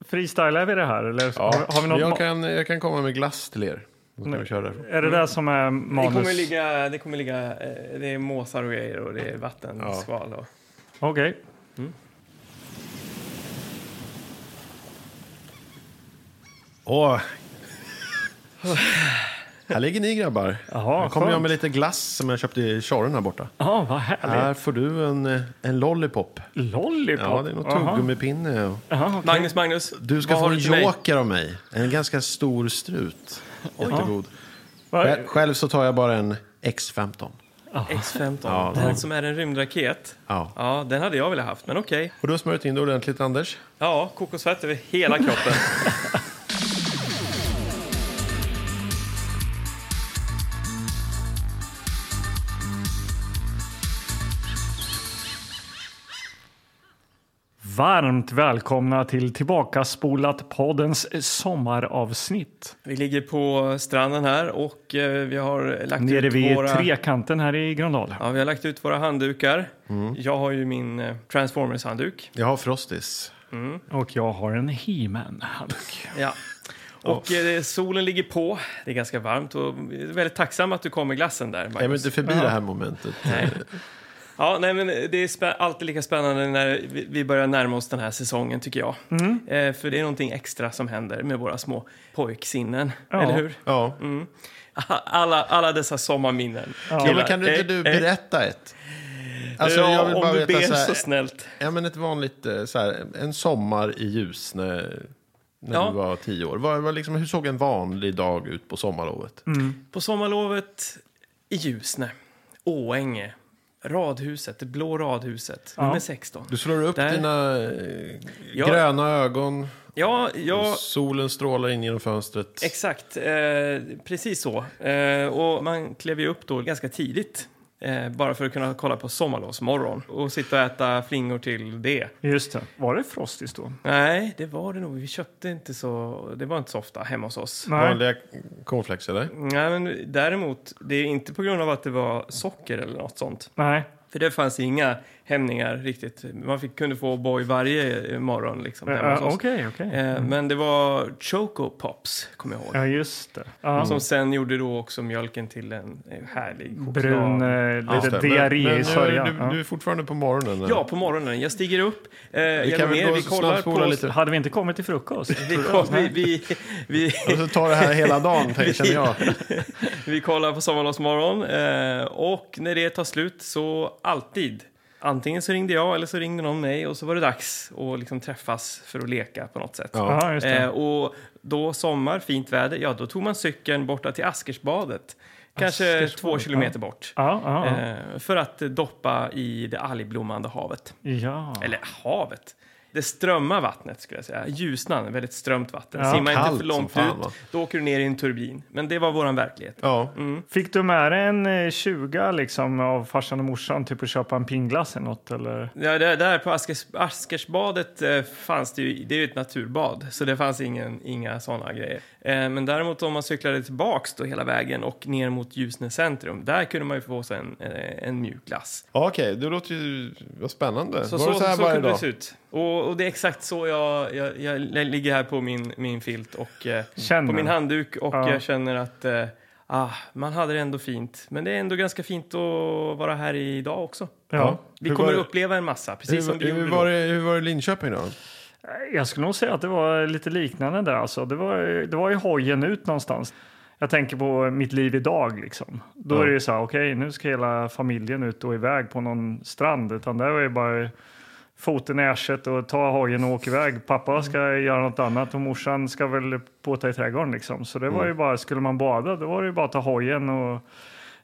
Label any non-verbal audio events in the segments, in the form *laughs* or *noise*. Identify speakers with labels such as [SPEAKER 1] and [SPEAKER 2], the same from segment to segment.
[SPEAKER 1] Freestylar vi det här? Eller har, har vi något
[SPEAKER 2] jag,
[SPEAKER 1] ma-
[SPEAKER 2] kan, jag kan komma med glass till er. Då kan vi köra därifrån.
[SPEAKER 1] Är det där som är
[SPEAKER 3] Det kommer
[SPEAKER 1] manus?
[SPEAKER 3] ligga, det kommer ligga, eh, det är måsar och grejer och det är vattenskval. Och.
[SPEAKER 1] Okej.
[SPEAKER 2] Åh. Här ligger ni grabbar.
[SPEAKER 1] Jaha,
[SPEAKER 2] Här kommer
[SPEAKER 1] skönt.
[SPEAKER 2] jag med lite glass som jag köpte i Tjorren här borta.
[SPEAKER 1] Ja, vad härligt.
[SPEAKER 2] Här får du en, eh, en lollipop.
[SPEAKER 1] Lollipop?
[SPEAKER 2] Äh, Ja, det är någon
[SPEAKER 1] Aha.
[SPEAKER 2] tuggummipinne. och-
[SPEAKER 1] Aha, okej.
[SPEAKER 3] Magnus, Magnus.
[SPEAKER 2] Du ska
[SPEAKER 3] vad
[SPEAKER 2] få
[SPEAKER 3] har
[SPEAKER 2] en
[SPEAKER 3] till mig?
[SPEAKER 2] joker av mig. En ganska stor strut. Jättegod.
[SPEAKER 1] Va-
[SPEAKER 2] Själv- Själv så tar jag bara en X15.
[SPEAKER 3] X15.
[SPEAKER 2] Ja,
[SPEAKER 3] den
[SPEAKER 2] ja.
[SPEAKER 3] som är en rymdraket.
[SPEAKER 2] Ja.
[SPEAKER 3] Ja, den hade jag velat haft, men okej.
[SPEAKER 2] Och du har smörjt in det ordentligt, Anders.
[SPEAKER 3] Ja, kokosfett över
[SPEAKER 2] *laughs*
[SPEAKER 3] hela kroppen.
[SPEAKER 1] Varmt välkomna till Tillbaka spolat poddens sommaravsnitt.
[SPEAKER 3] Vi ligger på stranden här och eh, vi har lagt
[SPEAKER 1] Nere
[SPEAKER 3] ut
[SPEAKER 1] vid
[SPEAKER 3] våra...
[SPEAKER 1] trekanten här i Gröndal.
[SPEAKER 3] Ja, vi har lagt ut våra handdukar.
[SPEAKER 2] Mm.
[SPEAKER 3] Jag har ju min eh, Transformers-handduk.
[SPEAKER 2] Jag har Frostis.
[SPEAKER 1] Och jag har en He-Man-handduk.
[SPEAKER 3] Ja. Och eh, solen ligger på. Det är ganska varmt och vi är väldigt tacksam att du kom med glassen där.
[SPEAKER 2] Jag är
[SPEAKER 3] Magnus.
[SPEAKER 2] inte förbi det här momentet.
[SPEAKER 3] Ja, nej, men det är spä- alltid lika spännande när vi- vi börjar närma oss den här säsongen tycker jag. Eh, för det är någonting extra som händer med våra små pojksinnen,
[SPEAKER 1] Ja.
[SPEAKER 3] eller hur? *laughs*
[SPEAKER 2] Ja.
[SPEAKER 3] Alla, alla dessa sommarminnen.
[SPEAKER 2] Ja, men kan du inte du
[SPEAKER 3] Eh, eh,
[SPEAKER 2] berätta ett? Alltså,
[SPEAKER 3] ja,
[SPEAKER 2] jag vill
[SPEAKER 3] om
[SPEAKER 2] bara
[SPEAKER 3] du
[SPEAKER 2] veta
[SPEAKER 3] ber
[SPEAKER 2] så här,
[SPEAKER 3] så snällt.
[SPEAKER 2] Ja, men ett vanligt, eh, så här, en sommar i Ljusne när
[SPEAKER 3] Ja.
[SPEAKER 2] du var tio år. Vad, vad liksom, hur såg en vanlig dag ut på sommarlovet?
[SPEAKER 1] Mm,
[SPEAKER 3] På sommarlovet i Ljusne, Åänge, radhuset, det blå radhuset, nummer 16.
[SPEAKER 2] Du slår upp
[SPEAKER 3] Där.
[SPEAKER 2] dina eh,
[SPEAKER 3] Ja.
[SPEAKER 2] gröna ögon,
[SPEAKER 3] Ja, jag...
[SPEAKER 2] solen strålar in genom fönstret.
[SPEAKER 3] Exakt, eh, precis så. Eh, och man klev ju upp då ganska tidigt. Eh, bara för att kunna kolla på sommarlovsmorgon och sitta och äta flingor till det.
[SPEAKER 1] Just det. Var det Frostis då?
[SPEAKER 3] Nej, det var det nog. Vi köpte inte så... Det var inte så ofta hemma hos oss.
[SPEAKER 1] Nej.
[SPEAKER 2] Vanliga cornflakes, eller?
[SPEAKER 3] Nej, men däremot, det är inte på grund av att det var socker eller något sånt.
[SPEAKER 1] Nej.
[SPEAKER 3] För det fanns inga hämningar riktigt. Man fick, kunde få boy varje eh, morgon liksom hemma hos
[SPEAKER 1] Eh,
[SPEAKER 3] oss.
[SPEAKER 1] Okej, okej.
[SPEAKER 3] Eh, Men det var Choco Pops, kommer jag ihåg.
[SPEAKER 1] Ja, just det. Ja.
[SPEAKER 3] Som sen gjorde då också mjölken till en eh, härlig choklad.
[SPEAKER 1] Brun, eh, lite
[SPEAKER 2] Just det. Men-
[SPEAKER 1] diarré
[SPEAKER 2] men
[SPEAKER 1] i
[SPEAKER 2] nu-
[SPEAKER 1] sörjan.
[SPEAKER 2] Du,
[SPEAKER 1] Ja.
[SPEAKER 2] du är fortfarande på morgonen? eller?
[SPEAKER 3] Ja, på morgonen. Jag stiger upp. Eh,
[SPEAKER 2] Vi
[SPEAKER 3] jag
[SPEAKER 2] kan
[SPEAKER 3] går
[SPEAKER 2] väl
[SPEAKER 3] ner,
[SPEAKER 2] gå
[SPEAKER 3] vi kollar
[SPEAKER 2] snabbspola
[SPEAKER 3] på...
[SPEAKER 2] lite.
[SPEAKER 1] Hade vi inte kommit till frukost?
[SPEAKER 3] Vi, kom, vi, vi, vi,
[SPEAKER 2] Och så tar det här hela dagen, tänker, känner jag.
[SPEAKER 3] vi kollar på Sommarlovsmorgon eh, och när det tar slut så alltid antingen så ringde jag eller så ringde någon mig och så var det dags att liksom träffas för att leka på något sätt.
[SPEAKER 2] Ja.
[SPEAKER 1] Ja, just
[SPEAKER 3] Eh,
[SPEAKER 1] det.
[SPEAKER 3] och då sommar, fint väder, ja då tog man cykeln borta till Askersbadet. Kanske
[SPEAKER 1] Askersbadet,
[SPEAKER 3] två kilometer bort.
[SPEAKER 1] Ja, ja,
[SPEAKER 3] Eh, för att doppa i det algblommande havet.
[SPEAKER 1] ja.
[SPEAKER 3] Eller havet. Det strömmar vattnet skulle jag säga. Ljusnan, väldigt strömt vatten.
[SPEAKER 1] Ja.
[SPEAKER 3] Simma inte
[SPEAKER 2] Kallt
[SPEAKER 3] för
[SPEAKER 2] som
[SPEAKER 3] långt
[SPEAKER 2] fan,
[SPEAKER 3] ut,
[SPEAKER 2] va?
[SPEAKER 3] då åker du ner i en turbin. Men det var våran verklighet.
[SPEAKER 2] Ja.
[SPEAKER 1] Fick du med dig en eh, 20 liksom, av farsan och morsan typ att köpa en pingglass eller något? Eller?
[SPEAKER 3] Ja, där, där på Askers, Askersbadet eh, fanns det ju, det är ju ett naturbad, så det fanns ingen, inga sådana grejer. Eh, men däremot om man cyklade tillbaks då hela vägen och ner mot Ljusne centrum, där kunde man ju få sig en, eh, en mjuk glass.
[SPEAKER 2] Ja, Okej, det låter ju vad spännande.
[SPEAKER 3] Så,
[SPEAKER 2] Var
[SPEAKER 3] så,
[SPEAKER 2] det
[SPEAKER 3] så,
[SPEAKER 2] så här varje
[SPEAKER 3] kunde det
[SPEAKER 2] dag?
[SPEAKER 3] se ut. Och, och det är exakt så jag, jag, jag ligger här på min, min filt och eh,
[SPEAKER 1] Känner.
[SPEAKER 3] på min handduk och
[SPEAKER 1] Ja.
[SPEAKER 3] jag känner att eh, ah, man hade det ändå fint. Men det är ändå ganska fint att vara här idag också.
[SPEAKER 1] Ja.
[SPEAKER 3] Vi
[SPEAKER 2] Hur
[SPEAKER 3] kommer
[SPEAKER 2] var
[SPEAKER 3] att
[SPEAKER 2] det-
[SPEAKER 3] uppleva en massa, precis som
[SPEAKER 2] Hur,
[SPEAKER 3] vi
[SPEAKER 2] hur,
[SPEAKER 3] gjorde
[SPEAKER 2] var
[SPEAKER 3] då.
[SPEAKER 2] det, hur var det i Linköping då?
[SPEAKER 1] Jag skulle nog säga att det var lite liknande där. Alltså. Det, var, det var ju hojen ut någonstans. Jag tänker på mitt liv idag. Liksom. Då
[SPEAKER 2] Ja.
[SPEAKER 1] är det ju så här, okej nu ska hela familjen ut och iväg på någon strand. Utan där var det bara foten i arslet och ta hojen och åka iväg. Pappa ska göra något annat och morsan ska väl påta i trädgården. Liksom. Så det var ju bara, skulle man bada då var det ju bara att ta hojen och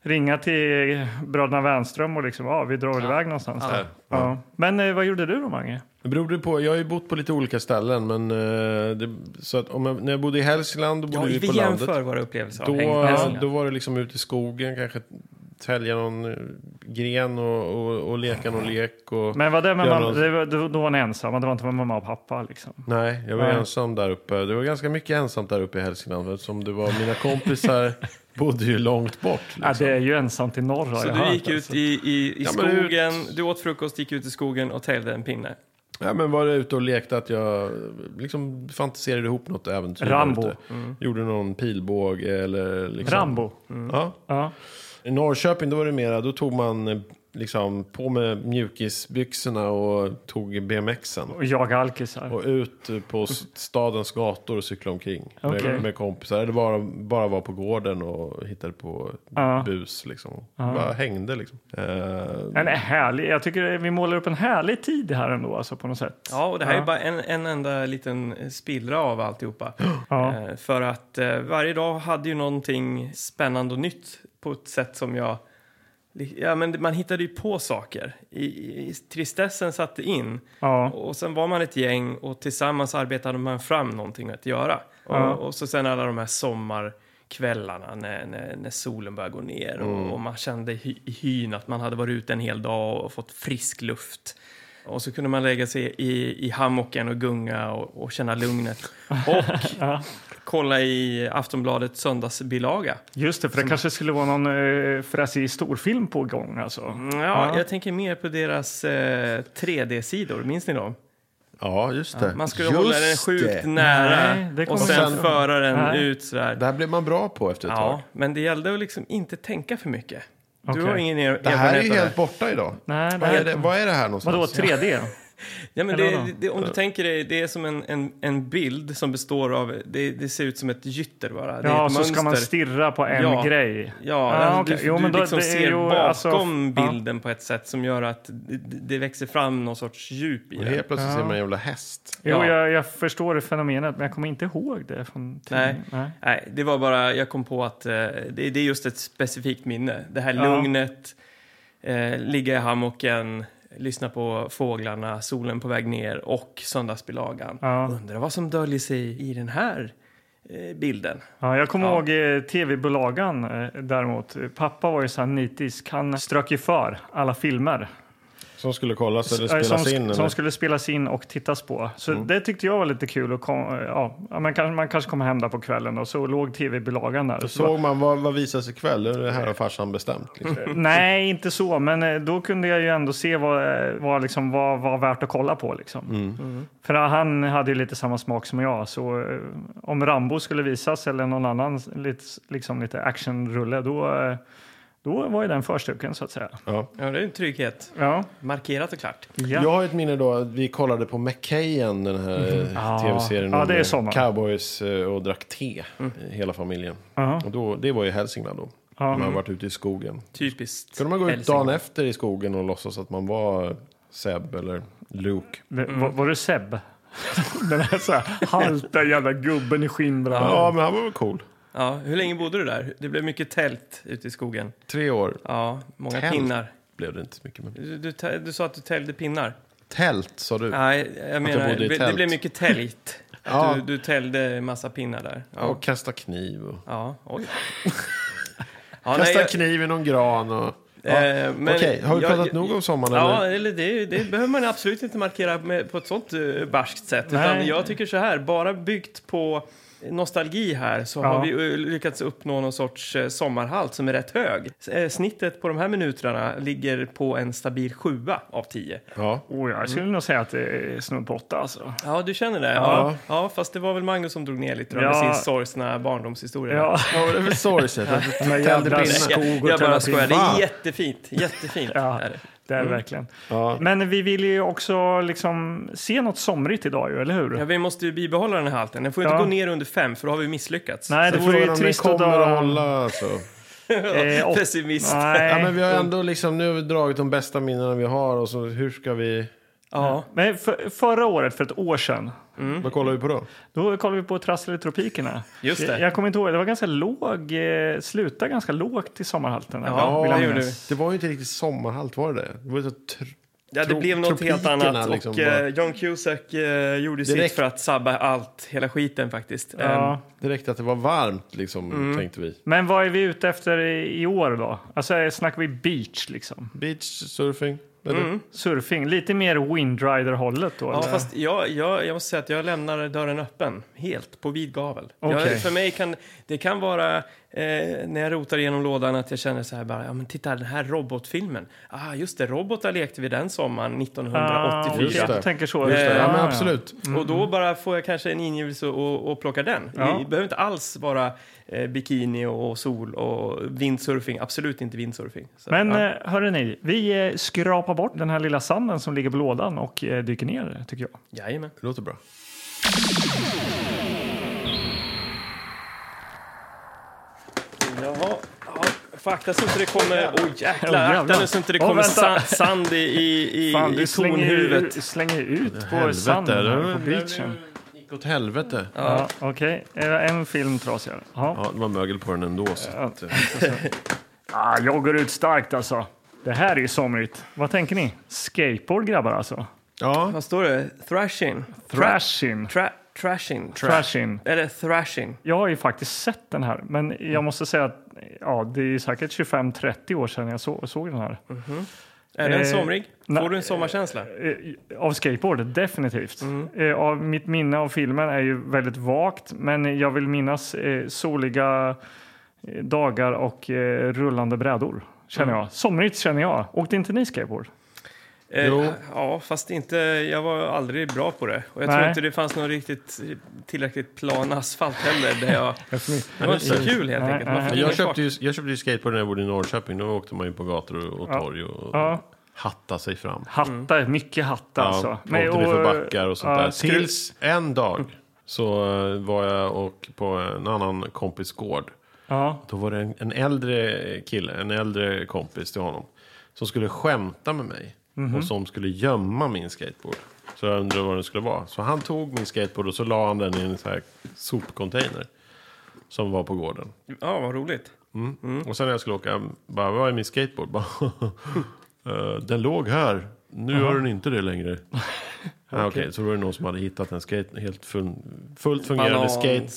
[SPEAKER 1] ringa till bröderna Wernström och liksom, ja vi drar väl iväg någonstans.
[SPEAKER 2] Ja.
[SPEAKER 1] Där. Ja. Men eh, vad gjorde du då Mange?
[SPEAKER 2] Det beror på, jag har ju bott på lite olika ställen, men eh, det, så att om jag, när jag bodde i Hälsingland, då
[SPEAKER 3] Ja,
[SPEAKER 2] bodde vi
[SPEAKER 3] vi
[SPEAKER 2] på landet.
[SPEAKER 3] jämför våra upplevelser av
[SPEAKER 2] Då,
[SPEAKER 3] häng-
[SPEAKER 2] då var det liksom ut i skogen, kanske tälja någon eh, gren och, och, och leka någon lek. Och,
[SPEAKER 1] Men var det med
[SPEAKER 2] Gör
[SPEAKER 1] mamma,
[SPEAKER 2] något.
[SPEAKER 1] det var, då- då var ni ensamma, det var inte med mamma och pappa liksom?
[SPEAKER 2] Nej, jag var
[SPEAKER 1] Nej.
[SPEAKER 2] ensam där uppe. Det var ganska mycket ensamt där uppe i Hälsingland eftersom det var mina
[SPEAKER 3] *laughs*
[SPEAKER 2] kompisar bodde ju långt bort.
[SPEAKER 1] Ja,
[SPEAKER 2] Liksom.
[SPEAKER 1] det är ju ensamt i norr har
[SPEAKER 3] Så
[SPEAKER 1] jag
[SPEAKER 3] du
[SPEAKER 1] hört,
[SPEAKER 3] gick ut
[SPEAKER 1] alltså.
[SPEAKER 3] i, i, i
[SPEAKER 2] Ja, men ut.
[SPEAKER 3] skogen, du åt frukost, gick ut i skogen och täljde en pinne.
[SPEAKER 2] Ja, men var ute och lekte att jag liksom fantiserade ihop något äventyr. där
[SPEAKER 1] Rambo. Mm.
[SPEAKER 2] ute. Gjorde någon pilbåge eller liksom.
[SPEAKER 1] Rambo. Mm.
[SPEAKER 2] Ja.
[SPEAKER 1] Ja.
[SPEAKER 2] I Norrköping då var det mera, då tog man eh, liksom på med mjukisbyxorna och tog BMXen.
[SPEAKER 1] Och jaga alkisar.
[SPEAKER 2] Och ut på s- stadens gator och cykla omkring
[SPEAKER 1] Okej.
[SPEAKER 2] med, med kompisar. Eller bara, bara var på gården och hittade på
[SPEAKER 1] Ja.
[SPEAKER 2] bus liksom. Bara hängde liksom. Eh,
[SPEAKER 1] En härlig, jag tycker vi målar upp en härlig tid här ändå alltså på något sätt.
[SPEAKER 3] Ja, och det här
[SPEAKER 1] Ja.
[SPEAKER 3] är bara en, en enda liten spillra
[SPEAKER 2] *gasps*
[SPEAKER 3] av alltihopa.
[SPEAKER 1] Ja.
[SPEAKER 3] Eh, För att eh, varje dag hade ju någonting spännande och nytt på ett sätt som jag... Ja, men man hittade ju på saker. I, i, tristessen satte in.
[SPEAKER 1] Ja.
[SPEAKER 3] Och sen var man ett gäng och tillsammans arbetade man fram någonting att göra.
[SPEAKER 1] Ja.
[SPEAKER 3] Och, och så sen alla de här sommarkvällarna när, när, när solen började gå ner
[SPEAKER 1] Mm.
[SPEAKER 3] och, och man kände hy, i hyn att man hade varit ute en hel dag och fått frisk luft. Och så kunde man lägga sig i, i hammocken och gunga och, och
[SPEAKER 1] *laughs*
[SPEAKER 3] känna lugnet. Och kolla i Aftonbladets söndagsbilaga.
[SPEAKER 1] Just det, för det kanske skulle vara någon eh, fräsig storfilm på gång alltså.
[SPEAKER 3] Mm, Ja,
[SPEAKER 1] Ja.
[SPEAKER 3] Jag tänker mer på deras eh, 3D-sidor, minns ni dem?
[SPEAKER 2] ja, just det.
[SPEAKER 3] Man skulle
[SPEAKER 2] just
[SPEAKER 3] hålla den sjukt
[SPEAKER 2] det.
[SPEAKER 3] nära
[SPEAKER 1] Nej, det
[SPEAKER 3] och
[SPEAKER 1] kommer
[SPEAKER 3] sen
[SPEAKER 2] jag inte-
[SPEAKER 3] föra den
[SPEAKER 1] Nej.
[SPEAKER 3] ut sådär.
[SPEAKER 2] Det här blev man bra på efter ett tag.
[SPEAKER 3] Ja, men det gällde att liksom inte tänka för mycket.
[SPEAKER 1] Okej.
[SPEAKER 3] Du har ingen er-
[SPEAKER 2] Det här är
[SPEAKER 3] erfarenhet
[SPEAKER 2] ju
[SPEAKER 3] av
[SPEAKER 2] helt borta idag.
[SPEAKER 1] Nej,
[SPEAKER 2] Vad
[SPEAKER 1] nej.
[SPEAKER 2] är det, vad är det här
[SPEAKER 1] Vadå,
[SPEAKER 2] någonstans?
[SPEAKER 1] 3D?
[SPEAKER 3] Ja, men
[SPEAKER 1] Eller
[SPEAKER 3] det,
[SPEAKER 1] vadå?
[SPEAKER 3] det, om du tänker dig, det är som en, en, en bild som består av, det, det ser ut som ett gytter bara. Det är
[SPEAKER 1] Ja,
[SPEAKER 3] ett
[SPEAKER 1] så ska man
[SPEAKER 3] mönster.
[SPEAKER 1] stirra på en
[SPEAKER 3] Ja.
[SPEAKER 1] grej.
[SPEAKER 3] Ja,
[SPEAKER 1] Ah,
[SPEAKER 3] alltså,
[SPEAKER 1] okej.
[SPEAKER 3] du,
[SPEAKER 1] Jo,
[SPEAKER 3] du
[SPEAKER 1] men då-
[SPEAKER 3] liksom
[SPEAKER 1] det är
[SPEAKER 3] ser
[SPEAKER 1] ju,
[SPEAKER 3] bakom
[SPEAKER 1] alltså, ja.
[SPEAKER 3] bilden på ett sätt som gör att det, det växer fram någon sorts djup i
[SPEAKER 2] Och
[SPEAKER 3] den.
[SPEAKER 2] helt plötsligt ser man en jävla häst.
[SPEAKER 1] Jo,
[SPEAKER 3] Ja.
[SPEAKER 1] jag, jag förstår det fenomenet, men jag kommer inte ihåg det. Från
[SPEAKER 3] Nej.
[SPEAKER 1] tidningen. Nej.
[SPEAKER 3] Nej, det var bara, jag kom på att eh, det, det är just ett specifikt minne. Det här
[SPEAKER 1] Ja.
[SPEAKER 3] lugnet, eh, ligga i hammocken, lyssna på fåglarna, solen på väg ner och söndagsbilagan.
[SPEAKER 1] Ja.
[SPEAKER 3] Undrar vad som döljer sig i den här eh, bilden.
[SPEAKER 1] Ja, jag kommer
[SPEAKER 3] Ja.
[SPEAKER 1] ihåg eh, tv-bolagan eh, däremot. Pappa var ju så här nitisk. Han strök ju för alla filmer
[SPEAKER 2] Som skulle kollas eller
[SPEAKER 1] eh, som,
[SPEAKER 2] spelas in.
[SPEAKER 1] som
[SPEAKER 2] Eller? Mm.
[SPEAKER 1] skulle spelas in och tittas på. Så det tyckte jag var lite kul. Och kom, eh, ja, ja, men kanske, man kanske kom hem där på kvällen och så låg tv-bolagan där. Så,
[SPEAKER 2] Såg man vad, vad visas ikväll? Det här har farsan bestämt. Liksom.
[SPEAKER 1] Mm. nej, inte så, men eh, då kunde jag ju ändå se vad, eh, vad, liksom, vad var värt att kolla på. Liksom. För eh, han hade ju lite samma smak som jag, så eh, om Rambo skulle visas eller någon annan lite, liksom, lite actionrulle, då, eh, då var ju den förstuken så att säga.
[SPEAKER 2] Ja.
[SPEAKER 3] Ja, det är en trygghet.
[SPEAKER 1] Ja,
[SPEAKER 3] Markerat och klart.
[SPEAKER 1] ja.
[SPEAKER 2] Jag har ett minne då, att vi kollade på McKayen, den här eh, tv-serien
[SPEAKER 1] Mm. Ja,
[SPEAKER 2] om,
[SPEAKER 1] det är
[SPEAKER 2] eh,
[SPEAKER 1] sommar.
[SPEAKER 2] cowboys eh, och drack te, eh, hela familjen.
[SPEAKER 1] Ja.
[SPEAKER 2] Och då, det var ju Hälsingland då, när
[SPEAKER 1] Mm.
[SPEAKER 2] man varit ute i skogen.
[SPEAKER 3] Typiskt.
[SPEAKER 2] Kunde man gå ut
[SPEAKER 3] Hälsingland.
[SPEAKER 2] dagen efter i skogen och låtsas att man var Seb eller Luke.
[SPEAKER 1] Det, var, var du Seb? *laughs* Den här så här halta jävla gubben i skinnbrallor.
[SPEAKER 2] Ja, men han var väl cool.
[SPEAKER 3] Ja, hur länge bodde du där? Det blev mycket tält ute i skogen.
[SPEAKER 2] Tre år
[SPEAKER 3] Ja, många
[SPEAKER 2] Tält?
[SPEAKER 3] pinnar.
[SPEAKER 2] blev det inte så mycket. Men...
[SPEAKER 3] Du, du, tä- du sa att du täljde pinnar.
[SPEAKER 2] Tält, sa Typ. du?
[SPEAKER 3] Nej, jag menar,
[SPEAKER 2] bodde i
[SPEAKER 3] det, det
[SPEAKER 2] tält.
[SPEAKER 3] blev mycket täljt.
[SPEAKER 2] *laughs* Ja.
[SPEAKER 3] Du, du täljde massa pinnar där.
[SPEAKER 2] Ja, och kasta kniv. Och...
[SPEAKER 3] Ja,
[SPEAKER 2] *laughs*
[SPEAKER 3] oj. Ja,
[SPEAKER 2] kasta
[SPEAKER 3] jag-
[SPEAKER 2] kniv i någon gran och... Ja.
[SPEAKER 3] eh, men
[SPEAKER 2] Okej, har vi
[SPEAKER 3] jag-
[SPEAKER 2] pratat nog om sommaren?
[SPEAKER 3] Ja,
[SPEAKER 2] eller?
[SPEAKER 3] eller det, det behöver man absolut inte markera med, på ett sånt eh, barskt sätt. Utan
[SPEAKER 1] Nej.
[SPEAKER 3] jag tycker så här, bara byggt på nostalgi här så
[SPEAKER 1] Ja.
[SPEAKER 3] har vi eh, lyckats uppnå någon sorts eh, sommarhalt som är rätt hög. S- eh, Snittet på de här minuterna ligger på en stabil sjua av tio.
[SPEAKER 2] Ja.
[SPEAKER 1] Oh, jag skulle nog säga att det är snudd på åtta alltså.
[SPEAKER 3] Ja, du känner det? Ja. ja, fast det var väl Magnus som drog ner lite då, med
[SPEAKER 1] Ja.
[SPEAKER 3] sin sorgsna barndomshistoria.
[SPEAKER 1] Ja.
[SPEAKER 2] Ja, det är väl *laughs* sorgset.
[SPEAKER 1] Men
[SPEAKER 2] Tände
[SPEAKER 1] jävla
[SPEAKER 2] pinnar.
[SPEAKER 1] skog och
[SPEAKER 3] Jag, jag bara
[SPEAKER 1] tända
[SPEAKER 3] skojar, det
[SPEAKER 1] pinnar.
[SPEAKER 3] är jättefint. Jättefint.
[SPEAKER 1] Ja.
[SPEAKER 3] är det.
[SPEAKER 1] Det är det verkligen.
[SPEAKER 2] Ja.
[SPEAKER 1] Men vi vill ju också liksom se något somrigt idag ju, eller hur?
[SPEAKER 3] Ja, vi måste ju bibehålla den här halten. Den får ju
[SPEAKER 1] Ja.
[SPEAKER 3] inte gå ner under fem, för då har vi misslyckats. *laughs*
[SPEAKER 1] Nej, det vore ju trist
[SPEAKER 2] kommer
[SPEAKER 1] att dra...
[SPEAKER 2] att hålla alltså.
[SPEAKER 1] Eh, åt-
[SPEAKER 3] Pessimist.
[SPEAKER 1] Nej.
[SPEAKER 2] Ja, men vi har ändå liksom, nu har vi dragit de bästa minnena vi har och så hur ska vi,
[SPEAKER 3] Ja.
[SPEAKER 1] Men för, förra året, för ett år sedan,
[SPEAKER 3] Mm.
[SPEAKER 2] vad kollar vi på då?
[SPEAKER 1] då kollade vi på Trassel i tropikerna.
[SPEAKER 3] Just det.
[SPEAKER 1] Jag, jag kommer inte ihåg, det var ganska låg, eh, slutade ganska lågt i sommarhalten.
[SPEAKER 3] Ja,
[SPEAKER 1] vill jag
[SPEAKER 3] det gjorde
[SPEAKER 1] minnas.
[SPEAKER 2] Det var ju inte riktigt sommarhalt, var det det? Det var ju så tr-
[SPEAKER 3] Ja, det
[SPEAKER 2] Tro-
[SPEAKER 3] blev något helt
[SPEAKER 2] tropikerna
[SPEAKER 3] annat.
[SPEAKER 2] liksom
[SPEAKER 3] och
[SPEAKER 2] bara.
[SPEAKER 3] eh, John Cusack eh, gjorde sitt
[SPEAKER 2] Direkt.
[SPEAKER 3] för att sabba allt, hela skiten faktiskt.
[SPEAKER 1] Ja.
[SPEAKER 3] Ehm,
[SPEAKER 2] direkt att det var varmt liksom,
[SPEAKER 3] Mm.
[SPEAKER 2] tänkte vi.
[SPEAKER 1] Men vad är vi ute efter i i år då? Alltså eh, snackar vi beach liksom?
[SPEAKER 2] Beach, surfing, eller?
[SPEAKER 3] Mm.
[SPEAKER 1] Surfing, lite mer windrider-hållet då?
[SPEAKER 3] ja,
[SPEAKER 1] eller?
[SPEAKER 3] fast jag, jag, jag måste säga att jag lämnar dörren öppen, helt, på vid gavel.
[SPEAKER 1] Okej.
[SPEAKER 3] Jag, för mig kan det kan vara eh, när jag rotar igenom lådan att jag känner så här bara, ja men titta den här robotfilmen. Ah, just det, robotar lekte vi den sommaren 1984.
[SPEAKER 2] just det.
[SPEAKER 1] Jag tänker så.
[SPEAKER 3] Just det.
[SPEAKER 2] Ja, men
[SPEAKER 1] Ah,
[SPEAKER 2] absolut.
[SPEAKER 3] Och då bara får jag kanske en ingivelse och, och plocka den.
[SPEAKER 1] Ja.
[SPEAKER 3] Det behöver inte alls vara eh, bikini och sol och vindsurfing. Absolut inte vindsurfing. Så,
[SPEAKER 1] Men eh,
[SPEAKER 3] ja.
[SPEAKER 1] ja. hörrni, vi eh, skrapar bort den här lilla sanden som ligger på lådan och eh, dyker ner, tycker jag.
[SPEAKER 3] Jajamän.
[SPEAKER 2] Det låter bra.
[SPEAKER 3] Jaha. Ja, Fakta så inte det kommer... Oj
[SPEAKER 1] Åh,
[SPEAKER 3] jäklar!
[SPEAKER 1] jävlar.
[SPEAKER 3] Akta nu så inte det
[SPEAKER 1] Åh,
[SPEAKER 3] kommer
[SPEAKER 1] vänta.
[SPEAKER 3] sa- sand i, i, i,
[SPEAKER 1] Fan,
[SPEAKER 3] i
[SPEAKER 1] du slänger, ju-
[SPEAKER 3] tornhuvudet.
[SPEAKER 1] slänger ju ut på
[SPEAKER 2] Helvete,
[SPEAKER 1] sanden
[SPEAKER 2] det-
[SPEAKER 1] här på
[SPEAKER 2] det-
[SPEAKER 1] beachen.
[SPEAKER 2] det gick åt helvete. Ja.
[SPEAKER 1] Ja, Okej, Eh, en film trasigare. Ja.
[SPEAKER 2] det var mögel på den ändå. Så. eh.
[SPEAKER 1] Ja. Ah, jag går ut starkt alltså. Det här är ju somrigt. Vad tänker ni? Skateboard grabbar alltså?
[SPEAKER 2] Ja,
[SPEAKER 3] Vad står det? Thrashing?
[SPEAKER 1] Thrashing.
[SPEAKER 3] Tra- trashing?
[SPEAKER 1] Trashing.
[SPEAKER 3] Eller thrashing?
[SPEAKER 1] Jag har ju faktiskt sett den här, men jag måste säga att ja, det är säkert 25-30 år sedan jag så, såg den här.
[SPEAKER 3] Är den
[SPEAKER 1] Eh,
[SPEAKER 3] somrig?
[SPEAKER 1] nej.
[SPEAKER 3] Får du en sommarkänsla?
[SPEAKER 1] Eh, Av skateboard, definitivt.
[SPEAKER 2] Mm.
[SPEAKER 1] Eh, Av mitt minne av filmen är ju väldigt vagt, men jag vill minnas eh, soliga eh, dagar och eh, rullande brädor.
[SPEAKER 2] Mm.
[SPEAKER 1] Känner jag. Somrigt känner jag. Åkte inte ni skateboard?
[SPEAKER 3] Eh,
[SPEAKER 2] Jo.
[SPEAKER 3] Ja, fast inte, jag var aldrig bra på det. Och jag
[SPEAKER 1] Nej.
[SPEAKER 3] tror inte det fanns någon riktigt tillräckligt plan asfalt heller.
[SPEAKER 1] *laughs*
[SPEAKER 3] Där jag, det var inte så
[SPEAKER 2] Nej.
[SPEAKER 3] kul helt
[SPEAKER 1] Nej,
[SPEAKER 3] enkelt. Man
[SPEAKER 1] nej.
[SPEAKER 3] fick
[SPEAKER 2] jag
[SPEAKER 3] ingen
[SPEAKER 2] köpte, ju, jag köpte ju skateboard när jag bodde i Norrköping. Då åkte man ju på gator och, och torg och
[SPEAKER 1] Ja.
[SPEAKER 2] hatta sig fram.
[SPEAKER 1] Hatta, mycket hatta
[SPEAKER 2] Mm. Ja,
[SPEAKER 1] alltså.
[SPEAKER 2] åkte
[SPEAKER 1] och-
[SPEAKER 2] ner för backar och sånt
[SPEAKER 1] ja,
[SPEAKER 2] där.
[SPEAKER 1] skru-
[SPEAKER 2] Tills en dag så eh, var jag och på en annan kompis gård.
[SPEAKER 1] Ja.
[SPEAKER 2] Då var det en, en äldre kille, en äldre kompis till honom. Som skulle skämta med mig. Och som skulle gömma min skateboard. Så jag undrade vad den skulle vara. Så han tog min skateboard och så la han den i en så här sopcontainer. Som var på gården.
[SPEAKER 3] koll. Ja, vad roligt.
[SPEAKER 2] Mm. Och sen när jag skulle åka, bara, vad är min skateboard? *laughs* Bara, "Eh, den låg här. Nu gör den inte det längre. Ah, Okej, så då var det någon som hade hittat en skate, helt fun, fullt fungerande
[SPEAKER 3] Banan,
[SPEAKER 2] skateboard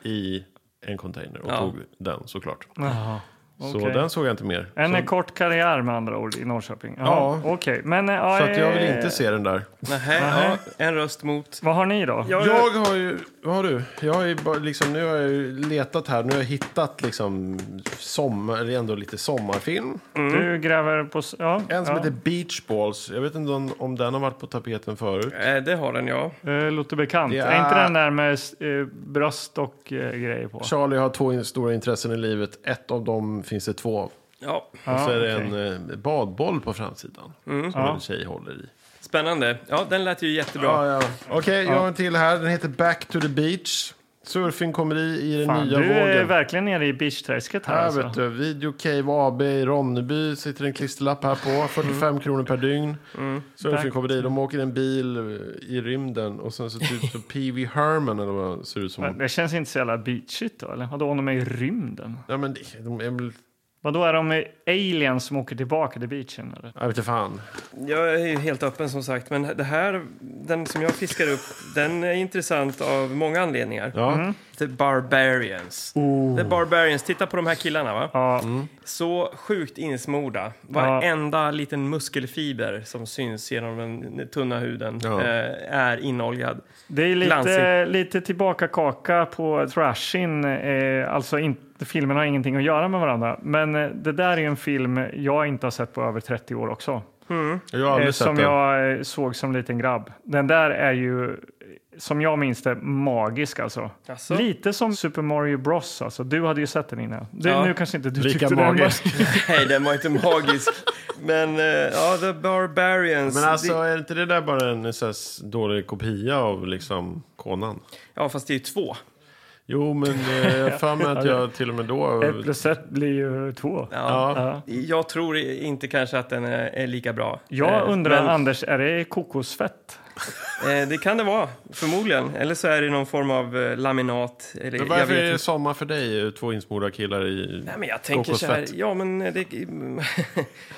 [SPEAKER 3] skal.
[SPEAKER 2] i en container och
[SPEAKER 3] Ja.
[SPEAKER 2] tog den såklart.
[SPEAKER 1] Jaha,
[SPEAKER 2] Så
[SPEAKER 1] okej.
[SPEAKER 2] den såg jag inte mer.
[SPEAKER 1] En
[SPEAKER 2] så,
[SPEAKER 1] kort karriär med andra ord i Norrköping.
[SPEAKER 2] Ja.
[SPEAKER 1] Okej, men... eh, ja,
[SPEAKER 2] så att jag vill
[SPEAKER 1] eh,
[SPEAKER 2] inte se den där.
[SPEAKER 3] Nähä, ja, en röst mot...
[SPEAKER 1] Vad har ni då?
[SPEAKER 2] Jag har ju, vad har du? Jag har ju bara, liksom, nu har jag ju letat här, nu har jag hittat liksom sommar, eller ändå lite sommarfilm.
[SPEAKER 1] Du gräver på... s- Ja,
[SPEAKER 2] Mm. En som
[SPEAKER 1] ja.
[SPEAKER 2] heter Beach Balls, jag vet inte om, om den har varit på tapeten förut.
[SPEAKER 3] Eh, det har den, ja.
[SPEAKER 1] Eh, låter bekant.
[SPEAKER 2] Ja.
[SPEAKER 1] Är inte den där med s- eh, bröst och eh, grejer på?
[SPEAKER 2] Charlie har två in- stora intressen i livet, ett av dem finns det två av.
[SPEAKER 3] ja.
[SPEAKER 2] Och så
[SPEAKER 1] Ja,
[SPEAKER 2] är det
[SPEAKER 1] okej. Mm.
[SPEAKER 2] en eh, badboll på framsidan som
[SPEAKER 1] Ja.
[SPEAKER 2] en tjej håller i.
[SPEAKER 3] Spännande. Ja, den lät ju jättebra.
[SPEAKER 2] Ja, ja. Okej, jag har en till här, den heter Back to the Beach. Surfingkomedi i den
[SPEAKER 1] Fan,
[SPEAKER 2] nya
[SPEAKER 1] du är
[SPEAKER 2] vågen.
[SPEAKER 1] verkligen nere i beachträsket här
[SPEAKER 2] Här
[SPEAKER 1] alltså.
[SPEAKER 2] vet du, Video Cave AB i Ronneby sitter en klisterlapp här *laughs* på. 45 kronor per dygn. Surfingkomedi, de åker i en bil eh, i rymden och sen så typ *laughs* så Pee-Wee Herman eller vad det ser ut
[SPEAKER 1] Men
[SPEAKER 2] som.
[SPEAKER 1] Det känns inte så jävla beachigt då, eller? Vadå, de är i rymden?
[SPEAKER 2] Ja, men det, de är väl...
[SPEAKER 1] Vadå, är de eh, aliens som åker tillbaka till beachen, eller?
[SPEAKER 2] Jag vet inte fan.
[SPEAKER 3] Jag är ju helt öppen som sagt, men det här, den som jag fiskar upp, den är intressant av många anledningar. Oh.
[SPEAKER 2] Ja.
[SPEAKER 3] The Barbarians. The Barbarians, titta på de här killarna va?
[SPEAKER 1] Ja,
[SPEAKER 2] Mm.
[SPEAKER 3] Så sjukt insmorda. Varenda liten muskelfiber som syns genom den tunna huden
[SPEAKER 2] Ja.
[SPEAKER 3] eh, är inoljad.
[SPEAKER 1] Det är lite,
[SPEAKER 3] Glansigt.
[SPEAKER 1] lite tillbaka kaka på Thrashin. Eh, alltså in, filmen har ingenting att göra med varandra. Men eh, det där är ju en film jag inte har sett på över 30 år också.
[SPEAKER 2] Jag har
[SPEAKER 1] Eh,
[SPEAKER 2] aldrig sett
[SPEAKER 1] som
[SPEAKER 2] den.
[SPEAKER 1] jag eh, såg som liten grabb. Den där är ju, som jag minns det, magisk alltså.
[SPEAKER 3] Jaså?
[SPEAKER 1] Lite som Super Mario Bros. Alltså. Du hade ju sett den innan. Du,
[SPEAKER 3] Ja.
[SPEAKER 1] Nu kanske inte du
[SPEAKER 2] Lika
[SPEAKER 1] tyckte den var...
[SPEAKER 2] magisk.
[SPEAKER 3] *laughs* Nej, den var inte *laughs* magisk. Men eh, ja, The Barbarians.
[SPEAKER 2] Men alltså
[SPEAKER 3] det,
[SPEAKER 2] är inte det där bara en så här, s- dålig kopia av liksom Conan?
[SPEAKER 3] ja, fast det är ju två.
[SPEAKER 2] Jo, men eh, *laughs* jag har för mig att jag till och med då...
[SPEAKER 1] Ett plus ett blir ju två.
[SPEAKER 3] Ja.
[SPEAKER 2] Ja,
[SPEAKER 3] Jag tror i- inte kanske att den är, är lika bra.
[SPEAKER 1] Jag
[SPEAKER 3] Eh,
[SPEAKER 1] undrar,
[SPEAKER 3] men-
[SPEAKER 1] Anders, är det kokosfett?
[SPEAKER 3] Eh, det kan det vara, förmodligen. Eller så är det någon form av eh, laminat. Eller,
[SPEAKER 2] men
[SPEAKER 3] jag
[SPEAKER 2] varför
[SPEAKER 3] vet
[SPEAKER 2] är det
[SPEAKER 3] inte.
[SPEAKER 2] sommar för dig, eh, två insmorda killar i...
[SPEAKER 3] Nej, men jag tänker så här,
[SPEAKER 2] kokosfett?
[SPEAKER 3] ja men eh, det, *laughs*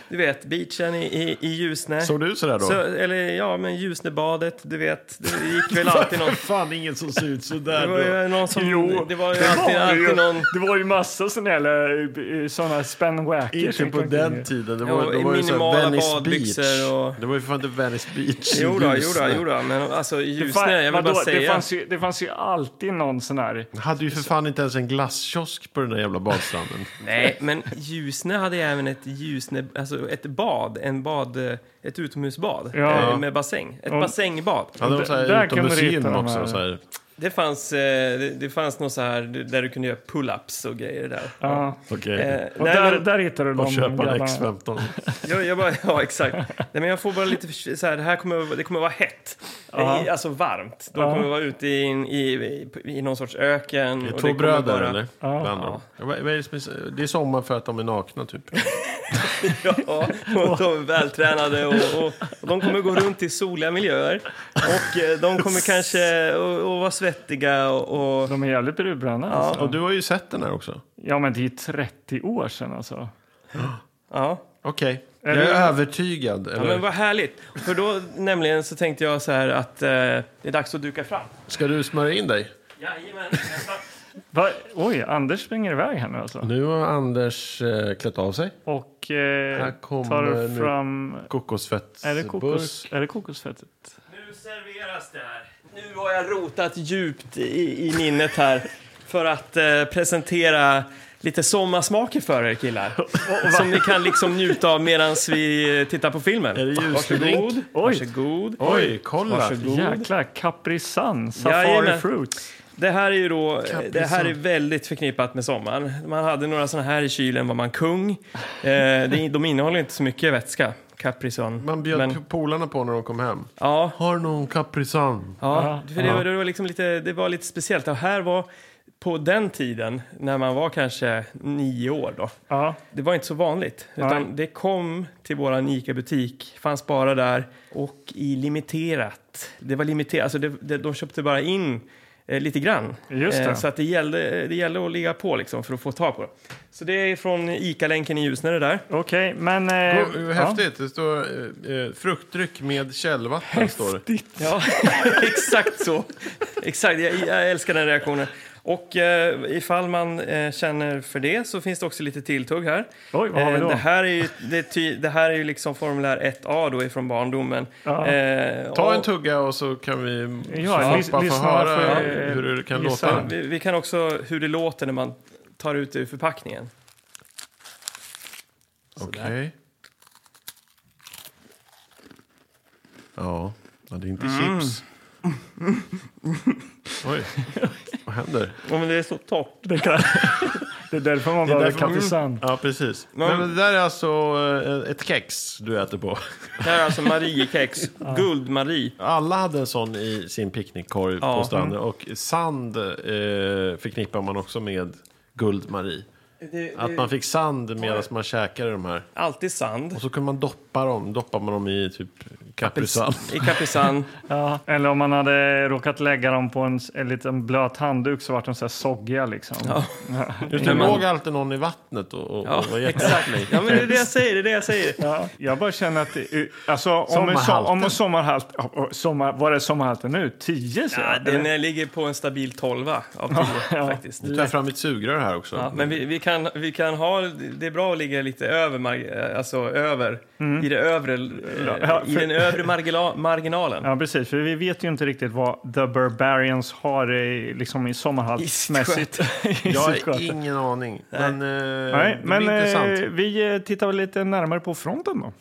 [SPEAKER 3] du vet, beachen i, i, i Ljusne.
[SPEAKER 2] Såg du sådär då?
[SPEAKER 3] Så, eller ja, men Ljusnebadet, du vet, det gick väl alltid någon...
[SPEAKER 2] Fan, ingen som ser ut
[SPEAKER 3] Det
[SPEAKER 2] *laughs* sådär
[SPEAKER 3] var ju någon som...
[SPEAKER 1] Jo,
[SPEAKER 3] det var ju
[SPEAKER 1] Det var
[SPEAKER 3] alltid,
[SPEAKER 1] ju-
[SPEAKER 3] alltid någon...
[SPEAKER 1] Det var ju massa såna här såna spenwackers.
[SPEAKER 2] Inte på den tiden. Det var,
[SPEAKER 3] Ja,
[SPEAKER 2] det var ju så här
[SPEAKER 3] minimala
[SPEAKER 2] Venice
[SPEAKER 3] badbyxor
[SPEAKER 2] Beach.
[SPEAKER 3] och-
[SPEAKER 2] Det var ju för fan inte Venice Beach. i
[SPEAKER 3] Jo då, jo
[SPEAKER 2] Ljusne.
[SPEAKER 3] då, jo då, men men alltså i
[SPEAKER 1] Det fan-
[SPEAKER 3] Ljusne, jag vill
[SPEAKER 1] vadå?
[SPEAKER 3] bara säga.
[SPEAKER 1] Det fanns, ju, det fanns ju alltid någon sån här...
[SPEAKER 2] *laughs* Jag hade ju för fan inte ens en glasskiosk på den där jävla badstranden.
[SPEAKER 3] Nej, men Ljusne hade ju även ett Ljusne, alltså ett bad, en bad, eh, ett utomhusbad
[SPEAKER 1] Ja.
[SPEAKER 3] eh, med bassäng. Ett
[SPEAKER 1] Och-
[SPEAKER 3] basängbad.
[SPEAKER 2] Hade de så
[SPEAKER 1] Där kan
[SPEAKER 2] här
[SPEAKER 1] man
[SPEAKER 2] utomhusgym
[SPEAKER 1] rita de här-
[SPEAKER 2] också? Så här.
[SPEAKER 3] Det fanns, eh, det, det fanns något så här där du kunde göra pull-ups och grejer där.
[SPEAKER 1] Ja.
[SPEAKER 2] Okej.
[SPEAKER 3] Eh,
[SPEAKER 1] Och
[SPEAKER 3] nej,
[SPEAKER 1] där,
[SPEAKER 3] men-
[SPEAKER 1] där hittar du
[SPEAKER 2] Och
[SPEAKER 1] de
[SPEAKER 2] köpa en
[SPEAKER 1] grabbarna.
[SPEAKER 2] X15.
[SPEAKER 3] Jag, jag bara, ja, exakt. Nej, men jag får bara lite förs- så här, det här kommer, det kommer vara hett.
[SPEAKER 1] Ja.
[SPEAKER 3] I, alltså varmt. De
[SPEAKER 1] Ja.
[SPEAKER 3] kommer vara ute i, en- i, i, i någon sorts öken.
[SPEAKER 2] Det är
[SPEAKER 3] och
[SPEAKER 2] två
[SPEAKER 3] kommer
[SPEAKER 2] bröder
[SPEAKER 3] bara-
[SPEAKER 2] eller?
[SPEAKER 1] Ja.
[SPEAKER 2] Bland dem. Vad- vad är det som är så- Det är sommar för att de är nakna typ.
[SPEAKER 3] Ja, och de är vältränade och, och, och de kommer gå runt i soliga miljöer. Och eh, de kommer kanske och, och vara svettiga och... och
[SPEAKER 1] De är jävligt brudbrända. Ja. Alltså.
[SPEAKER 2] Och du har ju sett den här också.
[SPEAKER 1] ja, men det är 30 år sedan alltså.
[SPEAKER 3] ja.
[SPEAKER 2] Okej.
[SPEAKER 1] Är
[SPEAKER 2] Jag
[SPEAKER 1] det-
[SPEAKER 2] är övertygad.
[SPEAKER 3] ja,
[SPEAKER 2] Eller?
[SPEAKER 3] men vad härligt. För då nämligen så tänkte jag så här att eh, det är dags att duka fram.
[SPEAKER 2] Ska du smörja in dig?
[SPEAKER 3] Jajamän,
[SPEAKER 1] Va? Oj, Anders springer iväg här nu alltså.
[SPEAKER 2] Nu har Anders eh, klätt av sig.
[SPEAKER 1] Och eh,
[SPEAKER 2] Här kommer
[SPEAKER 1] tar
[SPEAKER 2] nu-
[SPEAKER 1] fram...
[SPEAKER 2] Kokosfett.
[SPEAKER 1] Är det, kokos, är det kokosfettet?
[SPEAKER 3] Nu serveras det här. Nu har jag rotat djupt i, i minnet här för att eh, presentera lite sommarsmaker för
[SPEAKER 2] *laughs*
[SPEAKER 3] er killar. som ni kan liksom njuta av medan vi eh, tittar på filmen.
[SPEAKER 2] Är det ljusdrink?
[SPEAKER 1] Oj.
[SPEAKER 3] Varsågod. Varsågod.
[SPEAKER 2] Oj, kolla!
[SPEAKER 3] Varsågod.
[SPEAKER 1] Jäklar, Capri Sun, Safari
[SPEAKER 3] Jajamän.
[SPEAKER 1] Fruits.
[SPEAKER 3] Det här är ju då, eh, det här är väldigt förknippat med sommaren. Man hade några sådana här i kylen var man kung. Eh, det- de innehåller inte så mycket vätska. Caprison.
[SPEAKER 2] Man bjöd
[SPEAKER 3] Men-
[SPEAKER 2] p- polarna på när de kom hem.
[SPEAKER 3] Ja,
[SPEAKER 2] Har någon kaprisan?
[SPEAKER 3] Ja,
[SPEAKER 1] Ja,
[SPEAKER 3] för det, var- det, var liksom lite, det var lite speciellt. Det här var på den tiden, när man var kanske nio år då.
[SPEAKER 1] Ja.
[SPEAKER 3] Det var inte så vanligt.
[SPEAKER 1] Nej.
[SPEAKER 3] Utan det kom till våran ICA-butik, fanns bara där och i limiterat. Det var limiterat, alltså det, det, de köpte bara in eh, lite grann. Eh,
[SPEAKER 1] Just det.
[SPEAKER 3] så att det gällde, det gällde att ligga på liksom för att få tag på det. Så det är från ICA-länken i Ljusne det där.
[SPEAKER 1] Okej, men... Eh,
[SPEAKER 2] Oh, hur häftigt! Det står eh, eh, fruktdryck med källvatten. Står det.
[SPEAKER 1] Häftigt!
[SPEAKER 3] Ja, *laughs* exakt så. Exakt, jag, jag älskar den reaktionen. Och eh, ifall man eh, känner för det så finns det också lite tilltugg här.
[SPEAKER 1] Oj, vad har vi
[SPEAKER 3] Eh,
[SPEAKER 1] då?
[SPEAKER 3] det, här är ju, det, är ty, det här är ju liksom formulär 1A då ifrån barndomen.
[SPEAKER 1] Ja.
[SPEAKER 3] Eh,
[SPEAKER 2] Ta
[SPEAKER 3] och-
[SPEAKER 2] en tugga och så kan vi
[SPEAKER 1] Ja, lys-
[SPEAKER 2] slappa få
[SPEAKER 1] lyssna
[SPEAKER 2] höra
[SPEAKER 1] för, eh,
[SPEAKER 2] hur det kan
[SPEAKER 1] gissa.
[SPEAKER 2] låta.
[SPEAKER 3] vi, vi kan också hur det låter när man tar ut det ur förpackningen.
[SPEAKER 2] Okej. Ja. ja, det är inte
[SPEAKER 1] Mm.
[SPEAKER 2] chips. Oj, vad händer?
[SPEAKER 3] Ja, men det är så torrt.
[SPEAKER 1] Det, kan, *laughs* det är därför man
[SPEAKER 2] Det är
[SPEAKER 1] behöver
[SPEAKER 2] därför man-
[SPEAKER 1] Capri Sun.
[SPEAKER 2] Ja, precis.
[SPEAKER 3] Men-
[SPEAKER 2] Men, men det där är alltså eh, ett kex du äter på.
[SPEAKER 3] Det här är
[SPEAKER 2] *laughs*
[SPEAKER 3] alltså Mariekex, Guld-Marie.
[SPEAKER 2] Alla hade en sån i sin picknickkorg
[SPEAKER 3] Ja.
[SPEAKER 2] på stranden. Och sand eh, förknippar man också med Guld-Marie. Att man fick sand medan man käkade de här.
[SPEAKER 3] Alltid sand
[SPEAKER 2] Och så kunde man doppa dem. Doppar man dem i typ kaprisan.
[SPEAKER 3] i
[SPEAKER 2] *laughs*
[SPEAKER 3] Caprisan.
[SPEAKER 1] Ja, eller om man hade råkat lägga dem på en, s- en liten blöt handduk så vart de så här soggiga liksom.
[SPEAKER 3] Ja.
[SPEAKER 2] Just det,
[SPEAKER 3] Men
[SPEAKER 2] det
[SPEAKER 3] man-
[SPEAKER 2] låg alltid någon i vattnet och, och,
[SPEAKER 3] Ja,
[SPEAKER 2] och var
[SPEAKER 3] exakt.
[SPEAKER 2] jätteäcklig.
[SPEAKER 3] Ja, men det är det jag säger. Det är det jag säger.
[SPEAKER 1] Ja, jag bara känner att... det är- Alltså, om, en so-
[SPEAKER 2] Sommarhalten.
[SPEAKER 1] om en sommarhalt... ja, och Sommar, vad är sommarhalten nu? 10? så?
[SPEAKER 3] Ja, den eh, ligger på en stabil 12 av 10
[SPEAKER 1] ja. Mm.
[SPEAKER 3] faktiskt.
[SPEAKER 2] Nu tar jag fram mitt sugrör här också.
[SPEAKER 3] Ja, men vi, vi, kan, vi kan ha, det är bra att ligga lite över, mar- eh, alltså över, i, det övre, eh,
[SPEAKER 1] Mm. Ja,
[SPEAKER 3] i
[SPEAKER 1] för-
[SPEAKER 3] den övre margila, marginalen.
[SPEAKER 1] Ja, precis. För vi vet ju inte riktigt vad The Barbarians har i, liksom i sommarhaltsmässigt. *laughs* I
[SPEAKER 2] *laughs* jag
[SPEAKER 1] sitt sköte.
[SPEAKER 2] har ingen aning. Men, eh,
[SPEAKER 1] Nej,
[SPEAKER 2] det blir
[SPEAKER 1] men eh,
[SPEAKER 2] intressant.
[SPEAKER 1] vi eh, tittar väl lite närmare på fronten då.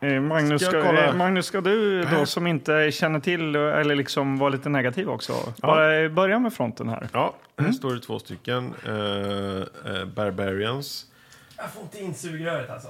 [SPEAKER 1] Eh, Magnus
[SPEAKER 2] Ska jag
[SPEAKER 1] ska,
[SPEAKER 2] kolla?
[SPEAKER 1] eh, Magnus, ska du då som inte känner till eh, eller liksom var lite negativ också, bara eh, börja med fronten här.
[SPEAKER 2] Ja, här
[SPEAKER 1] mm.
[SPEAKER 2] står det två stycken. eh, eh, Barbarians.
[SPEAKER 3] Jag får inte in sugröret alltså.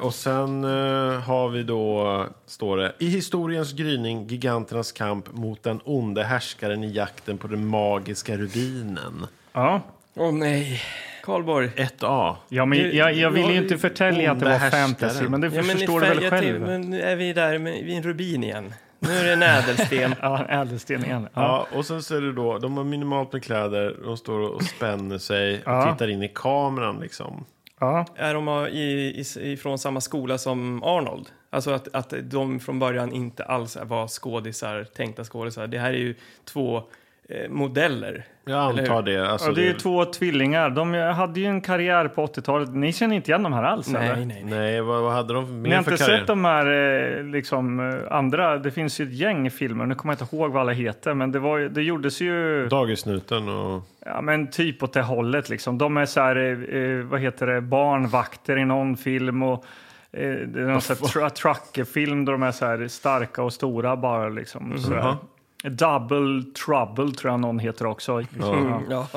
[SPEAKER 2] Och sen eh, har vi då, står det, i historiens gryning giganternas kamp mot den onde härskaren i jakten på den magiska rubinen.
[SPEAKER 1] Ja,
[SPEAKER 3] Åh nej,
[SPEAKER 1] Eh,
[SPEAKER 3] Karlborg.
[SPEAKER 2] 1A.
[SPEAKER 1] ja men jag, jag ville ju
[SPEAKER 3] Ja,
[SPEAKER 1] inte förtälja att det
[SPEAKER 2] onda
[SPEAKER 1] var
[SPEAKER 2] härskaren.
[SPEAKER 1] fantasy, men det
[SPEAKER 3] Ja, men
[SPEAKER 1] förstår du
[SPEAKER 3] i färg-
[SPEAKER 1] väl
[SPEAKER 3] jag
[SPEAKER 1] själv?
[SPEAKER 3] tänkte, men nu är vi där med vid en rubin igen. Nu är det en ädelsten.
[SPEAKER 1] Ja, ädelsten igen. Ja.
[SPEAKER 2] Ja, och sen så är det då, de har minimalt med kläder, de står och spänner sig och
[SPEAKER 1] Ja.
[SPEAKER 2] tittar in i kameran liksom.
[SPEAKER 1] Ja.
[SPEAKER 3] är de av- i, i, ifrån samma skola som Arnold? Alltså att, att de från början inte alls var skådisar, tänkta skådisar. Det här är ju två eh, modeller.
[SPEAKER 2] Jag antar det. Alltså,
[SPEAKER 1] Ja, det är ju två tvillingar. De hade ju en karriär på 80-talet. Ni känner inte igen de här alls? eller?
[SPEAKER 3] Nej, nej, nej.
[SPEAKER 2] Nej, vad, vad hade de
[SPEAKER 1] Ni har
[SPEAKER 2] mer för
[SPEAKER 1] inte
[SPEAKER 2] karriär?
[SPEAKER 1] sett de här eh, liksom, eh, andra? Det finns ju ett gäng filmer. Nu kommer jag inte ihåg vad alla heter, men det, var, ju- det gjordes ju
[SPEAKER 2] Dagisnuten och...
[SPEAKER 1] ja, men typ åt det hållet. Liksom. De är så här, eh, eh, vad heter det, barnvakter i någon film. Och, eh, det är någon så här tra- trucker-film där de är så här starka och stora bara. Liksom, så här. Double Trouble tror jag någon heter också. Ja.
[SPEAKER 3] Ja.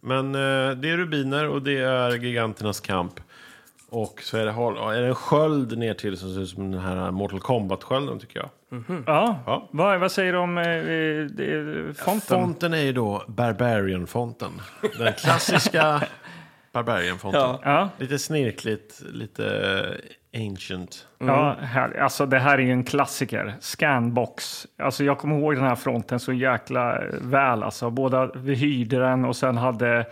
[SPEAKER 2] Men eh, det är rubiner och det är giganternas kamp. Och så är det, hal- ja, är det en sköld ner till som ser ut som den här Mortal Kombat-skölden tycker jag.
[SPEAKER 1] Ja.
[SPEAKER 2] Ja.
[SPEAKER 1] Vad, vad säger du om eh, eh, det- fonten?
[SPEAKER 2] Fonten är ju då Barbarian-fonten. Den *laughs* klassiska Barbarian-fonten.
[SPEAKER 3] Ja.
[SPEAKER 1] Ja.
[SPEAKER 2] Lite snirkligt, lite ancient.
[SPEAKER 1] Ja, här, alltså det här är ju en klassiker. Scanbox. Alltså jag kommer ihåg den här fronten så jäkla väl. Alltså, båda, vi hyrde den och sen hade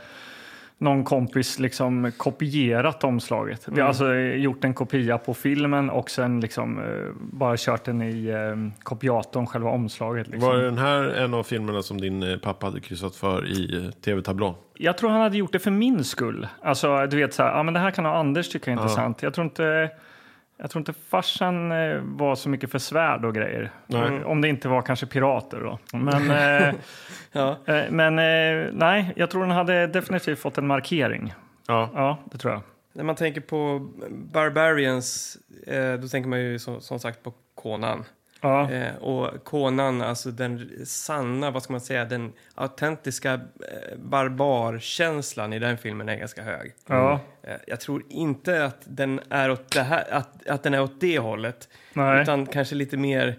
[SPEAKER 1] någon kompis liksom kopierat omslaget. Vi har alltså gjort en kopia på filmen och sen liksom eh, bara kört den i eh, kopiatorn, själva omslaget. Liksom.
[SPEAKER 2] Var den här en av filmerna som din eh, pappa hade kryssat för i eh, tv-tablån?
[SPEAKER 1] Jag tror han hade gjort det för min skull. Alltså, du vet så här, ja, men det här kan ha Anders tycka är intressant. Jag tror inte... Jag tror inte farsan eh, var så mycket för svärd och grejer. Mm,
[SPEAKER 2] Nej.
[SPEAKER 1] Om det inte var kanske pirater då. Men,
[SPEAKER 3] *laughs*
[SPEAKER 1] eh,
[SPEAKER 3] Ja.
[SPEAKER 1] eh, men eh, nej, jag tror den hade definitivt fått en markering.
[SPEAKER 2] Ja.
[SPEAKER 1] Ja, det tror jag.
[SPEAKER 3] När man tänker på Barbarians, eh, då tänker man ju som, som sagt på Conan.
[SPEAKER 1] Ja,
[SPEAKER 3] Eh, och Conan, alltså den sanna, vad ska man säga, den autentiska eh, barbarkänslan i den filmen är ganska hög.
[SPEAKER 1] ja,
[SPEAKER 3] Eh, jag tror inte att den är åt det, här, att, att den är åt det hållet,
[SPEAKER 1] nej.
[SPEAKER 3] utan kanske lite mer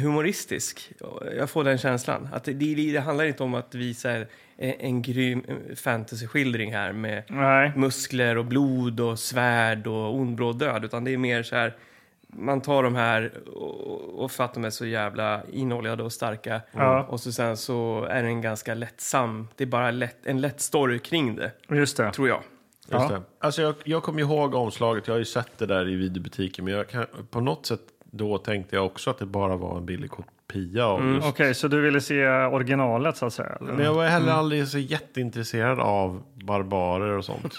[SPEAKER 3] humoristisk. Jag får den känslan. Att det, det, det handlar inte om att visa en, en grym eh, fantasyskildring här med
[SPEAKER 1] nej.
[SPEAKER 3] muskler och blod och svärd och ond bråd död. Utan det är mer så här, man tar de här och, och för att de är så jävla inoljade och starka.
[SPEAKER 1] Ja.
[SPEAKER 3] Och så sen så är den ganska lättsam. Det är bara lätt, en lätt story kring det,
[SPEAKER 1] Just det.
[SPEAKER 3] tror jag.
[SPEAKER 2] Just
[SPEAKER 1] Ja.
[SPEAKER 2] det. Alltså jag, jag kommer ju ihåg omslaget, jag har ju sett det där i videobutiken. Men jag kan, på något sätt då tänkte jag också att det bara var en billig kopia av just
[SPEAKER 1] Okej, så du ville se originalet så att säga? eller?
[SPEAKER 2] Men jag var heller aldrig så jätteintresserad av barbarer
[SPEAKER 1] *laughs*
[SPEAKER 2] och sånt.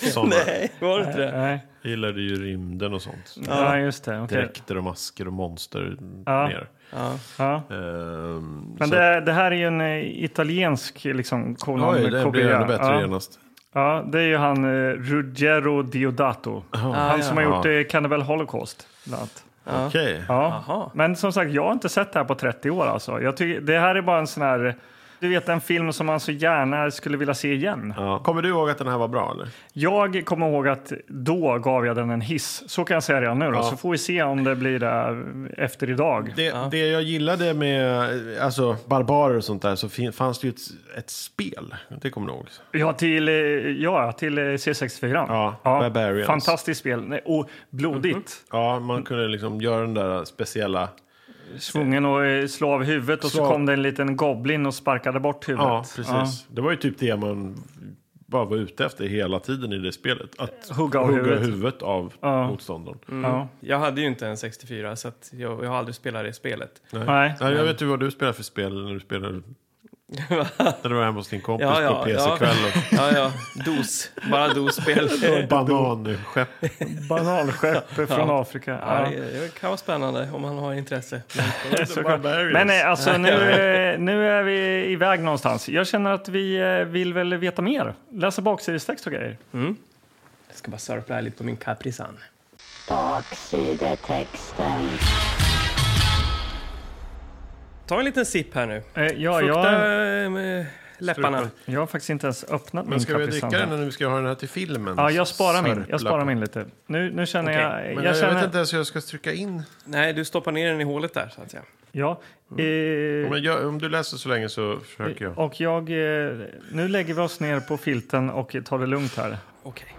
[SPEAKER 2] Såna.
[SPEAKER 3] Nej, *laughs* var det inte det?
[SPEAKER 1] Nej,
[SPEAKER 2] Jag gillade ju rymden och sånt.
[SPEAKER 1] ja, just det. okej.
[SPEAKER 2] Dräkter och masker och monster.
[SPEAKER 1] Ja.
[SPEAKER 2] Mer.
[SPEAKER 3] Ja.
[SPEAKER 1] Ja.
[SPEAKER 2] Ehm,
[SPEAKER 1] Men
[SPEAKER 2] så
[SPEAKER 1] det, det här är ju en eh, italiensk liksom, kolon,
[SPEAKER 2] Oj, det blir ännu bättre
[SPEAKER 1] ja.
[SPEAKER 2] genast.
[SPEAKER 1] Ja, det är ju han eh, Ruggero Diodato. han som
[SPEAKER 2] ja.
[SPEAKER 1] har gjort eh, Cannibal Holocaust. Bland annat.
[SPEAKER 3] Ja.
[SPEAKER 2] Okej.
[SPEAKER 1] Ja.
[SPEAKER 3] Aha.
[SPEAKER 1] Men som sagt, jag har inte sett det här på 30 år. Alltså. Jag tycker, det här är bara en sån här... Du vet en film som man så gärna skulle vilja se igen.
[SPEAKER 2] Ja. Kommer du ihåg att den här var bra eller?
[SPEAKER 1] Jag kommer ihåg att då gav jag den en hiss. Så kan jag säga redan nu. Då.
[SPEAKER 2] Ja.
[SPEAKER 1] Så får vi se om det blir det efter idag.
[SPEAKER 2] Det, det jag gillade med alltså, barbarer och sånt där så fin- fanns det ju ett, ett spel. Det kommer du ihåg?
[SPEAKER 1] Ja, till, eh, ja, till eh, C64.
[SPEAKER 2] Ja, Barbarians. Mm.
[SPEAKER 1] Fantastiskt spel. Nej, Och blodigt.
[SPEAKER 2] Ja, man kunde liksom göra den där speciella...
[SPEAKER 1] Svungen och eh, slå av huvudet och
[SPEAKER 2] Slå
[SPEAKER 1] så
[SPEAKER 2] av-
[SPEAKER 1] kom det en liten goblin och sparkade bort huvudet.
[SPEAKER 2] Ja, precis. Det var ju typ det man bara var ute efter hela tiden i det spelet. Att
[SPEAKER 1] Hugga av
[SPEAKER 2] hugga
[SPEAKER 1] huvudet.
[SPEAKER 2] huvudet av
[SPEAKER 1] Ja. Mm.
[SPEAKER 2] motståndaren.
[SPEAKER 1] Ja.
[SPEAKER 3] Jag hade ju inte en 64, så att jag, jag har aldrig spelat det spelet.
[SPEAKER 1] Nej.
[SPEAKER 2] Nej, jag vet ju vad du spelar för spel när
[SPEAKER 1] *laughs*
[SPEAKER 2] du spelade när du var hemma hos din kompis
[SPEAKER 3] Ja, ja,
[SPEAKER 2] på
[SPEAKER 3] ja.
[SPEAKER 2] PC-kvällen.
[SPEAKER 3] Ja, ja. Dos. Bara dos-spel.
[SPEAKER 1] *laughs*
[SPEAKER 2] Bananskepp.
[SPEAKER 1] Banalskepp
[SPEAKER 2] *laughs*
[SPEAKER 1] från Afrika.
[SPEAKER 3] Ja,
[SPEAKER 1] Ja.
[SPEAKER 3] det det kan vara spännande om man har intresse.
[SPEAKER 1] Såklart.
[SPEAKER 2] Barbarians.
[SPEAKER 1] Men eh, alltså
[SPEAKER 2] *laughs*
[SPEAKER 1] nu, eh, nu är vi iväg någonstans. Jag känner att vi eh, vill väl veta mer. Läsa baksidestext och grejer.
[SPEAKER 3] Jag ska bara surfa här lite på min Caprisan.
[SPEAKER 4] Baksidetexten.
[SPEAKER 3] Ta en liten sipp här nu.
[SPEAKER 1] Eh, Ja,
[SPEAKER 3] Fukta
[SPEAKER 1] jag,
[SPEAKER 3] eh, med läpparna.
[SPEAKER 2] Strupen.
[SPEAKER 1] jag har faktiskt inte ens öppnat
[SPEAKER 2] Men
[SPEAKER 1] min
[SPEAKER 2] ska vi
[SPEAKER 1] Capricorn
[SPEAKER 2] dricka
[SPEAKER 1] här.
[SPEAKER 2] den när vi ska ha den här till filmen?
[SPEAKER 1] Ja, jag sparar min.
[SPEAKER 2] Sörpla
[SPEAKER 1] Jag sparar
[SPEAKER 2] på.
[SPEAKER 1] min lite. Nu, nu känner
[SPEAKER 3] Okej,
[SPEAKER 1] jag...
[SPEAKER 2] Men
[SPEAKER 1] jag,
[SPEAKER 2] jag,
[SPEAKER 1] känner,
[SPEAKER 2] vet inte ens hur jag ska trycka in.
[SPEAKER 3] Nej, du stoppar ner den i hålet där så att säga.
[SPEAKER 1] Ja, eh,
[SPEAKER 2] Mm. Om, jag, om du läser så länge så försöker jag.
[SPEAKER 1] och jag... Eh, nu lägger vi oss ner på filten och tar det lugnt här.
[SPEAKER 3] Okej.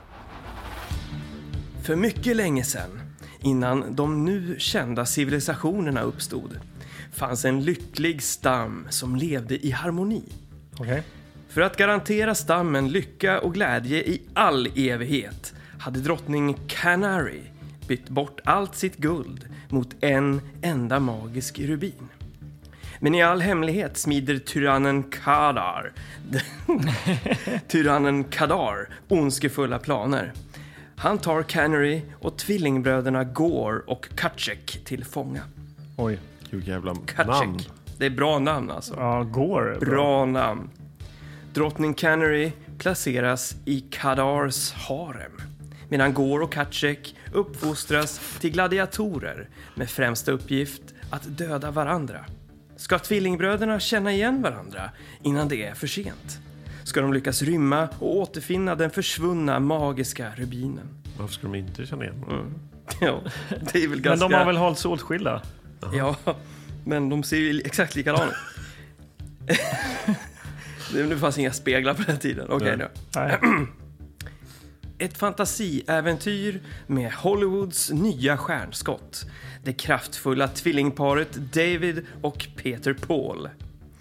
[SPEAKER 3] För mycket länge sedan, innan de nu kända civilisationerna uppstod, fanns en lycklig stam som levde i harmoni.
[SPEAKER 1] Okej.
[SPEAKER 3] För att garantera stammen lycka och glädje i all evighet hade drottning Canary bytt bort allt sitt guld mot en enda magisk rubin. Men i all hemlighet smider tyrannen Kadar, *laughs* tyrannen Kadar ondskefulla planer. Han tar Canary och tvillingbröderna Gore och Kacek till fånga.
[SPEAKER 1] Oj.
[SPEAKER 2] Vilket jävla namn.
[SPEAKER 3] Kacek. Det är bra namn alltså.
[SPEAKER 1] Ja, går är bra.
[SPEAKER 3] Bra namn. Drottning Canary placeras i Kadars harem medan Gor och Kacek uppfostras till gladiatorer med främsta uppgift att döda varandra. Ska tvillingbröderna känna igen varandra innan det är för sent? Ska de lyckas rymma och återfinna den försvunna magiska rubinen? *laughs*
[SPEAKER 2] Varför ska de inte känna igen varandra?
[SPEAKER 3] Ja, det är väl
[SPEAKER 1] Men
[SPEAKER 3] ganska...
[SPEAKER 1] de har väl hållits åtskilda?
[SPEAKER 3] Ja, men de ser ju exakt
[SPEAKER 2] *laughs*
[SPEAKER 3] likadana ut. Det- Det fanns inga speglar på den tiden. Okej
[SPEAKER 2] Nej.
[SPEAKER 3] nu.
[SPEAKER 1] Nej.
[SPEAKER 3] Ett fantasiäventyr med Hollywoods nya stjärnskott. Det kraftfulla tvillingparet David och Peter Paul.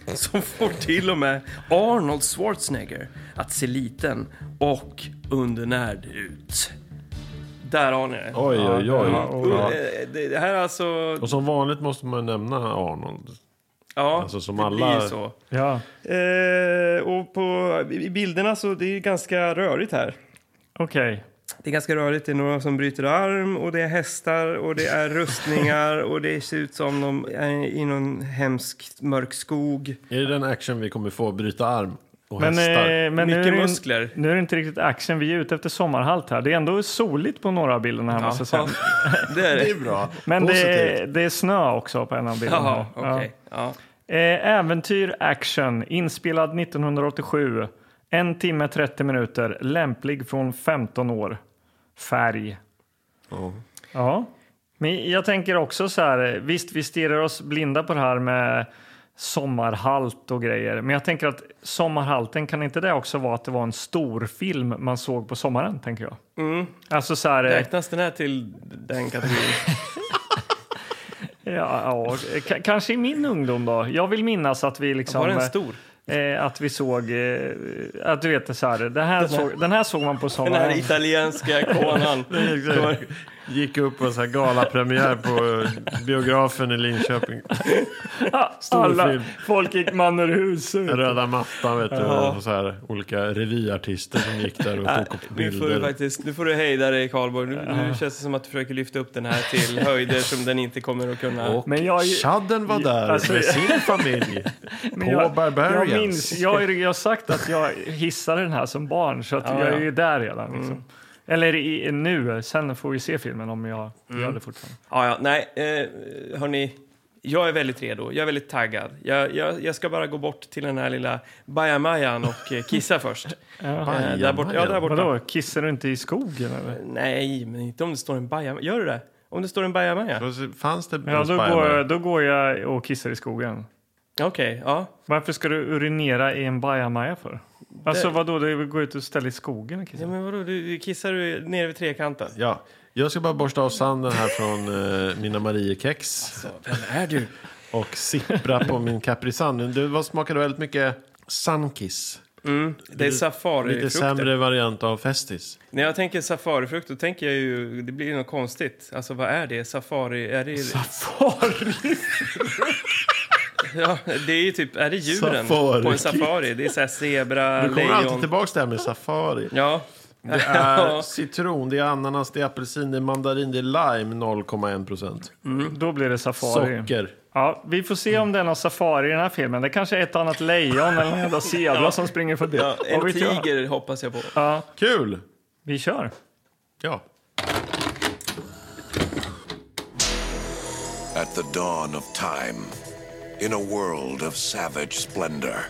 [SPEAKER 3] Som får till och med Arnold Schwarzenegger att se liten och undernärd ut. Där har ni det.
[SPEAKER 2] Oj, oj, oj.
[SPEAKER 1] Ja, och-
[SPEAKER 2] Ja.
[SPEAKER 3] Eh, Det det här är alltså...
[SPEAKER 2] Och som vanligt måste man nämna Arnold.
[SPEAKER 3] Ja,
[SPEAKER 2] Alltså, som
[SPEAKER 3] det
[SPEAKER 2] alla-
[SPEAKER 3] blir ju så.
[SPEAKER 1] Ja,
[SPEAKER 3] Eh, och på, i bilderna så det är ganska rörigt här.
[SPEAKER 1] okej.
[SPEAKER 3] Det är ganska rörigt. Det är några som bryter arm och det är hästar och det är rustningar och det ser ut som de är i någon hemsk mörk skog.
[SPEAKER 2] Är det den action vi kommer få? Bryta arm och
[SPEAKER 1] Men,
[SPEAKER 2] hästar?
[SPEAKER 1] eh, men nu, är
[SPEAKER 3] Mycket
[SPEAKER 1] det, ju-
[SPEAKER 3] muskler.
[SPEAKER 1] nu är det inte riktigt action. Vi är ute efter sommarhalt här. Det är ändå soligt på några av bilderna här måste jag säga.
[SPEAKER 3] Alltså, *laughs* det är
[SPEAKER 2] Det
[SPEAKER 3] det.
[SPEAKER 2] är bra.
[SPEAKER 1] Men
[SPEAKER 2] Positivt.
[SPEAKER 1] det, det är snö också på en av bilderna.
[SPEAKER 3] Jaha,
[SPEAKER 1] här.
[SPEAKER 3] okej. Ja.
[SPEAKER 1] Ja. Eh, Äventyr action, inspelad 1987. En timme 30 minuter, lämplig från 15 år. Färg.
[SPEAKER 2] Ja.
[SPEAKER 1] Ja, men jag tänker också så här. eh, Visst, vi stirrar oss blinda på det här med sommarhalt och grejer. Men jag tänker att sommarhalten, kan inte det också vara att det var en stor film man såg på sommaren? tänker jag. Alltså så här... eh,
[SPEAKER 3] Räknas den här till
[SPEAKER 2] *laughs*
[SPEAKER 3] den kategorin?
[SPEAKER 1] Ja, ja, k- kanske i min ungdom då. Jag vill minnas att vi liksom...
[SPEAKER 3] Var den stor?
[SPEAKER 1] eh, att vi såg... Eh, att du vet, så här, den, här såg, den här såg man på
[SPEAKER 3] Den här
[SPEAKER 1] sommaren.
[SPEAKER 2] *laughs*
[SPEAKER 3] italienska konan.
[SPEAKER 2] exakt.
[SPEAKER 3] Det var-
[SPEAKER 2] Gick upp på en sån här galapremiär på eh, biografen i Linköping.
[SPEAKER 1] *laughs*
[SPEAKER 2] stor
[SPEAKER 1] Alla,
[SPEAKER 2] film.
[SPEAKER 1] folk gick man ur huset.
[SPEAKER 2] Röda mattan vet du.
[SPEAKER 3] Ja.
[SPEAKER 2] Och så här, olika revyartister som gick där och tog upp
[SPEAKER 3] Nu får du
[SPEAKER 2] bilder.
[SPEAKER 3] faktiskt, nu får du hejda dig Karlborg. Nu, nu känns det som att du försöker lyfta upp den här
[SPEAKER 2] *laughs*
[SPEAKER 3] till höjder som den inte kommer att kunna.
[SPEAKER 2] Och
[SPEAKER 1] Men jag-
[SPEAKER 2] Chadden var där
[SPEAKER 1] Alltså-
[SPEAKER 2] med sin familj.
[SPEAKER 1] Men
[SPEAKER 2] på Barbarians.
[SPEAKER 1] Jag, minns, jag, har- jag har sagt att jag hissade den här som barn, så att
[SPEAKER 3] Ja,
[SPEAKER 1] jag
[SPEAKER 3] ja.
[SPEAKER 1] är ju där redan. Liksom. Eller i, nu, sen får vi se filmen om jag gör det fortfarande.
[SPEAKER 3] Ja, ja, nej, eh, hörni. Jag är väldigt redo, jag är väldigt taggad. Jag, jag, jag ska bara gå bort till den här lilla bajamajan och eh,
[SPEAKER 2] *laughs*
[SPEAKER 3] kissa först.
[SPEAKER 1] Ja.
[SPEAKER 3] Eh, där borta. Ja, där borta.
[SPEAKER 1] Vadå, kissar du inte i skogen eller?
[SPEAKER 3] Nej, men inte om det står en bajamaja. Gör du det? Om det står en bajamaja?
[SPEAKER 2] Vad Fanns det
[SPEAKER 1] Ja,
[SPEAKER 2] en
[SPEAKER 1] då
[SPEAKER 2] Spiderman?
[SPEAKER 1] går, då går jag och kissar i skogen.
[SPEAKER 3] Okej, ja.
[SPEAKER 1] Varför ska du urinera i en bajamaja för? Alltså
[SPEAKER 3] Det-
[SPEAKER 1] vadå, du går ut och ställer i skogen och
[SPEAKER 3] ja
[SPEAKER 1] kissar?
[SPEAKER 3] men vadå, du, du kissar du nere vid trekanten?
[SPEAKER 2] Ja, jag ska bara borsta av sanden här från eh, mina Mariekex
[SPEAKER 3] Alltså, Vem är du?
[SPEAKER 2] och sippra på min Capri Sun. Det var, smakade väldigt mycket Sunkiss.
[SPEAKER 3] Mm, det är
[SPEAKER 2] Lite
[SPEAKER 3] safarifrukter.
[SPEAKER 2] sämre variant av Festis.
[SPEAKER 3] När jag tänker safarifrukt, då tänker jag ju, det blir ju något konstigt. Alltså vad är det? Safari, är det... *laughs* Ja, det är ju typ, är det djuren
[SPEAKER 2] Safari.
[SPEAKER 3] på en safari? Det är såhär zebra,
[SPEAKER 2] Du kommer alltid
[SPEAKER 3] lejon.
[SPEAKER 2] tillbaka till det här med safari.
[SPEAKER 3] Ja.
[SPEAKER 2] Det är citron, det är ananas, det är apelsin, det är mandarin, det är lime 0,1 procent.
[SPEAKER 1] Då blir det safari.
[SPEAKER 2] Socker.
[SPEAKER 1] Ja, vi får se om det är någon safari i den här filmen. Det kanske är ett annat lejon eller en
[SPEAKER 3] *laughs*
[SPEAKER 1] jävla zebra som springer förbi.
[SPEAKER 3] Ja,
[SPEAKER 1] Vad
[SPEAKER 3] en
[SPEAKER 1] vet jag?
[SPEAKER 3] tiger hoppas jag på.
[SPEAKER 1] Ja,
[SPEAKER 2] Kul!
[SPEAKER 1] vi kör.
[SPEAKER 2] Ja.
[SPEAKER 4] At the dawn of time, in a world of savage splendor,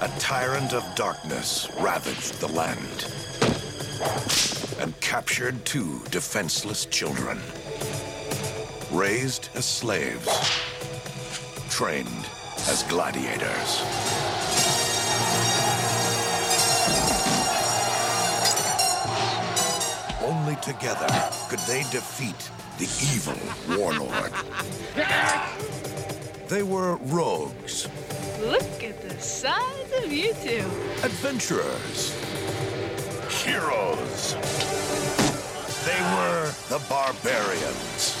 [SPEAKER 4] a tyrant of darkness ravaged the land and captured two defenseless children. Raised as slaves, trained as gladiators. Only together could they defeat the evil warlord. They were rogues,
[SPEAKER 5] Look at the size of you two.
[SPEAKER 4] adventurers, heroes. They were the barbarians.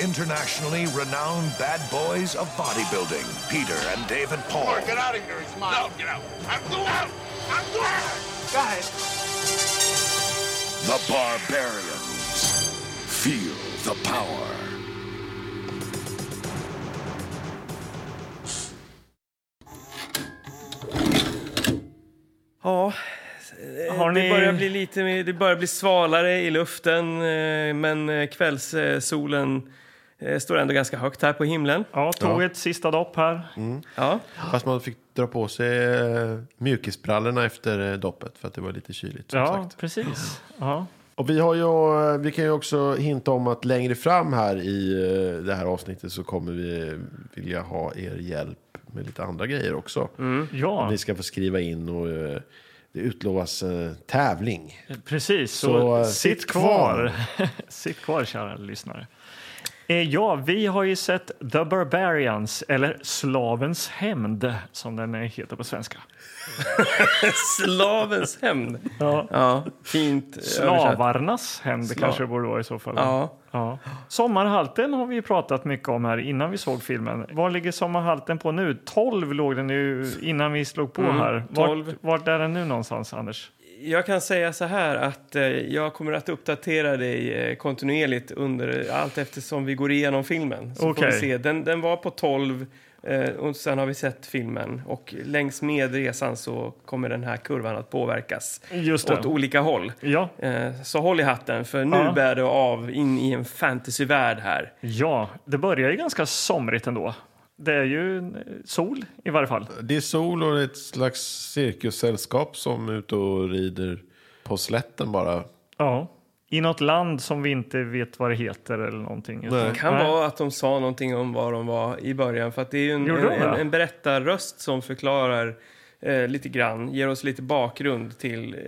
[SPEAKER 4] internationally renowned bad boys of bodybuilding, Peter and David Paul.
[SPEAKER 6] Get out of here. It's mine. No, get out. I'm going out. I'm going out. Guys.
[SPEAKER 4] The Barbarians. Feel the power.
[SPEAKER 3] Ja,
[SPEAKER 1] Har ni-
[SPEAKER 3] det, börjar bli lite, mer- det börjar bli svalare i luften eh, men eh, kvällssolen eh, står ändå ganska högt här på himlen.
[SPEAKER 1] Ja, tog ett sista dopp här.
[SPEAKER 3] Ja.
[SPEAKER 2] Fast man fick dra på sig eh, mjukisbrallorna efter eh, doppet för att det var lite kyligt. Som
[SPEAKER 1] Ja,
[SPEAKER 2] sagt.
[SPEAKER 1] precis. Ja.
[SPEAKER 2] Och vi, har ju, vi kan ju också hinta om att längre fram här i eh, det här avsnittet så kommer vi vilja ha er hjälp med lite andra grejer också.
[SPEAKER 1] Ja,
[SPEAKER 2] Ni ska få skriva in och eh, det utlovas eh, tävling.
[SPEAKER 1] precis. Så,
[SPEAKER 2] Så, eh,
[SPEAKER 1] sitt
[SPEAKER 2] sitt
[SPEAKER 1] kvar. *laughs* sitt kvar, kära lyssnare. Eh, Ja, vi har ju sett The Barbarians, eller Slavens hämnd som den eh, heter på svenska.
[SPEAKER 3] Slavens hämnd.
[SPEAKER 1] Ja.
[SPEAKER 3] Ja, fint eh, översatt.
[SPEAKER 1] Slavarnas hämnd kanske det borde vara i så fall.
[SPEAKER 3] Ja.
[SPEAKER 1] Ja. Sommarhalten har vi ju pratat mycket om här innan vi såg filmen. Vad ligger sommarhalten på nu? 12 låg den ju innan vi slog
[SPEAKER 3] Mm,
[SPEAKER 1] på här. Vart,
[SPEAKER 3] 12.
[SPEAKER 1] vart är den nu någonstans, Anders?
[SPEAKER 3] Jag kan säga så här att eh, jag kommer att uppdatera dig eh, kontinuerligt under allt eftersom vi går igenom filmen. Så får
[SPEAKER 1] Okej.
[SPEAKER 3] vi se. Den, den var på 12 eh, och sen har vi sett filmen och längs med resan så kommer den här kurvan att påverkas
[SPEAKER 1] Just det.
[SPEAKER 3] åt olika håll.
[SPEAKER 1] Ja,
[SPEAKER 3] Eh, Så håll i hatten för nu
[SPEAKER 1] Ja.
[SPEAKER 3] bär det av in i en fantasyvärld här.
[SPEAKER 1] ja, det börjar ju ganska somrigt ändå. Det är ju eh, sol i varje fall.
[SPEAKER 2] Det är sol och ett slags cirkussällskap som är ute och rider på slätten bara.
[SPEAKER 1] Ja. I något land som vi inte vet vad det heter eller någonting.
[SPEAKER 2] Nej.
[SPEAKER 3] Det kan
[SPEAKER 1] Nej.
[SPEAKER 3] vara att de sa någonting om vad de var i början för att det är ju en,
[SPEAKER 1] Gjorde
[SPEAKER 3] en,
[SPEAKER 1] de det?
[SPEAKER 3] en, en berättarröst som förklarar eh, lite grann, ger oss lite bakgrund till, eh,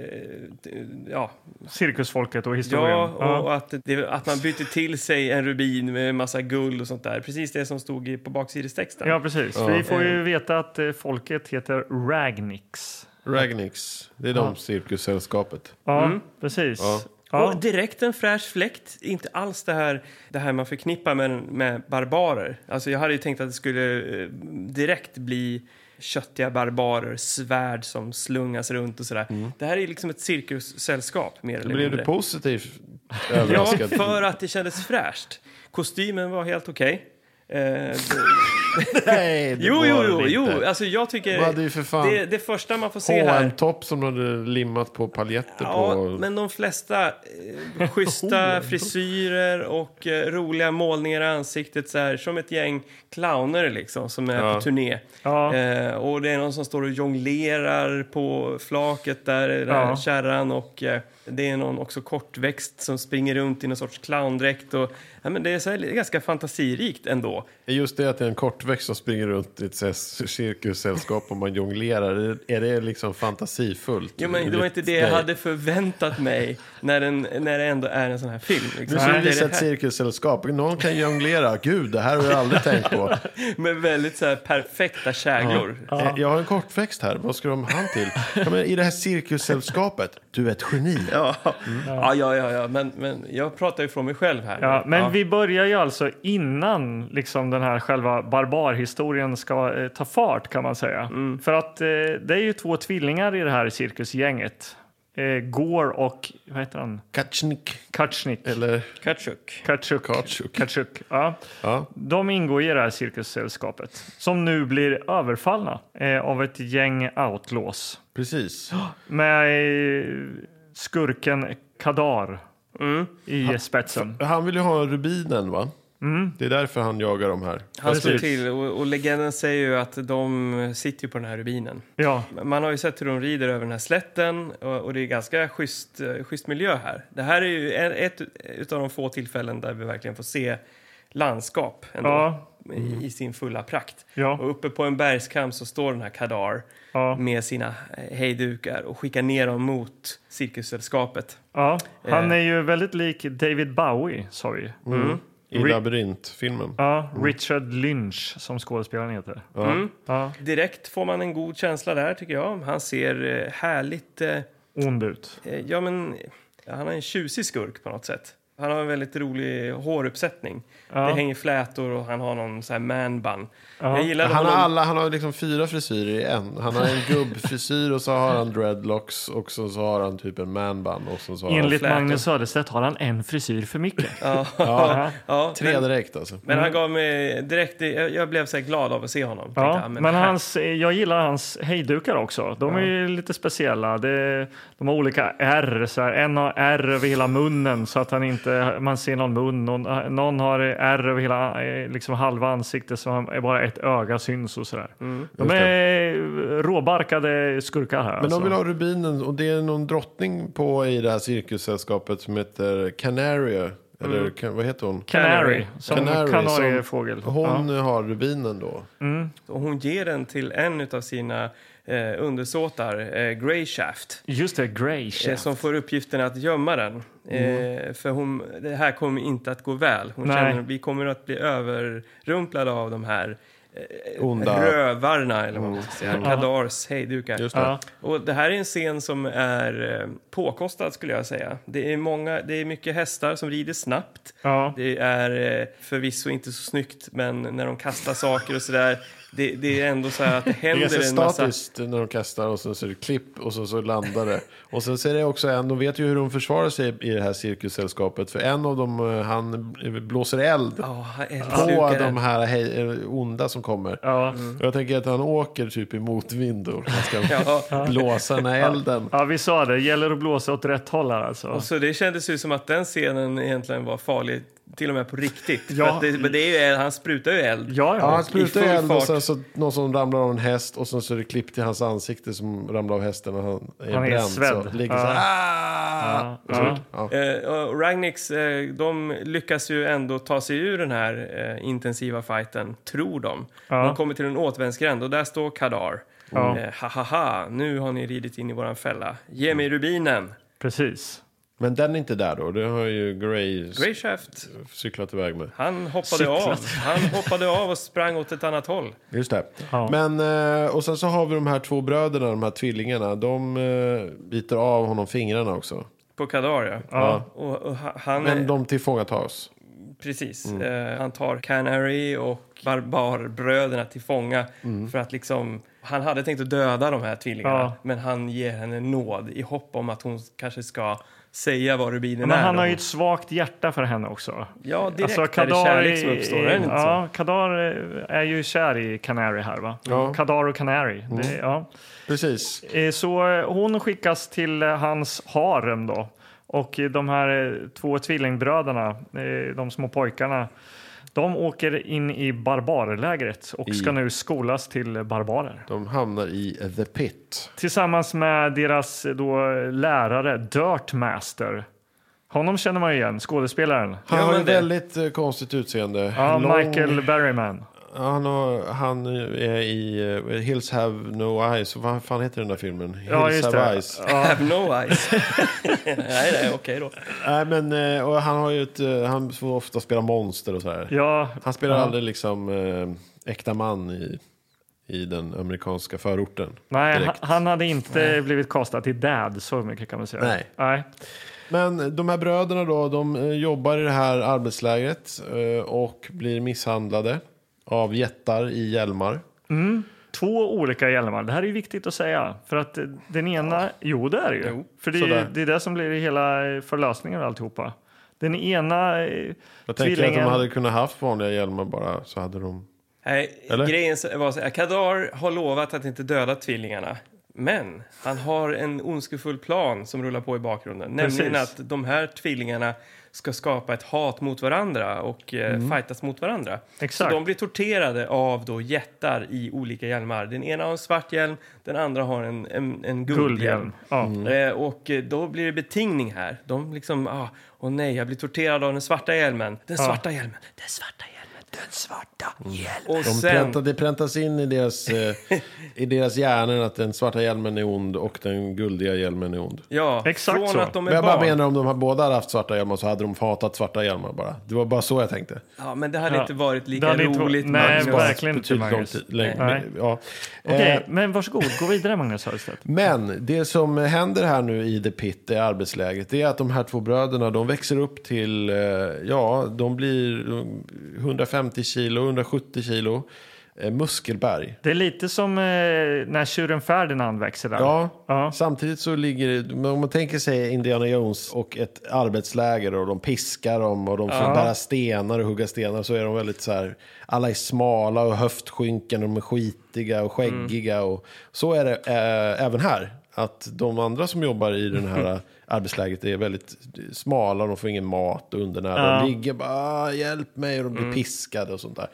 [SPEAKER 3] t- ja,
[SPEAKER 1] Cirkusfolket och historien.
[SPEAKER 3] ja, och, och att, det, att man byter till sig en rubin med massa guld och sånt där. Precis det som stod i- på baksidestexten.
[SPEAKER 1] ja precis. Vi får ju veta att eh, folket heter Ragnix.
[SPEAKER 2] Ragnix, det är de cirkussällskapet.
[SPEAKER 1] Ja, precis. Ja.
[SPEAKER 3] Mm. Och direkt en fräsch fläkt. Inte alls det här, det här man förknippar med, med barbarer. Alltså jag hade ju tänkt att det skulle eh, direkt bli köttiga barbarer, svärd som slungas runt och sådär. Det här är ju liksom ett cirkussällskap mer eller
[SPEAKER 2] Mm. Blev du
[SPEAKER 3] mindre.
[SPEAKER 2] positivt
[SPEAKER 3] *laughs* Ja,
[SPEAKER 2] överraskad?
[SPEAKER 3] för att det kändes fräscht. Kostymen var helt okej. Eh,
[SPEAKER 2] Nej, det
[SPEAKER 3] jo,
[SPEAKER 2] var
[SPEAKER 3] jo,
[SPEAKER 2] det
[SPEAKER 3] jo,
[SPEAKER 2] inte.
[SPEAKER 3] jo, alltså jag tycker...
[SPEAKER 2] De hade ju för fan
[SPEAKER 3] det, det första man får se här...
[SPEAKER 2] H&M-topp som de hade limmat på paljetter
[SPEAKER 3] Ja,
[SPEAKER 2] på.
[SPEAKER 3] men de flesta eh,
[SPEAKER 1] *laughs* Oh,
[SPEAKER 3] schyssta frisyrer och eh, roliga målningar i ansiktet så här, som ett gäng clowner liksom, som är på turné.
[SPEAKER 1] Ja.
[SPEAKER 3] Eh, och det är någon som står och jonglerar på flaket där, den här
[SPEAKER 1] Ja.
[SPEAKER 3] kärran och eh, det är någon också kortväxt som springer runt i någon sorts clowndräkt. Och, ja, men det är så här, ganska fantasirikt ändå.
[SPEAKER 2] Just det att det är en kortväxt som springer runt i ett så här cirkussällskap och man jonglerar. Är det liksom fantasifullt?
[SPEAKER 3] Jo, men det var inte det jag hade förväntat mig när, den, när det ändå är en sån här film. Liksom.
[SPEAKER 2] Nu ska vi
[SPEAKER 3] Det är
[SPEAKER 2] visa
[SPEAKER 3] det
[SPEAKER 2] ett
[SPEAKER 3] här.
[SPEAKER 2] cirkussällskap. Någon kan jonglera. Gud, det här har jag aldrig tänkt
[SPEAKER 3] *laughs*
[SPEAKER 2] på.
[SPEAKER 3] Med väldigt så här perfekta käglor.
[SPEAKER 2] Eh, Jag har en kortväxt här. Vad ska de ha han till? Ja, men I det här cirkussällskapet. Du är ett geni.
[SPEAKER 3] Ja, ja, ja, ja, ja. Men, men jag pratar ju från mig själv här.
[SPEAKER 1] Ja, men vi börjar ju alltså innan liksom den här själva barbarhistorien ska eh, ta fart kan man säga. För att eh, det är ju två tvillingar i det här cirkusgänget. Eh, Gore och, vad heter han?
[SPEAKER 2] Kacznik.
[SPEAKER 1] Kacznik.
[SPEAKER 2] Eller
[SPEAKER 3] Katsjuk.
[SPEAKER 1] Eh, Kaczuk.
[SPEAKER 2] Kaczuk.
[SPEAKER 1] Kaczuk. Ja.
[SPEAKER 2] Ja.
[SPEAKER 1] De ingår i det här cirkussällskapet som nu blir överfallna eh, av ett gäng outlaws
[SPEAKER 2] Precis.
[SPEAKER 1] med eh, skurken Kadar Mm. i spetsen.
[SPEAKER 2] Han vill ju ha rubinen, va?
[SPEAKER 3] Mm.
[SPEAKER 2] Det är därför han jagar de här.
[SPEAKER 3] Han slår
[SPEAKER 1] Precis.
[SPEAKER 3] till och, och legenden säger ju att de sitter ju på den här rubinen.
[SPEAKER 1] Ja,
[SPEAKER 3] Man har ju sett hur de rider över den här slätten och, och det är ganska schysst, eh, schysst miljö här. Det här är ju en- ett, ett av de få tillfällen där vi verkligen får se landskap ändå,
[SPEAKER 1] Ja.
[SPEAKER 3] i, i sin fulla prakt.
[SPEAKER 1] Ja.
[SPEAKER 3] Och uppe på en bergskam så står den här Kadar
[SPEAKER 1] Ja.
[SPEAKER 3] med sina eh, hejdukar och skickar ner dem mot cirkussällskapet.
[SPEAKER 1] Ja, han är ju väldigt lik David Bowie, sa vi. Mm.
[SPEAKER 2] I labyrintfilmen.
[SPEAKER 1] Ja, Richard Lynch, som skådespelaren heter. Ja,
[SPEAKER 3] Direkt får man en god känsla där tycker jag. Han ser eh, härligt, eh,
[SPEAKER 1] ond ut.
[SPEAKER 3] eh, ja men, eh, han är en tjusig skurk på något sätt. Han har en väldigt rolig håruppsättning. Det hänger flätor och han har någon så här man-bun. Jag gillade
[SPEAKER 2] Han har,
[SPEAKER 3] honom.
[SPEAKER 2] alla, han har liksom fyra frisyrer i en. Han har en gubbfrisyr och så har han dreadlocks och så, så har han typ en manband och så, så har
[SPEAKER 1] Enligt
[SPEAKER 3] flätor.
[SPEAKER 1] Magnus Söderstedt har han en frisyr för mycket. *laughs*
[SPEAKER 2] han
[SPEAKER 3] Ja,
[SPEAKER 2] tre direkt alltså.
[SPEAKER 3] Men han gav mig direkt, jag jag blev så här glad av att se honom. Tänkte,
[SPEAKER 1] Ja,
[SPEAKER 3] ah,
[SPEAKER 1] men hans, jag gillar hans hejdukar också. De är ju lite speciella. Det, de har olika R. Så här. En har R över hela munnen så att han inte, man ser någon mun. Någon, någon har R över hela eh, liksom halva ansiktet så han, bara ett öga syns och sådär. de
[SPEAKER 2] just det.
[SPEAKER 1] är eh, råbarkade skurkar här.
[SPEAKER 2] Men
[SPEAKER 1] alltså.
[SPEAKER 2] de vill ha rubinen och det är någon drottning på i det här cirkussällskapet som heter Canaria. Eller kan, vad heter hon?
[SPEAKER 1] Canary, som
[SPEAKER 2] Canary,
[SPEAKER 1] kanariefågel.
[SPEAKER 2] som- Hon har rubinen då.
[SPEAKER 3] Och hon ger den till en av sina eh, undersåtar, eh, Greyshaft.
[SPEAKER 1] Ja. Just det, Grey
[SPEAKER 3] Eh,
[SPEAKER 1] Chef.
[SPEAKER 3] som får uppgiften att gömma den.
[SPEAKER 2] Mm.
[SPEAKER 3] Eh, för hon, det här kommer inte att gå väl. Hon
[SPEAKER 1] Nej.
[SPEAKER 3] känner att vi kommer att bli överrumplade av de här eh,
[SPEAKER 2] Onda. Mm.
[SPEAKER 3] rövarna, eller vad man ska säga. Kadars hejdukar.
[SPEAKER 2] Just det.
[SPEAKER 1] Ja.
[SPEAKER 3] Och det här är en scen som är eh, påkostad skulle jag säga. Det är, många, det är mycket hästar som rider snabbt.
[SPEAKER 1] Ja.
[SPEAKER 3] Det är eh, förvisso inte så snyggt, men när de kastar saker och sådär. Det, det är ändå så här att det
[SPEAKER 2] Det är
[SPEAKER 3] händer
[SPEAKER 2] ganska
[SPEAKER 3] en massa...
[SPEAKER 2] statiskt när de kastar och sen så är det klipp och sen så landar det. Och sen ser det också en, de vet ju hur de försvarar sig i det här cirkussällskapet. För en av dem, eh, han blåser eld
[SPEAKER 3] Ja, han
[SPEAKER 2] på
[SPEAKER 3] eldslukar
[SPEAKER 2] de
[SPEAKER 3] den.
[SPEAKER 2] här hej, eh, onda som kommer.
[SPEAKER 1] Ja.
[SPEAKER 2] Och jag tänker att han åker typ i motvind och han *laughs* ska
[SPEAKER 3] Ja.
[SPEAKER 2] blåsa den här elden.
[SPEAKER 1] ja, vi sa det. Gäller att blåsa åt rätt håll här alltså.
[SPEAKER 3] Och så det kändes ju som att den scenen egentligen var farlig, till och med på riktigt.
[SPEAKER 1] Ja.
[SPEAKER 3] För att det, men det är ju, han sprutar ju eld.
[SPEAKER 1] Ja,
[SPEAKER 2] Ja,
[SPEAKER 1] ja.
[SPEAKER 2] han sprutar
[SPEAKER 3] i full
[SPEAKER 2] eld och
[SPEAKER 3] fart.
[SPEAKER 2] sen så någon som ramlar av en häst och sen så är det klipp till hans ansikte som ramlar av hästen och han är
[SPEAKER 1] Han är
[SPEAKER 2] bränd.
[SPEAKER 1] svedd.
[SPEAKER 2] Så ligger så
[SPEAKER 1] Ja.
[SPEAKER 2] här.
[SPEAKER 1] Ja,
[SPEAKER 2] Och så-
[SPEAKER 1] ja.
[SPEAKER 2] ja.
[SPEAKER 3] Eh, och Ragnix, eh, de lyckas ju ändå ta sig ur den här eh, intensiva fighten, tror de.
[SPEAKER 1] Ja.
[SPEAKER 3] De kommer till en återvändsgränd och där står Kadar.
[SPEAKER 1] Ja.
[SPEAKER 3] Eh, ha, ha, ha, nu har ni ridit in i våran fälla. Ge mig rubinen!
[SPEAKER 1] Precis.
[SPEAKER 2] Men den är inte där då. Det har ju Grey,
[SPEAKER 3] Grey Shaft,
[SPEAKER 2] cyklat iväg med.
[SPEAKER 3] han hoppade
[SPEAKER 1] Cyklat.
[SPEAKER 3] av. Han hoppade av och sprang åt ett annat håll.
[SPEAKER 2] Just det.
[SPEAKER 1] Ja.
[SPEAKER 2] Men, eh, och sen så har vi de här två bröderna, de här tvillingarna. De eh, biter av honom fingrarna också.
[SPEAKER 3] På Kadar, ja.
[SPEAKER 1] Ja.
[SPEAKER 3] Och, och ha- han,
[SPEAKER 2] Men de tillfångatas.
[SPEAKER 3] Precis.
[SPEAKER 1] Mm.
[SPEAKER 3] Eh, han tar Canary och barbarbröderna till fånga för att liksom... Han hade tänkt att döda de här tvillingarna,
[SPEAKER 1] Mm. Ja.
[SPEAKER 3] men han ger henne nåd i hopp om att hon kanske ska säga vad rubinen
[SPEAKER 1] Men
[SPEAKER 3] är.
[SPEAKER 1] han har ju ett svagt hjärta för henne också. Alltså,
[SPEAKER 3] Ja, direkt är det
[SPEAKER 1] Kadar
[SPEAKER 3] kärlek som uppstår, är det inte *laughs*
[SPEAKER 1] ja, Kadar eh, är ju kär i Canary här va?
[SPEAKER 2] Ja.
[SPEAKER 1] Kadar och Canary.
[SPEAKER 3] Mm.
[SPEAKER 1] Det, ja.
[SPEAKER 2] Precis.
[SPEAKER 1] Eh, Så eh, hon skickas till eh, hans harem då. Och eh, de här eh, två tvillingbröderna, eh, de små pojkarna, de åker in i barbarlägret och ska nu skolas till eh, barbarer.
[SPEAKER 2] De hamnar i The Pit.
[SPEAKER 1] Tillsammans med deras eh, då lärare, Dirtmaster. Honom känner man ju igen, skådespelaren.
[SPEAKER 2] Han
[SPEAKER 3] Ja,
[SPEAKER 2] har
[SPEAKER 3] men
[SPEAKER 2] ett
[SPEAKER 3] det-
[SPEAKER 2] väldigt eh, konstigt utseende.
[SPEAKER 1] Ja,
[SPEAKER 2] Lång-
[SPEAKER 1] Michael Berryman.
[SPEAKER 2] Han, har, han är i eh, Hills Have No Eyes. Vad fan heter den där filmen? Hills
[SPEAKER 1] Ja, just
[SPEAKER 2] Have
[SPEAKER 1] det.
[SPEAKER 2] Eyes.
[SPEAKER 1] Ja,
[SPEAKER 3] Have no eyes. *laughs* nej, nej, okej då.
[SPEAKER 2] Nej, men, eh, och han, har ju ett, eh, han får ofta spela monster och så här.
[SPEAKER 1] ja,
[SPEAKER 2] Han spelar aldrig liksom eh, äkta man i, i den amerikanska förorten.
[SPEAKER 1] nej, han-
[SPEAKER 2] direkt.
[SPEAKER 1] han hade inte blivit kastad till dad, så mycket kan man säga.
[SPEAKER 2] Nej.
[SPEAKER 1] nej.
[SPEAKER 2] Men de här bröderna då, de eh, jobbar i det här arbetslägret eh, och blir misshandlade av jättar i hjälmar.
[SPEAKER 1] Två olika hjälmar. Det här är ju viktigt att säga. För att eh, den ena... Jo, det är det ju.
[SPEAKER 2] Jo,
[SPEAKER 1] för det är, ju-
[SPEAKER 2] sådär.
[SPEAKER 1] det är det som blir hela eh, förlösningen och alltihopa. Den ena eh,
[SPEAKER 2] Jag tänker att
[SPEAKER 1] tvillingen...
[SPEAKER 2] de hade kunnat haft vanliga hjälmar bara så hade de...
[SPEAKER 3] Nej,
[SPEAKER 2] Eller?
[SPEAKER 3] grejen så- var så här, Kadar har lovat att inte döda tvillingarna. Men han har en ondskefull plan som rullar på i bakgrunden. Nämligen
[SPEAKER 1] Precis.
[SPEAKER 3] att de här tvillingarna ska skapa ett hat mot varandra och eh, fightas mot varandra.
[SPEAKER 1] Exakt.
[SPEAKER 3] Så de blir torterade av då jättar i olika hjälmar. Den ena har en svart hjälm, den andra har en, en, en guldhjälm.
[SPEAKER 1] Guldhjälm. Ja.
[SPEAKER 2] Mm.
[SPEAKER 3] Eh, och eh, då blir det betingning här. Ah. De liksom, ah, åh nej, jag blir torterad av den svarta hjälmen. Den svarta hjälmen, den svarta hjälmen.
[SPEAKER 7] Den svarta hjälmen.
[SPEAKER 3] Mm. Och
[SPEAKER 2] De
[SPEAKER 3] sen,
[SPEAKER 2] pränta, det präntas in i deras, eh, i deras hjärnor att den svarta hjälmen är ond och den guldiga hjälmen är ond.
[SPEAKER 3] ja,
[SPEAKER 1] Exakt
[SPEAKER 3] från
[SPEAKER 1] så.
[SPEAKER 3] att de
[SPEAKER 2] Men
[SPEAKER 3] är
[SPEAKER 2] jag bara
[SPEAKER 3] barn.
[SPEAKER 2] menar om de här båda hade haft svarta hjälmar så hade de hatat svarta hjälmar bara. Det var bara så jag tänkte.
[SPEAKER 3] Ja, men det hade
[SPEAKER 1] Ja.
[SPEAKER 3] inte varit
[SPEAKER 1] Det
[SPEAKER 3] lika
[SPEAKER 1] hade inte varit-
[SPEAKER 3] roligt.
[SPEAKER 1] nej,
[SPEAKER 3] Magnus.
[SPEAKER 1] men- Verkligen inte,
[SPEAKER 2] Betydligt
[SPEAKER 1] Magnus.
[SPEAKER 2] lång tid längre.
[SPEAKER 1] Nej.
[SPEAKER 2] Ja.
[SPEAKER 1] Okej,
[SPEAKER 2] Eh,
[SPEAKER 1] men varsågod. Gå vidare, Magnus Hörstedt.
[SPEAKER 2] Men det som händer här nu i The Pit, i arbetsläget, det är att de här två bröderna, de växer upp till, eh, ja, de blir eh, 150 kilo, 170 kilo, eh, muskelberg.
[SPEAKER 1] Det är lite som eh, när tjuren Ferdinand växer där.
[SPEAKER 2] Ja,
[SPEAKER 1] Ja.
[SPEAKER 2] samtidigt så ligger det- men om man tänker sig Indiana Jones och ett arbetsläger och de piskar dem och de får bära stenar och hugga stenar så är de väldigt så här, alla är smala och höftskynken och de är skitiga och skäggiga och så är det eh, även här. Att de andra som jobbar i den här arbetslägret är väldigt smala och de får ingen mat och undernärda. De ligger bara "Ah, “hjälp mig” och de blir piskade och sånt där.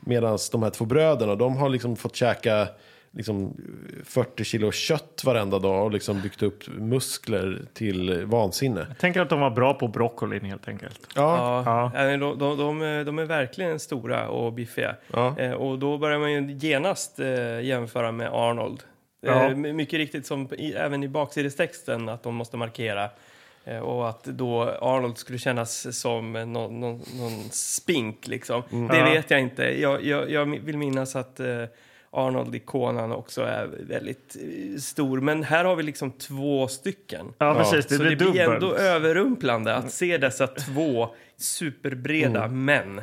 [SPEAKER 2] Medan de här två bröderna, de har liksom fått käka liksom 40 kilo kött varenda dag och liksom byggt upp muskler till vansinne.
[SPEAKER 1] Tänk att de var bra på broccolin helt enkelt.
[SPEAKER 2] Ja,
[SPEAKER 3] Ja, nej, De, de, de, är- de är verkligen stora och biffiga.
[SPEAKER 2] Ja.
[SPEAKER 3] Eh, och då börjar man ju genast eh, jämföra med Arnold.
[SPEAKER 1] Ja.
[SPEAKER 3] Eh, my- mycket riktigt, som i, även i baksidestexten, att de måste markera. Eh, och att då Arnold skulle kännas som eh, någon, någon, någon spink, liksom. Det
[SPEAKER 1] Ja.
[SPEAKER 3] vet jag inte. Jag, jag, jag vill minnas att eh, Arnold i Conan också är väldigt eh, stor. Men här har vi liksom två stycken.
[SPEAKER 1] Ja, precis. Det
[SPEAKER 3] Så
[SPEAKER 1] blir
[SPEAKER 3] det blir
[SPEAKER 1] dubbelt.
[SPEAKER 3] ändå överrumplande att se dessa två superbreda
[SPEAKER 1] Mm.
[SPEAKER 3] män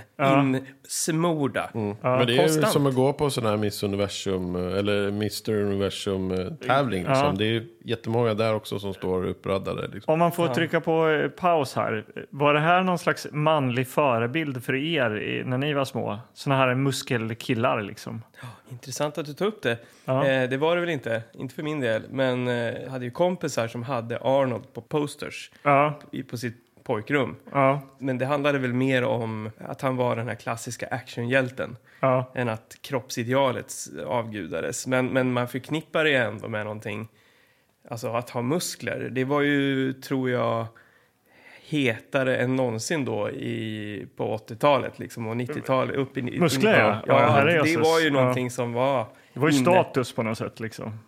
[SPEAKER 3] insmorda.
[SPEAKER 2] men det är ju
[SPEAKER 3] konstant.
[SPEAKER 2] som att gå på sån här Miss Universum eh, eller Mr Universum eh, tävling. Liksom. Det är ju jättemånga där också som står uppradade. Liksom.
[SPEAKER 1] Om man får trycka på eh, paus här. Var det här någon slags manlig förebild för er i- när ni var små? Såna här muskelkillar liksom.
[SPEAKER 3] Intressant att du tog upp det.
[SPEAKER 1] Ja.
[SPEAKER 3] Eh, det var det väl inte, inte för min del. Men eh, jag hade ju kompisar som hade Arnold på posters
[SPEAKER 1] Ja,
[SPEAKER 3] i, på sitt pojkrum.
[SPEAKER 1] ja,
[SPEAKER 3] Men det handlade väl mer om att han var den här klassiska actionhjälten.
[SPEAKER 1] ja.
[SPEAKER 3] än att kroppsidealet avgudades. Men, men man förknippar det ändå med någonting. Alltså att ha muskler. Det var ju, tror jag, hetare än någonsin då i, på 80-talet liksom, och 90-talet. Upp i, i
[SPEAKER 1] Muskler, ja.
[SPEAKER 3] 90-talet.
[SPEAKER 1] Ja,
[SPEAKER 3] ja.
[SPEAKER 1] herrejösses.
[SPEAKER 3] det var ju
[SPEAKER 1] Ja.
[SPEAKER 3] någonting som var...
[SPEAKER 1] Det var ju
[SPEAKER 3] inne.
[SPEAKER 1] status på något sätt liksom.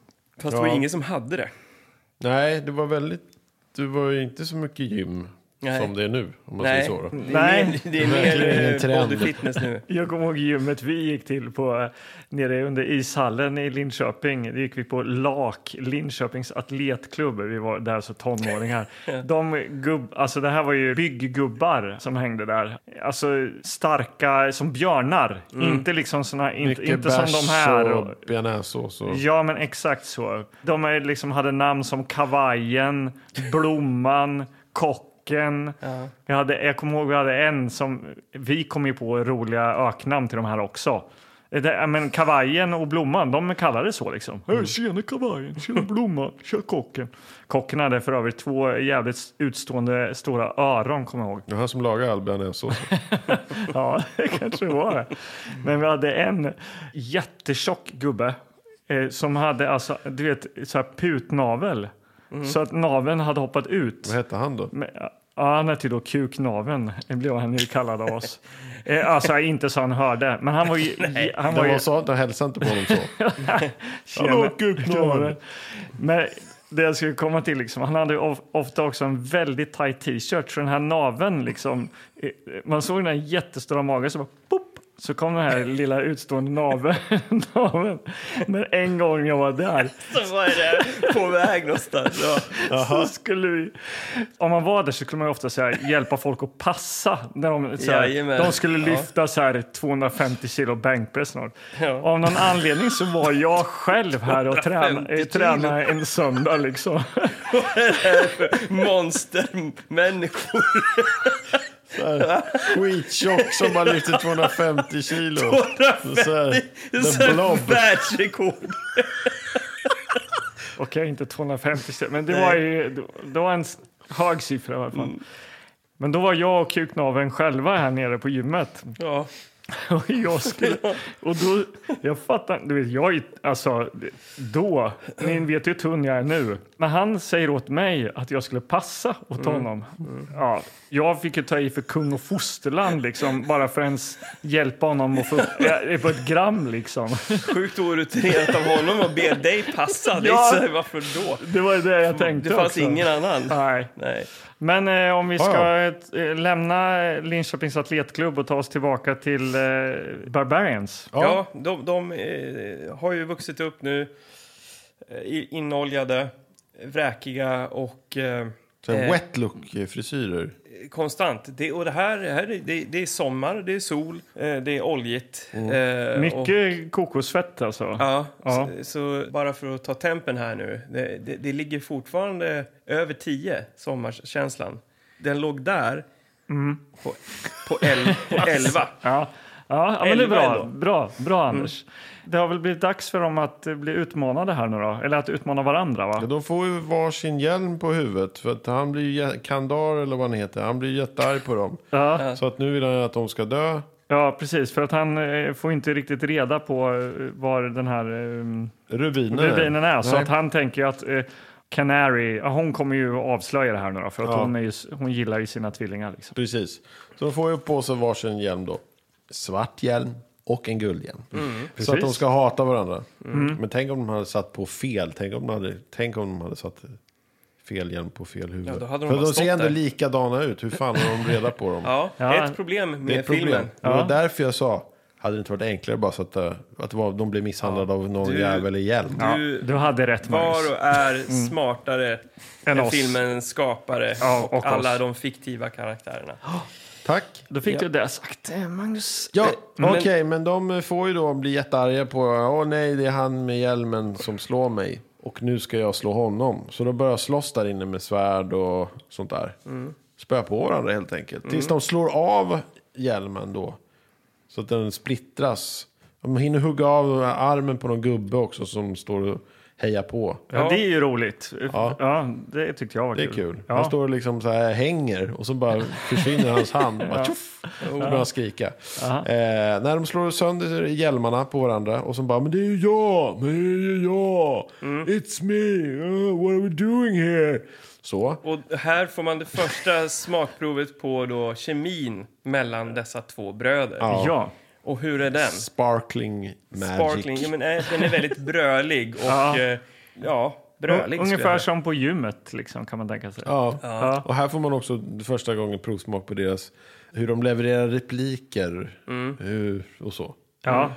[SPEAKER 3] Fast det var
[SPEAKER 2] Ja.
[SPEAKER 3] ju ingen som hade det.
[SPEAKER 2] Nej, det var väldigt... Det var ju inte så mycket gym
[SPEAKER 3] Nej.
[SPEAKER 2] som det är nu, om man
[SPEAKER 3] Nej.
[SPEAKER 2] säger så. Då.
[SPEAKER 3] Det är
[SPEAKER 1] Nej.
[SPEAKER 3] mer, det är
[SPEAKER 2] Verkligen ingen
[SPEAKER 3] mer eh,
[SPEAKER 2] trend.
[SPEAKER 3] body fitness
[SPEAKER 1] *laughs*
[SPEAKER 3] nu.
[SPEAKER 1] Jag kommer ihåg gymmet vi gick till på, eh, nere under ishallen i Linköping. Då gick vi på LAK, Linköpings atletklubb. Vi var där så
[SPEAKER 2] *laughs*
[SPEAKER 1] tonåringar. De gubb, alltså det här var ju bygggubbar som hängde där. Alltså starka som björnar. Inte liksom såna, inte,
[SPEAKER 2] Mm. Mycket
[SPEAKER 1] inte som
[SPEAKER 2] bärs
[SPEAKER 1] de här.
[SPEAKER 2] och bearnaisesås. Och...
[SPEAKER 1] Ja, men exakt så. De är liksom hade namn som Kavajen, Blomman, Kocken. Jag, hade, jag kommer ihåg vi hade en som... Vi kom ju på roliga öknamn till de här också. Eh, Det, ja, men kavajen och blomman, de kallades så liksom. Mm. Tjena kavajen, tjena blomman, tjena kocken. Kocken hade för övrigt två jävligt utstående stora öron, kommer jag ihåg.
[SPEAKER 2] Det var han som lagade all bearnaisesås.
[SPEAKER 1] Ja, *laughs* det kanske var det. Men vi hade en jättetjock gubbe eh, som hade alltså, du vet, så här putnavel. Så att naveln hade hoppat ut.
[SPEAKER 2] Mm. Vad hette han då?
[SPEAKER 1] Men, ja, han hette ju då Kuknaven, det blev han ju kallad av oss. Eh, alltså inte så han hörde, men han var
[SPEAKER 2] *laughs*
[SPEAKER 1] ju... han
[SPEAKER 2] Det
[SPEAKER 1] var
[SPEAKER 2] var
[SPEAKER 1] ju
[SPEAKER 2] så, jag hälsade inte på honom så.
[SPEAKER 1] Tjena.
[SPEAKER 2] Hallå, Kuknaven.
[SPEAKER 1] Men det jag skulle komma till, liksom, han hade ju of- ofta också en väldigt tight t-shirt så den här naveln liksom, eh, man såg den här jättestora magen så bara pop, så kom den här lilla utstående naveln. *laughs* naveln. Men en gång jag var där
[SPEAKER 3] Så var det på väg någonstans. Ja.
[SPEAKER 1] så skulle vi, om man var där så skulle man ju ofta så här, hjälpa folk att passa. När de, så här,
[SPEAKER 3] Jajamän.
[SPEAKER 1] de skulle
[SPEAKER 3] Ja.
[SPEAKER 1] lyfta så här, 250 kilo bänkpress snart.
[SPEAKER 3] Ja.
[SPEAKER 1] Av någon anledning så var jag själv här och tränade
[SPEAKER 3] 250
[SPEAKER 1] träna en söndag liksom. *laughs* *laughs*
[SPEAKER 3] Monstermänniskor.
[SPEAKER 2] Skittjock som bara lyfter 250 kilo. 250 så här, the blob.
[SPEAKER 3] Världsrekord.
[SPEAKER 1] Okej, inte 250 kilo, men det var ju det var en s- hög
[SPEAKER 3] Mm.
[SPEAKER 1] siffra i alla fall. Men då var jag och kuknaven själva här nere på gymmet.
[SPEAKER 3] Ja.
[SPEAKER 1] *laughs* Och jag skulle, och då, jag fattar du vet, jag är- alltså då, ni vet ju hur tunn jag är nu. Men han säger åt mig att jag skulle passa åt
[SPEAKER 3] Mm.
[SPEAKER 1] honom. Ja, jag fick ju ta i för kung och fosterland liksom, bara för att ens hjälpa honom att få upp, eh, på ett gram liksom. *laughs*
[SPEAKER 3] Sjukt orutinerat av honom att be dig passa. Det är
[SPEAKER 1] Ja.
[SPEAKER 3] så här, varför då?
[SPEAKER 1] Det var ju det jag tänkte
[SPEAKER 3] Mm. Det fanns
[SPEAKER 1] också.
[SPEAKER 3] ingen annan. Ah,
[SPEAKER 1] Nej.
[SPEAKER 3] Nej.
[SPEAKER 1] Men eh, om vi ska
[SPEAKER 2] Ja.
[SPEAKER 1] eh, lämna Linköpings atletklubb och ta oss tillbaka till eh, Barbarians.
[SPEAKER 2] Ja.
[SPEAKER 3] Ja, de, de eh, har ju vuxit upp nu, eh, i- inoljade, vräkiga och eh,
[SPEAKER 2] Så här
[SPEAKER 3] eh,
[SPEAKER 2] wet look-frisyrer.
[SPEAKER 3] konstant. Det, och det här, det, här är- det, det är sommar, det är sol, eh, det är oljigt. eh, och-
[SPEAKER 1] Mm. Mycket kokosfett alltså.
[SPEAKER 3] Ja,
[SPEAKER 1] Ja.
[SPEAKER 3] Så, så bara för att ta tempen här nu. Det, det, det ligger fortfarande över 10, sommarkänslan. Den låg där
[SPEAKER 1] Mm.
[SPEAKER 3] på, på, el, på 11.
[SPEAKER 1] Ja, ja, ja men det är
[SPEAKER 3] Elva
[SPEAKER 1] bra.
[SPEAKER 3] ändå.
[SPEAKER 1] Bra, bra
[SPEAKER 2] Mm.
[SPEAKER 1] Anders. Det har väl blivit dags för dem att eh, bli utmanade här nu då? Eller att utmana varandra va?
[SPEAKER 2] Ja, de får ju varsin hjälm på huvudet. För att han blir ju, jä- Kandar eller vad han heter, han blir jättearg på dem.
[SPEAKER 1] Ja,
[SPEAKER 2] Så att nu vill han att de ska dö.
[SPEAKER 1] ja precis. För att han eh, får inte riktigt reda på eh, var den här eh,
[SPEAKER 2] Rubinen
[SPEAKER 1] rubinen är. Så
[SPEAKER 2] Nej.
[SPEAKER 1] att han tänker ju att eh, Canary, ja, hon kommer ju avslöja det här nu då. För att
[SPEAKER 2] Ja.
[SPEAKER 1] hon, är ju, s- hon gillar ju sina tvillingar liksom.
[SPEAKER 2] Precis. Så de får ju på sig varsin hjälm då. Svart hjälm och en guldhjälm.
[SPEAKER 3] Mm.
[SPEAKER 2] Så att de
[SPEAKER 1] Precis.
[SPEAKER 2] ska hata varandra. Men tänk om de hade satt på fel. Tänk om de hade, tänk om de hade satt fel hjälm på fel huvud.
[SPEAKER 3] Ja, då hade de
[SPEAKER 2] För
[SPEAKER 3] bara
[SPEAKER 2] de ser
[SPEAKER 3] stått
[SPEAKER 2] ändå
[SPEAKER 3] där.
[SPEAKER 2] likadana ut. Hur fan har de reda på dem?
[SPEAKER 3] *laughs* Ja, det
[SPEAKER 1] Ja.
[SPEAKER 3] är ett problem med
[SPEAKER 2] Det är ett
[SPEAKER 3] filmen.
[SPEAKER 2] problem. Det var därför jag sa. Hade det inte varit enklare bara så att, eh, att det var, de blev misshandlade av någon
[SPEAKER 3] Du-
[SPEAKER 2] jävel i hjälm?
[SPEAKER 3] Du
[SPEAKER 1] Du hade rätt
[SPEAKER 3] var
[SPEAKER 1] Magnus.
[SPEAKER 3] och är smartare
[SPEAKER 1] Än
[SPEAKER 3] än,
[SPEAKER 1] oss.
[SPEAKER 3] filmens skapare
[SPEAKER 1] Ja,
[SPEAKER 3] och,
[SPEAKER 1] och oss.
[SPEAKER 3] alla de fiktiva karaktärerna.
[SPEAKER 2] Tack.
[SPEAKER 1] Då fick
[SPEAKER 3] Ja.
[SPEAKER 1] du det sagt. Eh, Magnus,
[SPEAKER 2] Ja, okej, men de får ju då bli jättearga på, åh nej, det är han med hjälmen som slår mig. Och nu ska jag slå honom. Så de börjar slåss där inne med svärd och sånt där. Spöa på varandra helt enkelt. Tills de slår av hjälmen då. Så att den splittras. De hinner hugga av armen på någon gubbe också som står och hejar på.
[SPEAKER 1] Ja, det är ju roligt. Ja.
[SPEAKER 2] Ja.
[SPEAKER 1] det tyckte jag var
[SPEAKER 2] Det är
[SPEAKER 1] kul.
[SPEAKER 2] kul.
[SPEAKER 1] Ja.
[SPEAKER 2] Han står och liksom så här hänger och så bara försvinner hans hand. Bara tjoff! Och så börjar han skrika.
[SPEAKER 1] Aha.
[SPEAKER 2] Eh, när de slår sönder hjälmarna på varandra och så bara men det är ju jag, men det är ju jag,
[SPEAKER 1] Mm.
[SPEAKER 2] it's me, Uh, what are we doing here? Så.
[SPEAKER 3] Och här får man det första smakprovet på då kemin mellan dessa två bröder.
[SPEAKER 1] Ja.
[SPEAKER 3] Och hur är den?
[SPEAKER 2] Sparkling magic.
[SPEAKER 3] Sparkling, ja, men eh, den är väldigt brölig och
[SPEAKER 1] Ja.
[SPEAKER 3] ja, ja brölig skulle
[SPEAKER 1] Ungefär
[SPEAKER 3] jag säga.
[SPEAKER 1] som på gymmet liksom, kan man tänka sig.
[SPEAKER 2] Ja.
[SPEAKER 1] Ja.
[SPEAKER 2] och här får man också första gången provsmak på deras, hur de levererar repliker
[SPEAKER 1] Mm.
[SPEAKER 2] hur, och så.
[SPEAKER 1] Ja.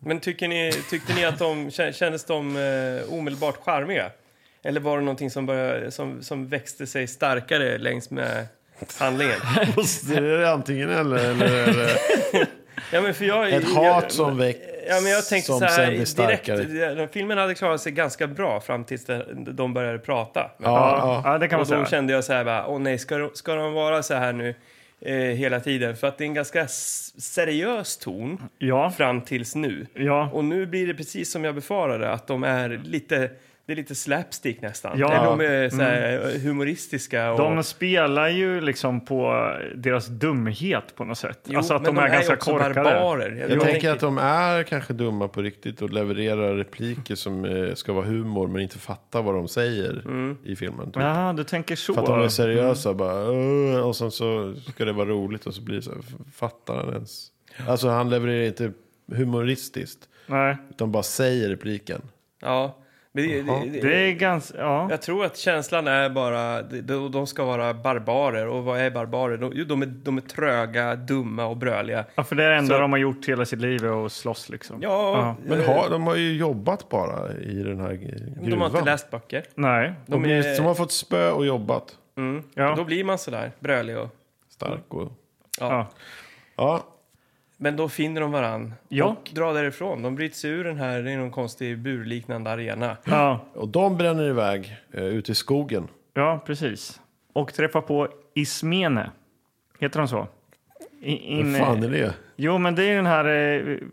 [SPEAKER 3] Men tycker ni, tyckte ni att de kä- kändes de eh, omedelbart charmiga? Eller var det någonting som, började, som, som växte sig starkare längs med handlingen?
[SPEAKER 2] Det är antingen eller. eller, eller.
[SPEAKER 3] Ja, men för jag,
[SPEAKER 2] Ett
[SPEAKER 3] jag,
[SPEAKER 2] hat som väcks
[SPEAKER 3] Ja, men jag tänkte
[SPEAKER 2] som
[SPEAKER 3] så
[SPEAKER 2] sen
[SPEAKER 3] här,
[SPEAKER 2] blir starkare.
[SPEAKER 3] direkt, eh, filmen hade klarat sig ganska bra fram tills de, de började prata.
[SPEAKER 1] Ja.
[SPEAKER 2] Ja, ja.
[SPEAKER 1] ja, det kan man
[SPEAKER 3] Och då
[SPEAKER 1] säga.
[SPEAKER 3] kände jag så här bara, åh nej, ska, de- ska de vara så här nu eh, hela tiden? För att det är en ganska s- seriös ton
[SPEAKER 1] Ja,
[SPEAKER 3] fram tills nu.
[SPEAKER 1] ja.
[SPEAKER 3] Och nu blir det precis som jag befarade, att de är lite, det är lite slapstick nästan.
[SPEAKER 1] Ja. Mm.
[SPEAKER 3] Eller de är så här humoristiska. Och,
[SPEAKER 1] De spelar ju liksom på deras dumhet på något sätt.
[SPEAKER 3] Jo,
[SPEAKER 1] alltså att
[SPEAKER 3] men
[SPEAKER 1] de är,
[SPEAKER 3] ju
[SPEAKER 1] ganska
[SPEAKER 3] också
[SPEAKER 1] korkade.
[SPEAKER 3] barbarer.
[SPEAKER 2] Jag tänker att de är kanske dumma på riktigt och levererar repliker som eh, ska vara humor men inte fattar vad de säger
[SPEAKER 3] Mm.
[SPEAKER 2] i filmen. Typ.
[SPEAKER 1] Ja, du tänker så.
[SPEAKER 2] För att de är seriösa bara, "Åh", och sen så ska det vara roligt och så blir det så här, fattar han ens? Alltså han levererar inte humoristiskt
[SPEAKER 1] Nej,
[SPEAKER 2] utan bara säger repliken.
[SPEAKER 3] Ja. Men det- det,
[SPEAKER 1] det är ganska... Ja.
[SPEAKER 3] Jag tror att känslan är bara, de, de ska vara barbarer. Och vad är barbarer? De, jo, de, är, de är tröga, dumma och bröliga.
[SPEAKER 1] ja, för det är det enda
[SPEAKER 3] Så-
[SPEAKER 1] de har gjort hela sitt liv är att slåss liksom.
[SPEAKER 3] Ja,
[SPEAKER 2] Men har, de har ju jobbat bara i den här gruvan.
[SPEAKER 3] de har inte läst böcker.
[SPEAKER 1] Nej.
[SPEAKER 2] De,
[SPEAKER 3] de
[SPEAKER 2] blir-
[SPEAKER 3] är-
[SPEAKER 2] de har fått spö och jobbat.
[SPEAKER 1] Ja.
[SPEAKER 3] Då blir man sådär brölig. Och,
[SPEAKER 2] Stark och...
[SPEAKER 1] Ja.
[SPEAKER 2] Ja,
[SPEAKER 3] men då finner de varann
[SPEAKER 1] Ja.
[SPEAKER 3] och drar därifrån. De bryter sig ur den här, det är någon konstig burliknande arena.
[SPEAKER 1] Ja.
[SPEAKER 2] Och de bränner iväg eh, ute i skogen.
[SPEAKER 1] ja, precis. Och träffa på Ismene. Heter de så? I-
[SPEAKER 2] Vad
[SPEAKER 1] in-
[SPEAKER 2] fan är det?
[SPEAKER 1] Jo, men det är ju den här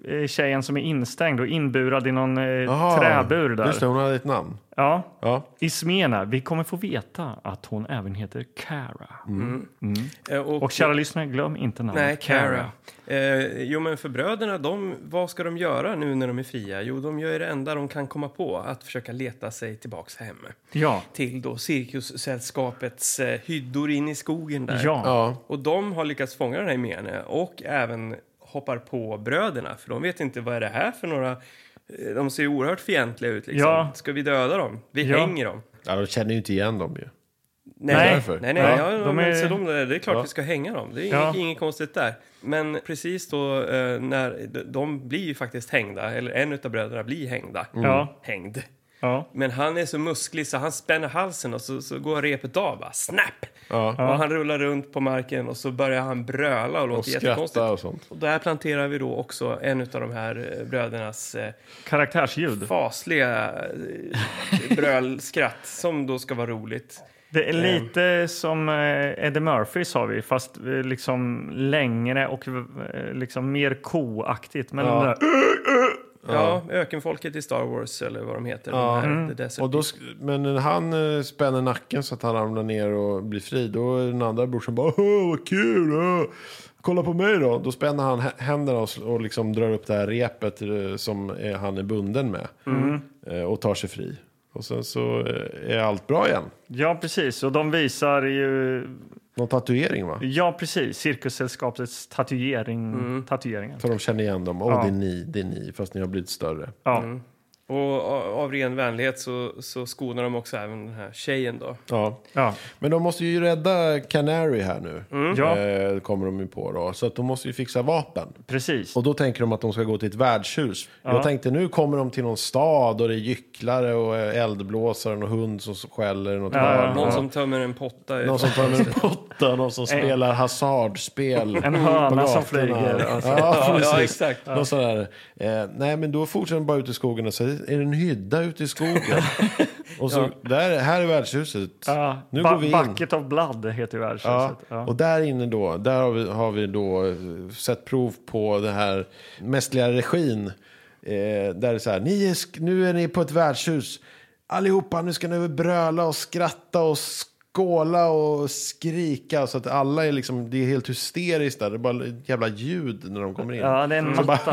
[SPEAKER 1] eh, eh, tjejen som är instängd och inburad i någon eh,
[SPEAKER 2] Aha,
[SPEAKER 1] träbur där.
[SPEAKER 2] Just det, hon hade ett namn.
[SPEAKER 1] Ja.
[SPEAKER 2] Ja.
[SPEAKER 1] Ismena, vi kommer få veta att hon även heter Cara.
[SPEAKER 2] Mm.
[SPEAKER 3] Eh, Och,
[SPEAKER 1] Och kära lyssnare, glöm inte namnet
[SPEAKER 3] Nej, Cara. Eh, jo, men för bröderna, de, vad ska de göra nu när de är fria? Jo, de gör ju det enda de kan komma på, att försöka leta sig tillbaks hem.
[SPEAKER 1] Ja,
[SPEAKER 3] Till då cirkussällskapets eh, hyddor in i skogen där.
[SPEAKER 1] ja.
[SPEAKER 2] Ja.
[SPEAKER 3] Och de har lyckats fånga den här Mene och även hoppar på bröderna för de vet inte vad är det här för några. Eh, De ser ju oerhört fientliga ut liksom.
[SPEAKER 1] Ja.
[SPEAKER 3] Ska vi döda dem? Vi
[SPEAKER 1] Ja.
[SPEAKER 3] hänger dem.
[SPEAKER 2] ja, de känner ju inte igen dem ju.
[SPEAKER 1] Nej.
[SPEAKER 3] Nej, nej, nej,
[SPEAKER 1] Ja,
[SPEAKER 3] ja,
[SPEAKER 1] de
[SPEAKER 3] de är...
[SPEAKER 1] är-
[SPEAKER 3] Så de, det är klart
[SPEAKER 2] Ja.
[SPEAKER 3] vi ska hänga dem. Det är
[SPEAKER 1] Ja.
[SPEAKER 3] inget, inget konstigt där. Men precis då eh, när de- de blir ju faktiskt hängda, eller en av bröderna blir hängda.
[SPEAKER 1] Ja.
[SPEAKER 3] Hängd.
[SPEAKER 1] ja.
[SPEAKER 3] Men han är så musklig så han spänner halsen och så, så går repet av bara snap!
[SPEAKER 2] Ja.
[SPEAKER 3] Och han rullar runt på marken och så börjar han bröla och låter
[SPEAKER 2] Och
[SPEAKER 3] jättekonstigt.
[SPEAKER 2] skratta och sånt.
[SPEAKER 3] Och där planterar vi då också en av de här eh, brödernas eh,
[SPEAKER 1] Karaktärsljud.
[SPEAKER 3] fasliga eh, brölskratt som då ska vara roligt.
[SPEAKER 1] Det är
[SPEAKER 2] Eh.
[SPEAKER 1] lite som eh, Eddie Murphy sa vi, fast eh, liksom längre och eh, liksom mer koaktigt. Men den där, *clears throat*
[SPEAKER 3] Ja, ökenfolket i Star Wars eller vad de heter. De här, The Desert
[SPEAKER 2] Och då, sk- men när han eh, spänner nacken så att han ramlar ner och blir fri, då är den andra brorsan bara Åh, vad kul! åh. Kolla på mig då! Då spänner han hä- händerna och, sl- och liksom drar upp det här repet eh, som eh, han är bunden med.
[SPEAKER 1] Mm.
[SPEAKER 2] Eh, Och tar sig fri. Och sen så eh, är allt bra igen.
[SPEAKER 1] ja, precis. Och de visar ju...
[SPEAKER 2] Någon tatuering va?
[SPEAKER 1] Ja, precis. Cirkussällskapets tatuering,
[SPEAKER 2] Mm.
[SPEAKER 1] tatueringar.
[SPEAKER 2] För de känner igen dem. Åh, det är ni, det är ni, fast ni har blivit större.
[SPEAKER 1] Ja.
[SPEAKER 3] Och a- av ren vänlighet så, så skonar de också även den här tjejen då.
[SPEAKER 2] Ja.
[SPEAKER 1] Ja.
[SPEAKER 2] Men de måste ju rädda Canary här nu.
[SPEAKER 1] Ja.
[SPEAKER 2] Eh, kommer de ju på då. Så att de måste ju fixa vapen.
[SPEAKER 1] Precis.
[SPEAKER 2] Och då tänker de att de ska gå till ett värdshus. Jag tänkte nu kommer de till någon stad och det är gycklare och eh, eldblåsare och hund som skäller. Något
[SPEAKER 1] Ja, ja,
[SPEAKER 2] hörn.
[SPEAKER 3] Någon som tömmer en potta.
[SPEAKER 2] *laughs* någon som tar med Eh. en potta, någon som spelar hasardspel.
[SPEAKER 1] En höna
[SPEAKER 2] på
[SPEAKER 1] som
[SPEAKER 2] gatorna.
[SPEAKER 1] flyger.
[SPEAKER 2] alltså. *laughs* Ja,
[SPEAKER 3] Ja,
[SPEAKER 2] precis.
[SPEAKER 3] ja, exakt.
[SPEAKER 2] Någon sån där. Eh, nej, men då fortsätter de bara ut i skogen och säger, är det en hydda ute i *laughs* skogen? och så, där, här är värdshuset.
[SPEAKER 1] Ja.
[SPEAKER 2] Nu
[SPEAKER 1] Ba-
[SPEAKER 2] går vi in.
[SPEAKER 1] Bucket of Blood heter ju
[SPEAKER 2] Ja,
[SPEAKER 1] världshuset. Ja.
[SPEAKER 2] och där inne då, där har vi, har vi då eh, sett prov på den här mästliga regin. Eh, där det är så här, ni är, sk- nu är ni på ett värdshus. Allihopa, nu ska ni bröla och skratta och skåla och skrika. Så att alla är liksom, det är helt hysteriskt där. Det är bara ett jävla ljud när de kommer in. *laughs*
[SPEAKER 1] Ja, det är en matta.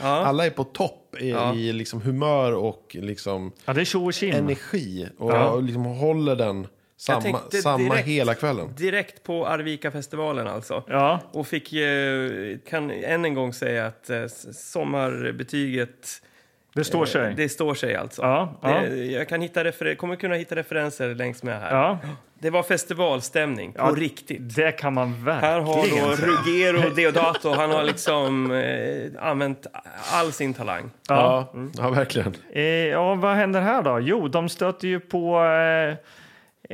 [SPEAKER 2] Alla är på topp i, i liksom humör och liksom
[SPEAKER 1] Ja, det är tjo och tjim.
[SPEAKER 2] energi. Och, och liksom håller den samma,
[SPEAKER 3] tänkte
[SPEAKER 2] samma
[SPEAKER 3] direkt-
[SPEAKER 2] hela kvällen.
[SPEAKER 3] Direkt på Arvika-festivalen alltså.
[SPEAKER 1] Ja.
[SPEAKER 3] Och fick, eh, kan än en gång säga att eh, s- sommarbetyget
[SPEAKER 1] Det står
[SPEAKER 3] Eh,
[SPEAKER 1] sig.
[SPEAKER 3] Det står sig alltså.
[SPEAKER 1] Ja,
[SPEAKER 3] det, Jag kan hitta refer- kommer kunna hitta referenser längs med här.
[SPEAKER 1] Ja.
[SPEAKER 3] Det var festivalstämning på
[SPEAKER 1] Ja.
[SPEAKER 3] riktigt.
[SPEAKER 1] Det kan man
[SPEAKER 3] Här
[SPEAKER 1] verkligen
[SPEAKER 3] har då Ruggero Deodato, han har liksom eh, använt all sin talang.
[SPEAKER 1] Ja.
[SPEAKER 2] Ja, Mm. ja verkligen.
[SPEAKER 1] Eh, ja, vad händer här då? Jo, de stöter ju på eh,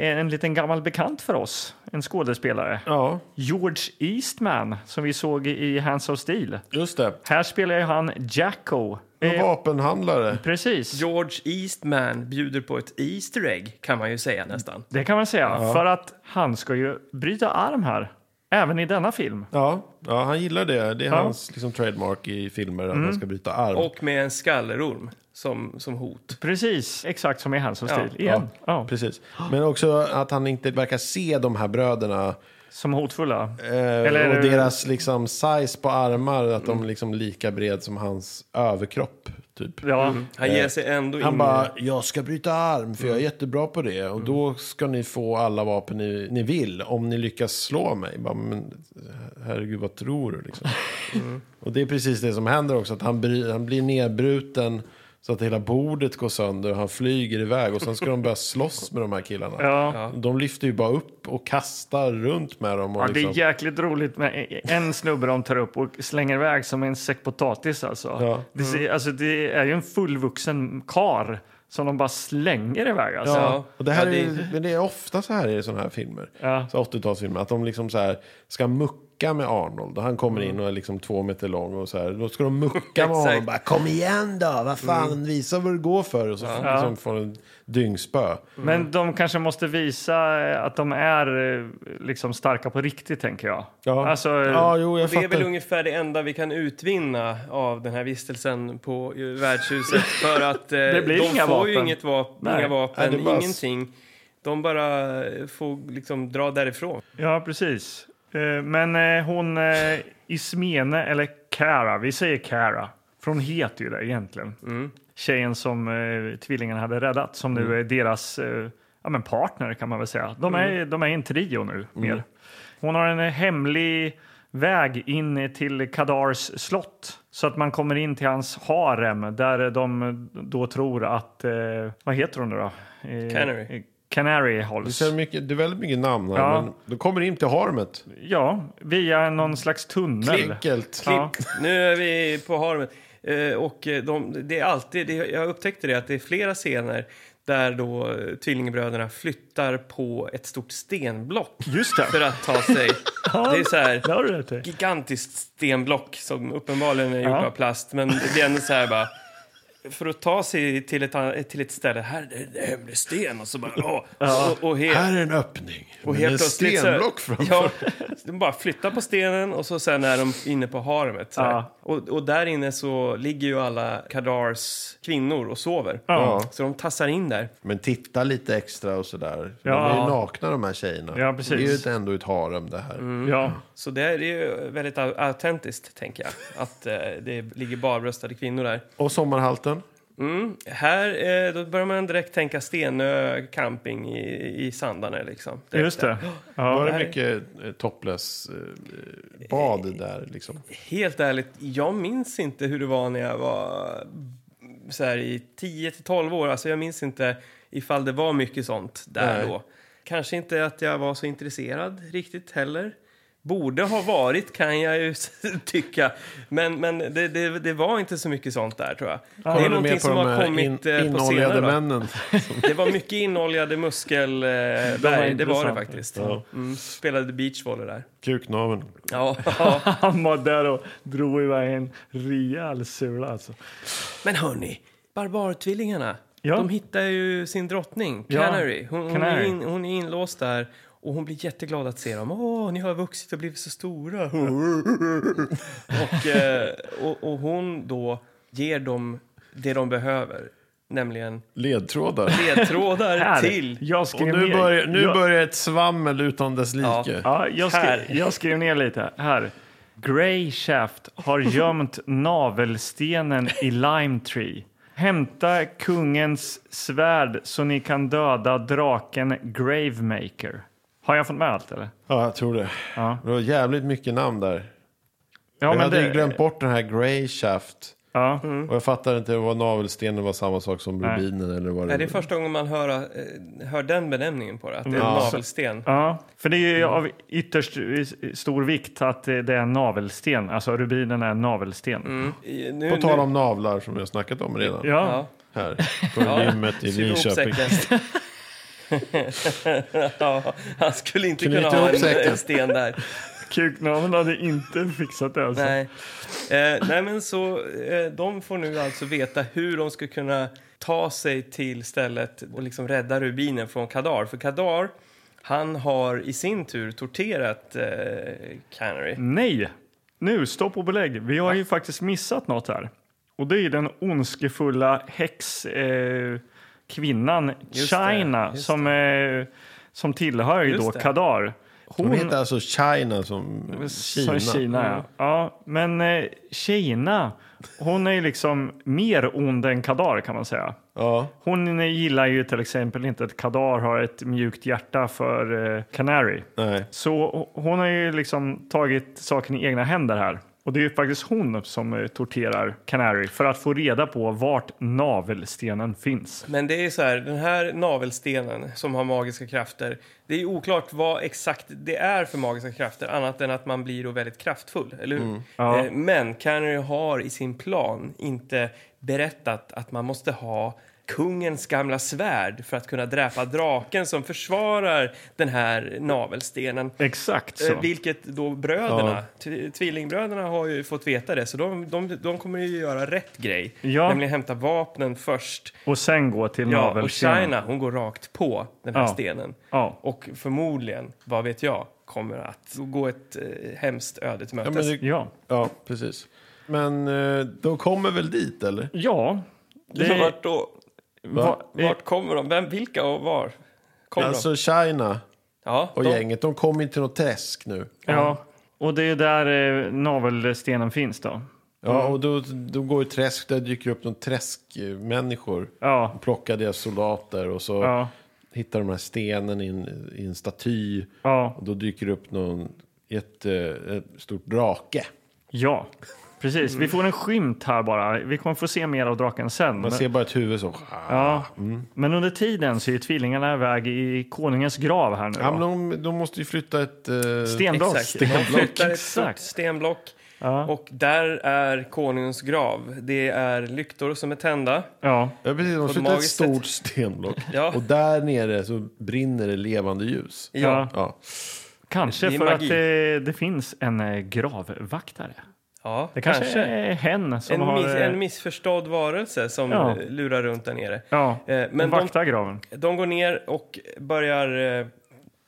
[SPEAKER 1] en liten gammal bekant för oss, en skådespelare.
[SPEAKER 2] Ja,
[SPEAKER 1] George Eastman, som vi såg i Hands of Steel.
[SPEAKER 2] just det.
[SPEAKER 1] Här spelar ju han Jacko. Eh,
[SPEAKER 2] En vapenhandlare.
[SPEAKER 1] Precis,
[SPEAKER 3] George Eastman bjuder på ett Easter egg, kan man ju säga nästan.
[SPEAKER 1] det kan man säga. För att han ska ju bryta arm här, även i denna film.
[SPEAKER 2] Ja, ja, Mm. han gillar det. Det är hans liksom, trademark i filmer, att man ska bryta arm.
[SPEAKER 3] Och med en skallerorm som, som hot.
[SPEAKER 1] Precis, exakt som i Hands of Steel.
[SPEAKER 2] ja,
[SPEAKER 1] Igen. Ja.
[SPEAKER 2] precis. Men också att han inte verkar se de här bröderna
[SPEAKER 1] Som hotfulla.
[SPEAKER 2] eh,
[SPEAKER 1] Eller-
[SPEAKER 2] och deras liksom, size på armar, att de är liksom lika bred som hans överkropp. Typ.
[SPEAKER 1] Ja,
[SPEAKER 3] Han ger sig ändå
[SPEAKER 2] Han
[SPEAKER 3] in... Mm.
[SPEAKER 2] bara, jag ska bryta arm för jag är jättebra på det. Och då ska ni få alla vapen ni, ni vill om ni lyckas slå mig. Bara, men, herregud, vad tror du?
[SPEAKER 3] *laughs*
[SPEAKER 2] Liksom.
[SPEAKER 3] Mm.
[SPEAKER 2] Och det är precis det som händer också. Att han, bry, han blir nedbruten så att hela bordet går sönder. Och han flyger iväg och sen ska de
[SPEAKER 3] *laughs*
[SPEAKER 2] börja slåss med de här killarna.
[SPEAKER 1] Ja.
[SPEAKER 2] De lyfter ju bara upp och kastar runt med dem. Och
[SPEAKER 1] Ja, det
[SPEAKER 2] liksom,
[SPEAKER 1] är jäkligt roligt med e- en snubbe de tar upp och slänger iväg som en säck potatis. Alltså.
[SPEAKER 2] Ja. Mm.
[SPEAKER 1] Det, ser- alltså, det är ju en fullvuxen kar som de bara slänger iväg. Alltså.
[SPEAKER 3] Ja.
[SPEAKER 2] Och det, här
[SPEAKER 3] Ja,
[SPEAKER 2] är,
[SPEAKER 3] det-
[SPEAKER 2] ju- men det är ofta så här i sådana här filmer,
[SPEAKER 1] Ja.
[SPEAKER 2] så 80-talsfilmer, att de liksom så här ska mucka mucka med Arnold. Och han kommer in och är liksom två meter lång och så här. Då ska de mucka med honom.
[SPEAKER 3] *laughs* Exakt. Mm.
[SPEAKER 2] Bara, Kom igen då, vad fan, visa vad det går för. Och så får liksom, får en dyngspö.
[SPEAKER 1] Men de kanske måste visa eh, att de är eh, liksom starka på riktigt, tänker jag.
[SPEAKER 2] Ja,
[SPEAKER 1] Alltså, eh,
[SPEAKER 2] ja jo, jag
[SPEAKER 3] Mm. Det är
[SPEAKER 2] fattar.
[SPEAKER 3] väl ungefär det enda vi kan utvinna av den här vistelsen på eh, värdshuset. För att eh,
[SPEAKER 1] Det blir
[SPEAKER 3] de
[SPEAKER 1] inga
[SPEAKER 3] får ju
[SPEAKER 1] vapen.
[SPEAKER 3] inget vapen,
[SPEAKER 1] Nej.
[SPEAKER 3] inga vapen
[SPEAKER 2] Nej, det är bara-
[SPEAKER 3] ingenting. De bara eh, får liksom dra därifrån.
[SPEAKER 1] Ja, precis. Eh, Men eh, hon eh, Ismene, eller Cara, vi säger Cara, för hon heter ju det egentligen. Tjejen som eh, tvillingarna hade räddat, som nu är deras eh, ja, men partner kan man väl säga. De är, de är en trio nu, mer. Hon har en eh, hemlig väg in eh, till Kadars slott så att man kommer in till hans harem där eh, de då tror att, eh, vad heter hon nu då? Eh,
[SPEAKER 3] Canary.
[SPEAKER 1] Canary
[SPEAKER 2] Du
[SPEAKER 1] hålls.
[SPEAKER 2] ser mycket, det är väldigt mycket namn här.
[SPEAKER 1] Ja.
[SPEAKER 2] Men du kommer in till harmet.
[SPEAKER 1] Ja, via någon slags tunnel.
[SPEAKER 2] Enkelt.
[SPEAKER 1] Ja.
[SPEAKER 3] Nu är vi på harmen. Eh, Och eh, de, det är alltid, det, jag upptäckte det att det är flera scener där då eh, tvillingbröderna flyttar på ett stort stenblock
[SPEAKER 1] Just det.
[SPEAKER 3] för att ta
[SPEAKER 1] *laughs*
[SPEAKER 3] sig. Det är så här,
[SPEAKER 1] Det har du rätt i.
[SPEAKER 3] gigantiskt stenblock som uppenbarligen är gjort
[SPEAKER 1] Ja.
[SPEAKER 3] av plast. Men det är ändå så här bara... För att ta sig till ett, an- till ett ställe, här det är det hemlig sten och så bara... Åh, och, och helt,
[SPEAKER 2] Här är en öppning.
[SPEAKER 3] och
[SPEAKER 2] Men
[SPEAKER 3] helt
[SPEAKER 2] en
[SPEAKER 3] plötsligt så-
[SPEAKER 2] stenblock framför.
[SPEAKER 3] Ja, de bara flyttar på stenen och så sen är de inne på haremet. Så här.
[SPEAKER 1] Ja.
[SPEAKER 3] Och, och där inne så ligger ju alla Kadars kvinnor och sover.
[SPEAKER 1] Ja.
[SPEAKER 3] Så de tassar in där.
[SPEAKER 2] Men titta lite extra och sådär. De
[SPEAKER 1] Ja.
[SPEAKER 2] är ju nakna de här tjejerna.
[SPEAKER 1] Ja, precis.
[SPEAKER 2] Det är ju ett- ändå ett harem det här.
[SPEAKER 3] Mm.
[SPEAKER 1] Ja.
[SPEAKER 2] Mm.
[SPEAKER 3] Så det är ju väldigt au- autentiskt, tänker jag. Att eh, det ligger barbröstade kvinnor där.
[SPEAKER 2] Och sommarhalten?
[SPEAKER 3] Mm. Här eh, då börjar man direkt tänka Stenö camping i, i Sandarne. Liksom. Direkt
[SPEAKER 1] Just
[SPEAKER 3] där.
[SPEAKER 1] det.
[SPEAKER 2] Var
[SPEAKER 1] Ja.
[SPEAKER 2] det mycket eh, topless eh, eh, bad där liksom?
[SPEAKER 3] Helt ärligt, jag minns inte hur det var när jag var så här, i 10 till 12 år. Alltså, jag minns inte ifall det var mycket sånt där
[SPEAKER 2] Nej.
[SPEAKER 3] då. Kanske inte att jag var så intresserad riktigt heller. Borde ha varit kan jag ju *laughs* tycka. Men, men det, det, det var inte så mycket sånt där tror jag. det är
[SPEAKER 2] Kollar du
[SPEAKER 3] någonting
[SPEAKER 2] med på
[SPEAKER 3] som
[SPEAKER 2] de
[SPEAKER 3] har
[SPEAKER 2] här
[SPEAKER 3] kommit eh,
[SPEAKER 2] in,
[SPEAKER 3] på senare.
[SPEAKER 2] inoljade
[SPEAKER 3] då.
[SPEAKER 2] männen?
[SPEAKER 3] *laughs*
[SPEAKER 2] *laughs*
[SPEAKER 3] Det var mycket inoljade muskelberg, det var det
[SPEAKER 1] intressanta.
[SPEAKER 3] faktiskt. Mm. Spelade
[SPEAKER 2] *laughs*
[SPEAKER 3] beachvolley där.
[SPEAKER 2] Kuknaveln.
[SPEAKER 3] Ja, ja.
[SPEAKER 1] Han var där och drog iväg en rejäl sula alltså.
[SPEAKER 3] Men hörni, barbartvillingarna,
[SPEAKER 1] Ja.
[SPEAKER 3] de hittar ju sin drottning,
[SPEAKER 1] Ja,
[SPEAKER 3] Canary. Hon, hon, är
[SPEAKER 1] Canary.
[SPEAKER 3] in, hon är inlåst där och hon blir jätteglad att se dem. Åh, ni har vuxit och blivit
[SPEAKER 2] *laughs*
[SPEAKER 3] så stora. och, eh, och, och hon då ger dem det de behöver, nämligen
[SPEAKER 2] Ledtrådar. *laughs*
[SPEAKER 3] ledtrådar
[SPEAKER 1] Här,
[SPEAKER 3] till...
[SPEAKER 1] Jag
[SPEAKER 2] Och
[SPEAKER 1] skrev
[SPEAKER 2] nu
[SPEAKER 1] ner.
[SPEAKER 2] börjar, nu
[SPEAKER 1] jag,
[SPEAKER 2] börjar ett svammel utan dess like.
[SPEAKER 1] ja, jag,
[SPEAKER 3] Här.
[SPEAKER 1] skrev, jag skrev ner lite. Här. Grey Shaft
[SPEAKER 2] *laughs*
[SPEAKER 1] har gömt navelstenen i Lime Tree. Hämta kungens svärd så ni kan döda draken Gravemaker. Har jag fått med allt eller?
[SPEAKER 2] Ja, jag tror det.
[SPEAKER 1] Ja.
[SPEAKER 2] Det var jävligt mycket namn där.
[SPEAKER 1] Ja,
[SPEAKER 2] jag hade ju glömt bort den här Grey Shaft.
[SPEAKER 1] Ja.
[SPEAKER 3] Mm.
[SPEAKER 2] Och jag fattar inte vad navelstenen var samma sak som rubinen eller vad
[SPEAKER 3] Är
[SPEAKER 2] det
[SPEAKER 3] det första gången man hör, eh, hör den benämningen på det? Att det är en
[SPEAKER 2] Ja.
[SPEAKER 3] navelsten?
[SPEAKER 1] Ja, för det är ju av ytterst stor vikt att eh, det är en navelsten. Alltså rubinen är en navelsten.
[SPEAKER 3] I- Nu,
[SPEAKER 2] På tal om navlar som vi har snackat om redan.
[SPEAKER 1] Ja.
[SPEAKER 3] Mm. Ja,
[SPEAKER 2] Här på gymmet i
[SPEAKER 3] syr ihop
[SPEAKER 2] Linköping. *laughs*
[SPEAKER 3] säcken. ja, han skulle inte
[SPEAKER 2] Knyt
[SPEAKER 3] kunna ha
[SPEAKER 2] ihop
[SPEAKER 3] en
[SPEAKER 2] säcken.
[SPEAKER 3] eh, sten där.
[SPEAKER 1] Kuknaveln hade inte fixat det alltså.
[SPEAKER 3] Nej. Eh, nej, men så eh, de får nu alltså veta hur de ska kunna ta sig till stället och liksom rädda rubinen från Kadar. För Kadar, han har i sin tur torterat eh, Canary.
[SPEAKER 1] Nej! Nu, stopp och belägg. Vi har ju faktiskt missat något här. Och det är ju den ondskefulla häx... Eh, kvinnan
[SPEAKER 3] Just det,
[SPEAKER 1] China
[SPEAKER 3] just
[SPEAKER 1] som, eh, som tillhör ju
[SPEAKER 3] Just
[SPEAKER 1] då
[SPEAKER 3] det.
[SPEAKER 1] Kadar.
[SPEAKER 2] Hon heter alltså China som
[SPEAKER 1] Som
[SPEAKER 2] Kina.
[SPEAKER 1] Kina ja. ja. Men eh, Kina, hon är ju liksom mer ond än Kadar kan man säga.
[SPEAKER 2] Ja.
[SPEAKER 1] Hon eh, gillar ju till exempel inte att Kadar har ett mjukt hjärta för eh, Canary.
[SPEAKER 2] Nej.
[SPEAKER 1] Så hon har ju liksom tagit saken i egna händer här. Och det är ju faktiskt hon som eh, torterar Canary för att få reda på vart navelstenen finns.
[SPEAKER 3] Men det är så här, den här navelstenen som har magiska krafter, det är oklart vad exakt det är för magiska krafter, annat än att man blir då väldigt kraftfull, eller hur?
[SPEAKER 1] Ja.
[SPEAKER 3] Eh, Men Canary har i sin plan inte berättat att man måste ha kungens gamla svärd för att kunna dräpa draken som försvarar den här navelstenen.
[SPEAKER 1] Exakt
[SPEAKER 3] Eh,
[SPEAKER 1] så.
[SPEAKER 3] Vilket då bröderna, tv- tvillingbröderna har ju fått veta det så de, de, de kommer ju göra rätt grej.
[SPEAKER 1] Ja.
[SPEAKER 3] Nämligen hämta vapnen först.
[SPEAKER 1] Och sen gå till
[SPEAKER 3] Ja, och
[SPEAKER 1] navelstenen.
[SPEAKER 3] China, hon går rakt på den här
[SPEAKER 1] Ja.
[SPEAKER 3] stenen.
[SPEAKER 1] Ja.
[SPEAKER 3] Och förmodligen, vad vet jag, kommer att gå ett eh, hemskt öde till
[SPEAKER 2] Ja,
[SPEAKER 3] mötes.
[SPEAKER 2] men det,
[SPEAKER 1] Ja.
[SPEAKER 2] ja, precis. Men eh, de kommer väl dit, eller?
[SPEAKER 1] Ja. Det,
[SPEAKER 3] Men *laughs* Vart då?
[SPEAKER 1] va- eh,
[SPEAKER 3] Vart kommer de? Vem, vilka och var? Kommer de?
[SPEAKER 2] Alltså China
[SPEAKER 3] Ja,
[SPEAKER 2] och
[SPEAKER 3] de,
[SPEAKER 2] gänget, de kommer ju till något träsk nu.
[SPEAKER 1] ja. Och det är där eh, navelstenen finns då. Mm.
[SPEAKER 2] Ja, och då, då går ju träsk, där dyker upp någon träskmänniskor.
[SPEAKER 1] Ja.
[SPEAKER 2] Och plockar deras soldater och så
[SPEAKER 1] Ja.
[SPEAKER 2] hittar de här stenen i en, i en staty.
[SPEAKER 1] Ja.
[SPEAKER 2] Och då dyker det upp någon jättestor drake.
[SPEAKER 1] Ja. Precis. Vi får en skymt här bara. Vi kommer få se mer av draken sen.
[SPEAKER 2] Man
[SPEAKER 1] Men,
[SPEAKER 2] ser bara ett huvud som...
[SPEAKER 1] ja. men under tiden så är ju tvillingarna iväg i konungens grav här nu.
[SPEAKER 2] Ja, men
[SPEAKER 1] då.
[SPEAKER 2] de, de måste ju flytta ett... eh,
[SPEAKER 1] Stenblock.
[SPEAKER 3] exakt. De flyttar ett stort
[SPEAKER 1] Exakt.
[SPEAKER 3] stenblock
[SPEAKER 1] Ja.
[SPEAKER 3] och där är konungens grav. Det är lyktor som är tända.
[SPEAKER 1] Ja.
[SPEAKER 2] Ja, precis. De
[SPEAKER 3] ett
[SPEAKER 2] flyttar ett
[SPEAKER 3] magiskt sätt.
[SPEAKER 2] stort stenblock.
[SPEAKER 3] *laughs* Ja.
[SPEAKER 2] Och där nere så brinner det levande ljus.
[SPEAKER 3] Ja.
[SPEAKER 1] Ja.
[SPEAKER 3] Ja.
[SPEAKER 2] Ja.
[SPEAKER 1] Kanske
[SPEAKER 3] Det är
[SPEAKER 1] för
[SPEAKER 3] magi.
[SPEAKER 1] att eh, det finns en eh, gravvaktare. Det kanske, är hen som
[SPEAKER 3] En,
[SPEAKER 1] har...
[SPEAKER 3] miss,
[SPEAKER 1] eh,
[SPEAKER 3] en missförstådd varelse som
[SPEAKER 1] Ja.
[SPEAKER 3] eh, lurar runt där nere.
[SPEAKER 1] ja,
[SPEAKER 3] Eh,
[SPEAKER 1] men
[SPEAKER 3] Men de,
[SPEAKER 1] vaktar graven.
[SPEAKER 3] de går ner och börjar eh,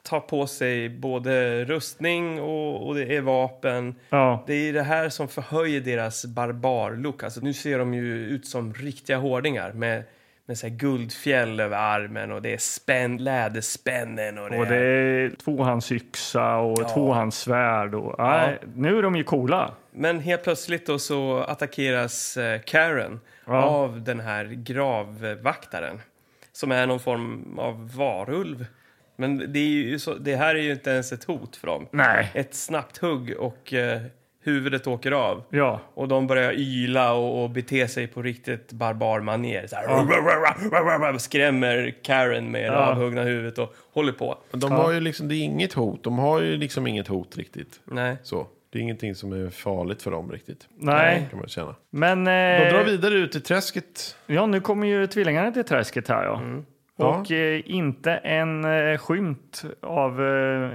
[SPEAKER 3] ta på sig både rustning och, och det är vapen.
[SPEAKER 1] Ja.
[SPEAKER 3] Det är det här som förhöjer deras barbarlook. Alltså, nu ser de ju ut som riktiga hårdingar med, med så här guldfjäll över armen och det är spänn, läderspännen och det,
[SPEAKER 1] Och det
[SPEAKER 3] är...
[SPEAKER 1] är tvåhandsyxa och tvåhandssvärd. Och, nej, Nu är de ju coola.
[SPEAKER 3] Men helt plötsligt då så attackeras eh, Karen
[SPEAKER 1] Ja.
[SPEAKER 3] av den här gravvaktaren som är någon form av varulv. Men det, är ju så, det här är ju inte ens ett hot för dem.
[SPEAKER 1] Nej.
[SPEAKER 3] Ett snabbt hugg och eh, huvudet åker av.
[SPEAKER 1] Ja,
[SPEAKER 3] Och de börjar yla och, och bete sig på riktigt barbarmanér. Så här, Skrämmer Karen med det avhuggna huvudet och håller på.
[SPEAKER 2] De har ju liksom, det är inget hot. De har ju liksom inget hot riktigt.
[SPEAKER 3] Nej.
[SPEAKER 2] Så. Det är ingenting som är farligt för dem riktigt.
[SPEAKER 1] nej.
[SPEAKER 2] Kan man känna.
[SPEAKER 1] Men
[SPEAKER 2] De drar
[SPEAKER 1] eh,
[SPEAKER 2] vidare ut i träsket.
[SPEAKER 1] ja, nu kommer ju tvillingarna till träsket här. Ja.
[SPEAKER 2] Mm. Ja.
[SPEAKER 1] Och eh, inte en eh, skymt av eh,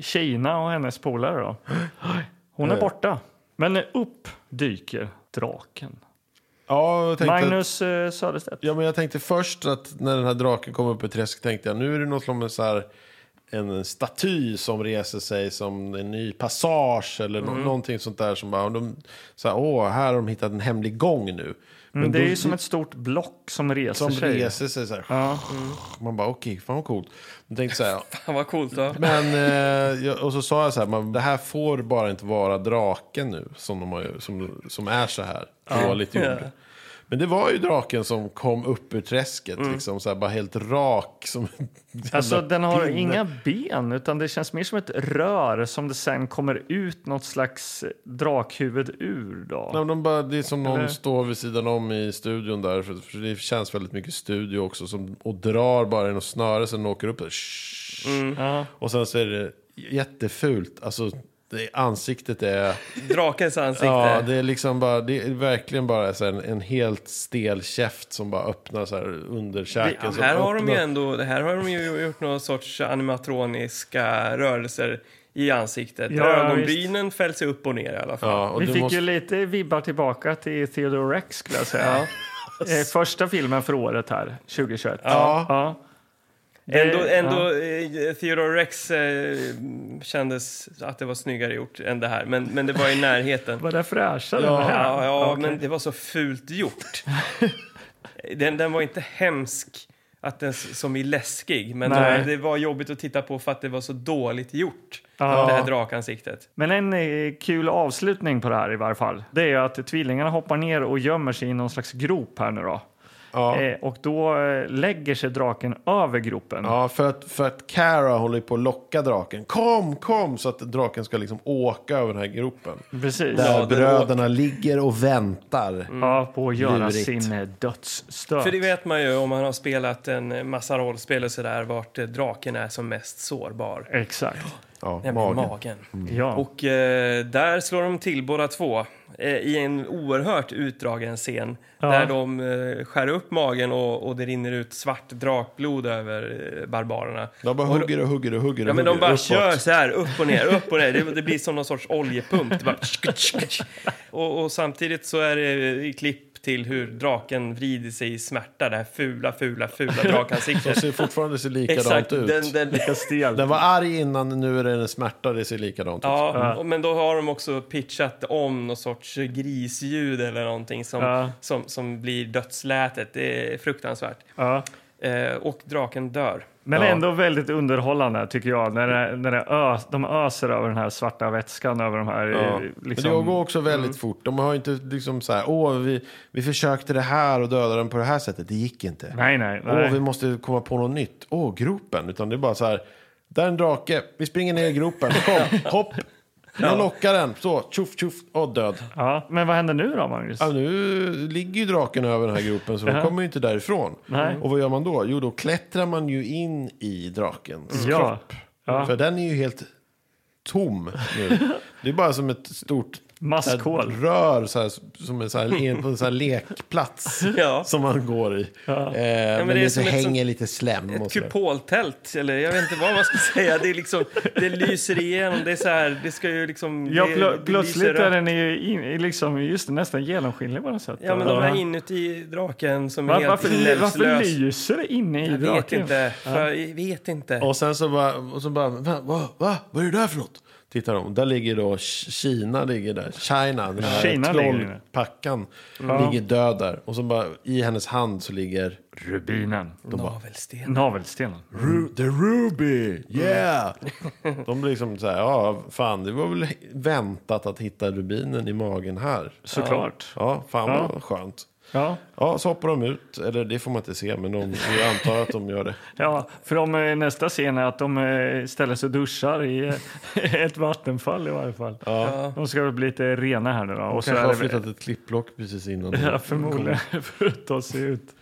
[SPEAKER 1] Kina och hennes polare.
[SPEAKER 2] *gasps*
[SPEAKER 1] Då. Hon är
[SPEAKER 2] Nej.
[SPEAKER 1] borta. Men eh, upp dyker draken.
[SPEAKER 2] Ja, jag tänkte Att,
[SPEAKER 1] Magnus eh, Söderstedt.
[SPEAKER 2] ja, men jag tänkte först att när den här draken kom upp i träsket tänkte jag nu är det något som en, så här, en staty som reser sig som en ny passage eller nå-
[SPEAKER 1] Mm.
[SPEAKER 2] någonting sånt där som bara, de, så här, åh, här har de hittat en hemlig gång nu. Men
[SPEAKER 1] Mm, Det är
[SPEAKER 2] då-
[SPEAKER 1] ju som ett stort block som reser
[SPEAKER 2] som
[SPEAKER 1] sig.
[SPEAKER 2] reser sig så här.
[SPEAKER 1] Ja.
[SPEAKER 2] Man bara okej, fan vad coolt. Jag
[SPEAKER 1] *laughs*
[SPEAKER 2] tänkte så här,
[SPEAKER 3] Fan vad coolt. Då.
[SPEAKER 2] Men, eh, jag- och så sa jag så här, man, det här får bara inte vara draken nu som, de har, ju- som, som är så här dåligt gjord. Men det var ju draken som kom upp ur träsket, liksom, så här, bara helt rak. Som en jävla
[SPEAKER 1] Mm. Alltså den har
[SPEAKER 2] pinne.
[SPEAKER 1] inga ben utan det känns mer som ett rör som det sen kommer ut något slags drakhuvud ur då.
[SPEAKER 2] *laughs* Nej, men de bara, det är som någon
[SPEAKER 1] Eller?
[SPEAKER 2] står vid sidan om i studion där, för, för det känns väldigt mycket studio också, som, och drar bara i något snöre så den åker upp. där. Shh.
[SPEAKER 1] Ja.
[SPEAKER 2] Och sen så är det jättefult, alltså det, ansiktet är...
[SPEAKER 3] Drakens ansikte.
[SPEAKER 2] Ja, det är liksom bara, det är verkligen bara så här en, en helt stel käft som bara öppnar så här under käken. som
[SPEAKER 3] här har de ju
[SPEAKER 2] öppnar-
[SPEAKER 3] ändå det här har de ju gjort någon sorts animatroniska rörelser i ansiktet.
[SPEAKER 1] Ja,
[SPEAKER 3] Ögonbrynen fäller sig upp och ner i alla fall.
[SPEAKER 2] Ja, och
[SPEAKER 1] Vi
[SPEAKER 2] du
[SPEAKER 1] fick
[SPEAKER 2] måste,
[SPEAKER 1] ju lite vibbar tillbaka till Theodore Rex skulle jag
[SPEAKER 2] *laughs*
[SPEAKER 1] säga. Eh, Första filmen för året här, 2021.
[SPEAKER 2] Ja.
[SPEAKER 1] Ja.
[SPEAKER 3] Ändå,
[SPEAKER 1] Det-
[SPEAKER 3] ändå eh, Theodore Rex eh, kändes att det var snyggare gjort än det här, men, men det var i närheten.
[SPEAKER 1] Var det fräschare?
[SPEAKER 2] Ja.
[SPEAKER 1] än det här?
[SPEAKER 3] Ja, ja
[SPEAKER 1] Okej.
[SPEAKER 3] men det var så fult gjort. den, den var inte hemsk att den, s- som är läskig, men
[SPEAKER 1] Nej.
[SPEAKER 3] det, det var jobbigt att titta på för att det var så dåligt gjort.
[SPEAKER 1] Ja.
[SPEAKER 3] Det här drakansiktet.
[SPEAKER 1] Men en eh, kul avslutning på det här i varje fall. Det är ju att tvillingarna hoppar ner och gömmer sig i någon slags grop här nu då.
[SPEAKER 2] ja,
[SPEAKER 1] Eh, och då eh, lägger sig draken över gropen.
[SPEAKER 2] ja, för att, för att Cara håller på att locka draken. Kom, kom! Så att draken ska liksom åka över den här gropen.
[SPEAKER 1] Precis.
[SPEAKER 2] Där
[SPEAKER 3] den Mm.
[SPEAKER 2] bröderna ligger och väntar.
[SPEAKER 1] Ja, på att göra
[SPEAKER 2] Lurigt.
[SPEAKER 1] sin eh, dödsstöt.
[SPEAKER 3] För det vet man ju om man har spelat en massa rollspel och sådär, vart eh, draken är som mest sårbar.
[SPEAKER 1] Exakt.
[SPEAKER 2] Ja,
[SPEAKER 3] Nämligen
[SPEAKER 2] magen.
[SPEAKER 1] Mm.
[SPEAKER 3] magen.
[SPEAKER 1] Ja.
[SPEAKER 3] Och eh, där slår de till båda två. eh, i en oerhört utdragen scen där de eh, skär upp magen och, och det rinner ut svart drakblod över eh, barbarerna.
[SPEAKER 2] De bara hugger och hugger och hugger.
[SPEAKER 3] Ja,
[SPEAKER 2] och
[SPEAKER 3] men de
[SPEAKER 2] hugger
[SPEAKER 3] bara
[SPEAKER 2] uppåt.
[SPEAKER 3] kör så här, upp och ner, upp och ner. Det, det blir som någon sorts oljepump. Det bara tsk, tsk, tsk. och, och samtidigt så är det i klipp till hur draken vrider sig i smärta, det här fula,
[SPEAKER 2] *laughs*
[SPEAKER 3] fula, fula
[SPEAKER 2] De
[SPEAKER 3] drakansiktet.
[SPEAKER 2] ser fortfarande ser likadant
[SPEAKER 3] Exakt,
[SPEAKER 2] ut.
[SPEAKER 3] den, den,
[SPEAKER 1] Vilka stel.
[SPEAKER 2] Den var arg innan, nu är den en smärta. Det ser likadant ut.
[SPEAKER 3] Ja, och- men då har de också pitchat om någon sorts grisljud eller någonting som,
[SPEAKER 1] Ja.
[SPEAKER 3] som, som blir dödslätet. Det är fruktansvärt.
[SPEAKER 1] Ja.
[SPEAKER 3] Eh, och draken dör.
[SPEAKER 1] Men
[SPEAKER 2] Ja.
[SPEAKER 1] ändå väldigt underhållande tycker jag när, det, när det ös, de öser över den här svarta vätskan över de här.
[SPEAKER 2] Ja.
[SPEAKER 1] eh, Liksom,
[SPEAKER 2] Men det går också väldigt fort. De har inte liksom så här, åh, vi, vi försökte det här och döda den på det här sättet. Det gick inte.
[SPEAKER 1] Nej, nej.
[SPEAKER 2] Åh,
[SPEAKER 1] nej.
[SPEAKER 2] vi måste komma på något nytt. Åh, gropen. Utan det är bara så här, där är en drake. Vi springer ner
[SPEAKER 1] *laughs*
[SPEAKER 2] i gropen. Kom, hopp. Jag lockar den. Så, tjoff, tjoff. Åh, död.
[SPEAKER 1] Ja. Men vad händer nu då, Magnus?
[SPEAKER 2] Ja, nu ligger ju draken över den här gropen så de kommer ju inte därifrån.
[SPEAKER 1] Nej.
[SPEAKER 2] Och vad gör man då? Jo, då klättrar man ju in i drakens
[SPEAKER 1] Ja.
[SPEAKER 2] kropp.
[SPEAKER 1] Ja.
[SPEAKER 2] För den är ju helt tom nu. Det är bara som ett stort
[SPEAKER 1] Maskhål.
[SPEAKER 2] så här rör så här, som en, så här, en, på en så här lekplats
[SPEAKER 3] *laughs* Ja.
[SPEAKER 2] som man går i. Eh, men,
[SPEAKER 3] det är
[SPEAKER 2] det,
[SPEAKER 3] som ett
[SPEAKER 2] hänger
[SPEAKER 3] sånt-
[SPEAKER 2] lite slem och
[SPEAKER 3] Ett
[SPEAKER 2] så där.
[SPEAKER 3] kupoltält, eller jag vet inte vad man ska *laughs* säga. Det, är liksom, det lyser igenom, det är så här, det ska ju liksom...
[SPEAKER 1] Ja,
[SPEAKER 3] det,
[SPEAKER 1] plö-
[SPEAKER 3] det
[SPEAKER 1] plötsligt
[SPEAKER 3] lyser
[SPEAKER 1] är
[SPEAKER 3] rött.
[SPEAKER 1] den ju in, i liksom, just det, nästan genomskinlig på något sätt.
[SPEAKER 3] Ja, men de här inuti draken som är
[SPEAKER 1] Va-
[SPEAKER 3] helt
[SPEAKER 1] varför, varför
[SPEAKER 3] inälvslös.
[SPEAKER 1] lyser det inne i
[SPEAKER 3] Jag
[SPEAKER 1] draken?
[SPEAKER 3] vet inte, för jag vet inte.
[SPEAKER 2] Och sen så bara, och så bara va, va, va, vad är det där för något? Tittar de, där ligger då K- Kina, ligger där. China, den här
[SPEAKER 1] Kina ligger där.
[SPEAKER 2] trollpackan, ligger död där. Och så bara, i hennes hand så ligger
[SPEAKER 1] Rubinen.
[SPEAKER 3] Navelsten.
[SPEAKER 1] Navelstenen.
[SPEAKER 2] Ru- The Ruby, yeah! *laughs* De blir liksom så här, ja fan det var väl väntat att hitta rubinen i magen här.
[SPEAKER 1] Såklart.
[SPEAKER 2] Ja, fan
[SPEAKER 1] Ja.
[SPEAKER 2] vad skönt.
[SPEAKER 1] Ja.
[SPEAKER 2] Ja, så hoppar de ut, eller det får man inte se, men de, vi antar att de gör det.
[SPEAKER 1] Ja, för de, eh, nästa scen är att de eh, ställer sig och duschar i eh, *laughs* ett vattenfall i varje fall. De ska väl bli lite rena här nu då. Och så
[SPEAKER 2] Kanske har
[SPEAKER 1] är det,
[SPEAKER 2] flyttat ett klippblock precis innan.
[SPEAKER 1] *laughs* ja, förmodligen *laughs* för att ta sig ut.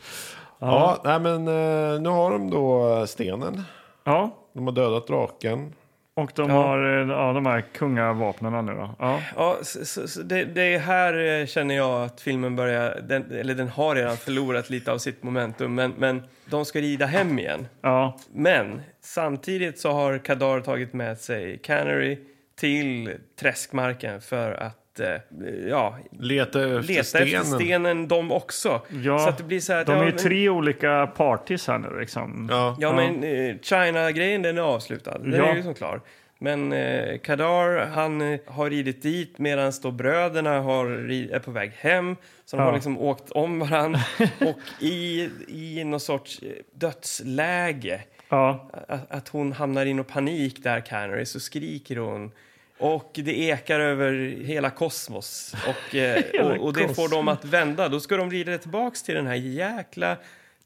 [SPEAKER 2] Ja, nej, men eh, nu har de då stenen.
[SPEAKER 1] Ja,
[SPEAKER 2] De har dödat draken.
[SPEAKER 1] och de har eh, ja, de här kungavapnen nu då. Ja.
[SPEAKER 3] Ja, så, så, så det, det är här eh, känner jag att filmen börjar, den, eller den har redan förlorat lite av sitt momentum, men, men de ska rida hem igen.
[SPEAKER 1] Ja.
[SPEAKER 3] Men samtidigt så har Kadar tagit med sig Canary till träskmarken för att, eh, ja,
[SPEAKER 2] Leta efter
[SPEAKER 3] leta
[SPEAKER 2] stenen.
[SPEAKER 3] efter stenen de också.
[SPEAKER 1] Ja,
[SPEAKER 3] så att det blir så här att,
[SPEAKER 1] de
[SPEAKER 3] ja,
[SPEAKER 1] är ju
[SPEAKER 3] men-
[SPEAKER 1] tre olika parties här nu liksom.
[SPEAKER 2] Ja.
[SPEAKER 3] Ja, men eh, China-grejen den är avslutad. Den
[SPEAKER 1] Ja.
[SPEAKER 3] är ju som klar. Men eh, Kadar, han eh, har ridit dit medan då bröderna har, ri- är på väg hem. Så de
[SPEAKER 1] Ja.
[SPEAKER 3] har liksom åkt
[SPEAKER 1] *laughs*
[SPEAKER 3] om varandra. och i, i någon sorts eh, dödsläge,
[SPEAKER 1] Ja.
[SPEAKER 3] att, att hon hamnar i någon panik där, Canary, så skriker hon. Och det ekar över hela kosmos.
[SPEAKER 1] *laughs*
[SPEAKER 3] Och, eh,
[SPEAKER 1] Hela
[SPEAKER 3] och, och det får dem att vända. Då ska de rida tillbaks till den här jäkla,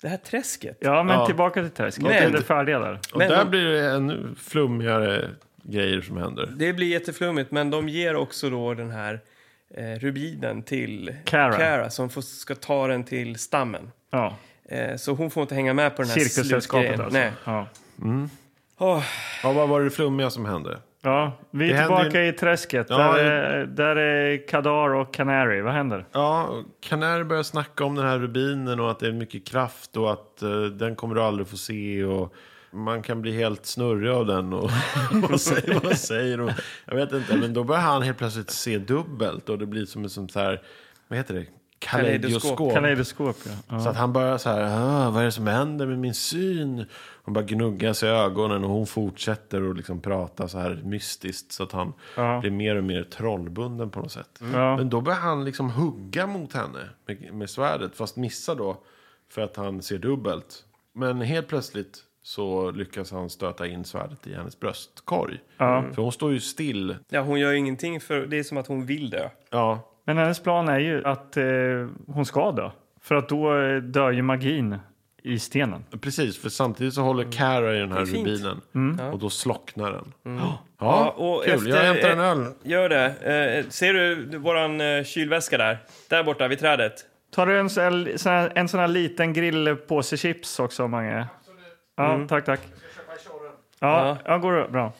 [SPEAKER 3] det här träsket.
[SPEAKER 1] Ja, men
[SPEAKER 2] Ja.
[SPEAKER 1] tillbaka till träsket.
[SPEAKER 3] Men-
[SPEAKER 1] Men... Är det färdiga där?
[SPEAKER 2] Och
[SPEAKER 3] Men
[SPEAKER 2] där
[SPEAKER 3] de-
[SPEAKER 2] blir det ännu flummigare grejer som händer.
[SPEAKER 3] Det blir jätteflummigt, men de ger också då den här eh, rubinen till
[SPEAKER 1] Cara.
[SPEAKER 3] som får, ska ta den till stammen.
[SPEAKER 1] Ja.
[SPEAKER 3] Eh, så hon får inte hänga med på den här
[SPEAKER 1] Cirkussällskapet
[SPEAKER 3] slutgrejen.
[SPEAKER 1] alltså.
[SPEAKER 3] Nej.
[SPEAKER 1] Ja.
[SPEAKER 3] Åh,
[SPEAKER 2] Ja, vad var det flummiga som hände?
[SPEAKER 1] Ja, vi är
[SPEAKER 2] Det händer
[SPEAKER 1] tillbaka i träsket.
[SPEAKER 2] Ja,
[SPEAKER 1] där, är, där är Kadar och Canary. Vad händer?
[SPEAKER 2] Ja, Canary börjar snacka om den här rubinen och att det är mycket kraft och att eh, den kommer du aldrig få se och man kan bli helt snurrig av den och *laughs* vad säger, vad säger och Jag vet inte, men då börjar han helt plötsligt se dubbelt och det blir som ett sånt här, vad heter det?
[SPEAKER 3] Kaleidoskop.
[SPEAKER 2] Kaleidoskop.
[SPEAKER 1] Kaleidoskop, ja. ja.
[SPEAKER 2] Så att han börjar så här, "Ah, vad är det som händer med min syn? Hon bara gnuggar sig i ögonen och hon fortsätter och liksom prata så här mystiskt. Så att han
[SPEAKER 1] Ja. Mm.
[SPEAKER 2] blir mer och mer trollbunden på något sätt.
[SPEAKER 1] Ja.
[SPEAKER 2] Men då börjar han liksom hugga mot henne med, med svärdet. Fast missar då för att han ser dubbelt. Men helt plötsligt så lyckas han stöta in svärdet i hennes bröstkorg. För hon står ju still.
[SPEAKER 3] ja, hon gör ju ingenting, för det är som att hon vill dö.
[SPEAKER 2] Ja,
[SPEAKER 1] Men hennes plan är ju att eh, hon ska dö. För att då eh, dör ju magin i stenen.
[SPEAKER 2] precis. För samtidigt så håller Cara i den här
[SPEAKER 3] Mm. Det är fint. Mm.
[SPEAKER 2] rubinen. Och då slocknar den. Ja,
[SPEAKER 3] Ja, och
[SPEAKER 2] kul.
[SPEAKER 3] efter-
[SPEAKER 2] Jag hämtar en öl.
[SPEAKER 3] Gör det. Eh, ser du vår eh, kylväska där? Där borta vid trädet.
[SPEAKER 1] Tar du en sån här, sån här- en sån här liten grillpåse chips också,
[SPEAKER 3] Mm.
[SPEAKER 1] Mange? Absolut. Ja, tack, tack. Jag ska köpa i Ja, ja. går det bra.
[SPEAKER 3] Eh,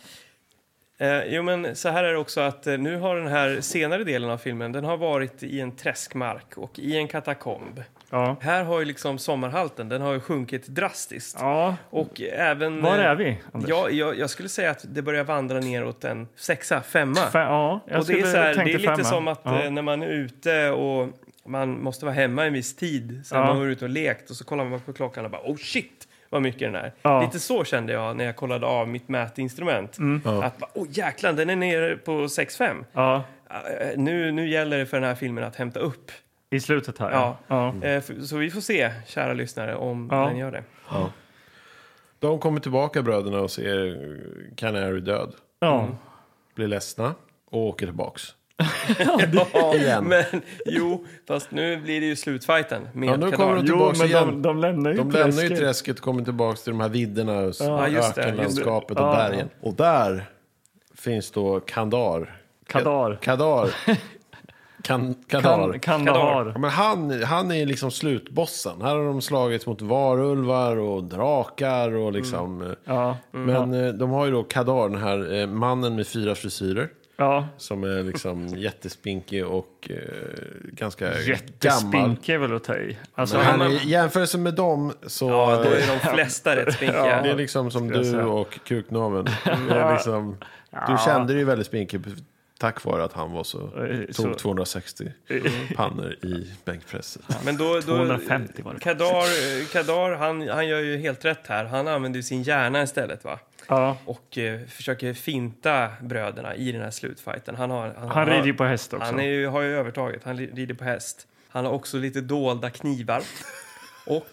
[SPEAKER 3] Eh, jo, men så här är det också att eh, nu har den här senare delen av filmen, den har varit i en träskmark och i en katakomb.
[SPEAKER 1] Ja.
[SPEAKER 3] Här har ju liksom sommarhalten, den har ju sjunkit drastiskt.
[SPEAKER 1] ja.
[SPEAKER 3] Och även...
[SPEAKER 1] Var
[SPEAKER 3] eh,
[SPEAKER 1] är vi, Anders?
[SPEAKER 3] Ja, jag, jag skulle säga att det börjar vandra neråt en sexa, femma.
[SPEAKER 1] Fe- ja, jag
[SPEAKER 3] och det är,
[SPEAKER 1] skulle-
[SPEAKER 3] så här, det
[SPEAKER 1] tänkte
[SPEAKER 3] är lite
[SPEAKER 1] femma.
[SPEAKER 3] som att
[SPEAKER 1] Ja.
[SPEAKER 3] eh, när man är ute och man måste vara hemma en viss tid. Sen
[SPEAKER 1] Ja.
[SPEAKER 3] man var ute och lekt och så kollar man på klockan och bara oh shit vad mycket den är.
[SPEAKER 1] Ja. Mm.
[SPEAKER 3] Lite så kände jag när jag kollade av mitt mätinstrument. Att bara, oh jäklar den är nere på 6,5.
[SPEAKER 1] Ja,
[SPEAKER 3] Eh, Nu, nu gäller det för den här filmen att hämta upp.
[SPEAKER 1] i slutet här.
[SPEAKER 3] Ja.
[SPEAKER 1] Ja. Ja.
[SPEAKER 3] Eh, f- Så vi får se, kära lyssnare, om
[SPEAKER 1] Ja.
[SPEAKER 3] den gör det.
[SPEAKER 2] De kommer tillbaka bröderna och ser Canary död.
[SPEAKER 1] Ja.
[SPEAKER 3] Mm.
[SPEAKER 2] Blir ledsna och åker tillbaks.
[SPEAKER 3] *laughs* Ja,
[SPEAKER 2] igen.
[SPEAKER 3] men jo, fast nu blir det ju slutfighten med
[SPEAKER 2] Ja, nu
[SPEAKER 3] Kadar.
[SPEAKER 2] kommer de
[SPEAKER 1] Jo,
[SPEAKER 2] tillbaks
[SPEAKER 1] men de,
[SPEAKER 2] igen.
[SPEAKER 1] de lämnar ju
[SPEAKER 2] De lämnar ju
[SPEAKER 1] träsket.
[SPEAKER 2] träsket och kommer tillbaka till de här vidderna, ja,
[SPEAKER 3] just det,
[SPEAKER 2] ökenlandskapet och
[SPEAKER 1] just det. Ja.
[SPEAKER 2] bergen. Och där finns då Kandar.
[SPEAKER 1] Kadar.
[SPEAKER 2] Kadar.
[SPEAKER 3] *laughs*
[SPEAKER 2] Kan, kadar.
[SPEAKER 1] Kan, Kandahar.
[SPEAKER 2] Ja, men han, han är liksom slutbossen. Här har de slagits mot varulvar och drakar och liksom...
[SPEAKER 3] Mm.
[SPEAKER 2] eh,
[SPEAKER 1] Mm. Ja.
[SPEAKER 2] Men eh, de har ju då Kadar, den här eh, mannen med fyra frisyrer.
[SPEAKER 1] ja.
[SPEAKER 2] Som
[SPEAKER 1] *laughs*
[SPEAKER 2] är liksom jättespinkig och eh, ganska gammal.
[SPEAKER 1] Jättespinkig är väl att ta i. Alltså,
[SPEAKER 2] Men han
[SPEAKER 1] han-
[SPEAKER 2] är, I jämförelse med dem så...
[SPEAKER 3] Ja, då är de flesta rätt spinkiga.
[SPEAKER 2] Det är liksom som
[SPEAKER 1] jag
[SPEAKER 2] du
[SPEAKER 1] säga.
[SPEAKER 2] och
[SPEAKER 1] *laughs*
[SPEAKER 2] kuknaven. Det är liksom, du kände dig ju väldigt spinkig tack vare att han var så,
[SPEAKER 1] Eh, så- Eh.
[SPEAKER 2] tog 260 pannor i bänkpressen.
[SPEAKER 3] Men då, då,
[SPEAKER 1] 250 var det.
[SPEAKER 3] Kadar, Kadar han, han gör ju helt rätt här. Han använder ju sin hjärna istället va?
[SPEAKER 1] ja.
[SPEAKER 3] Och eh, försöker finta bröderna i den här slutfighten. Han, har,
[SPEAKER 1] Han rider ju på häst också.
[SPEAKER 3] Han är ju, har ju övertaget. Han li- rider på häst. Han har också lite dolda knivar. Och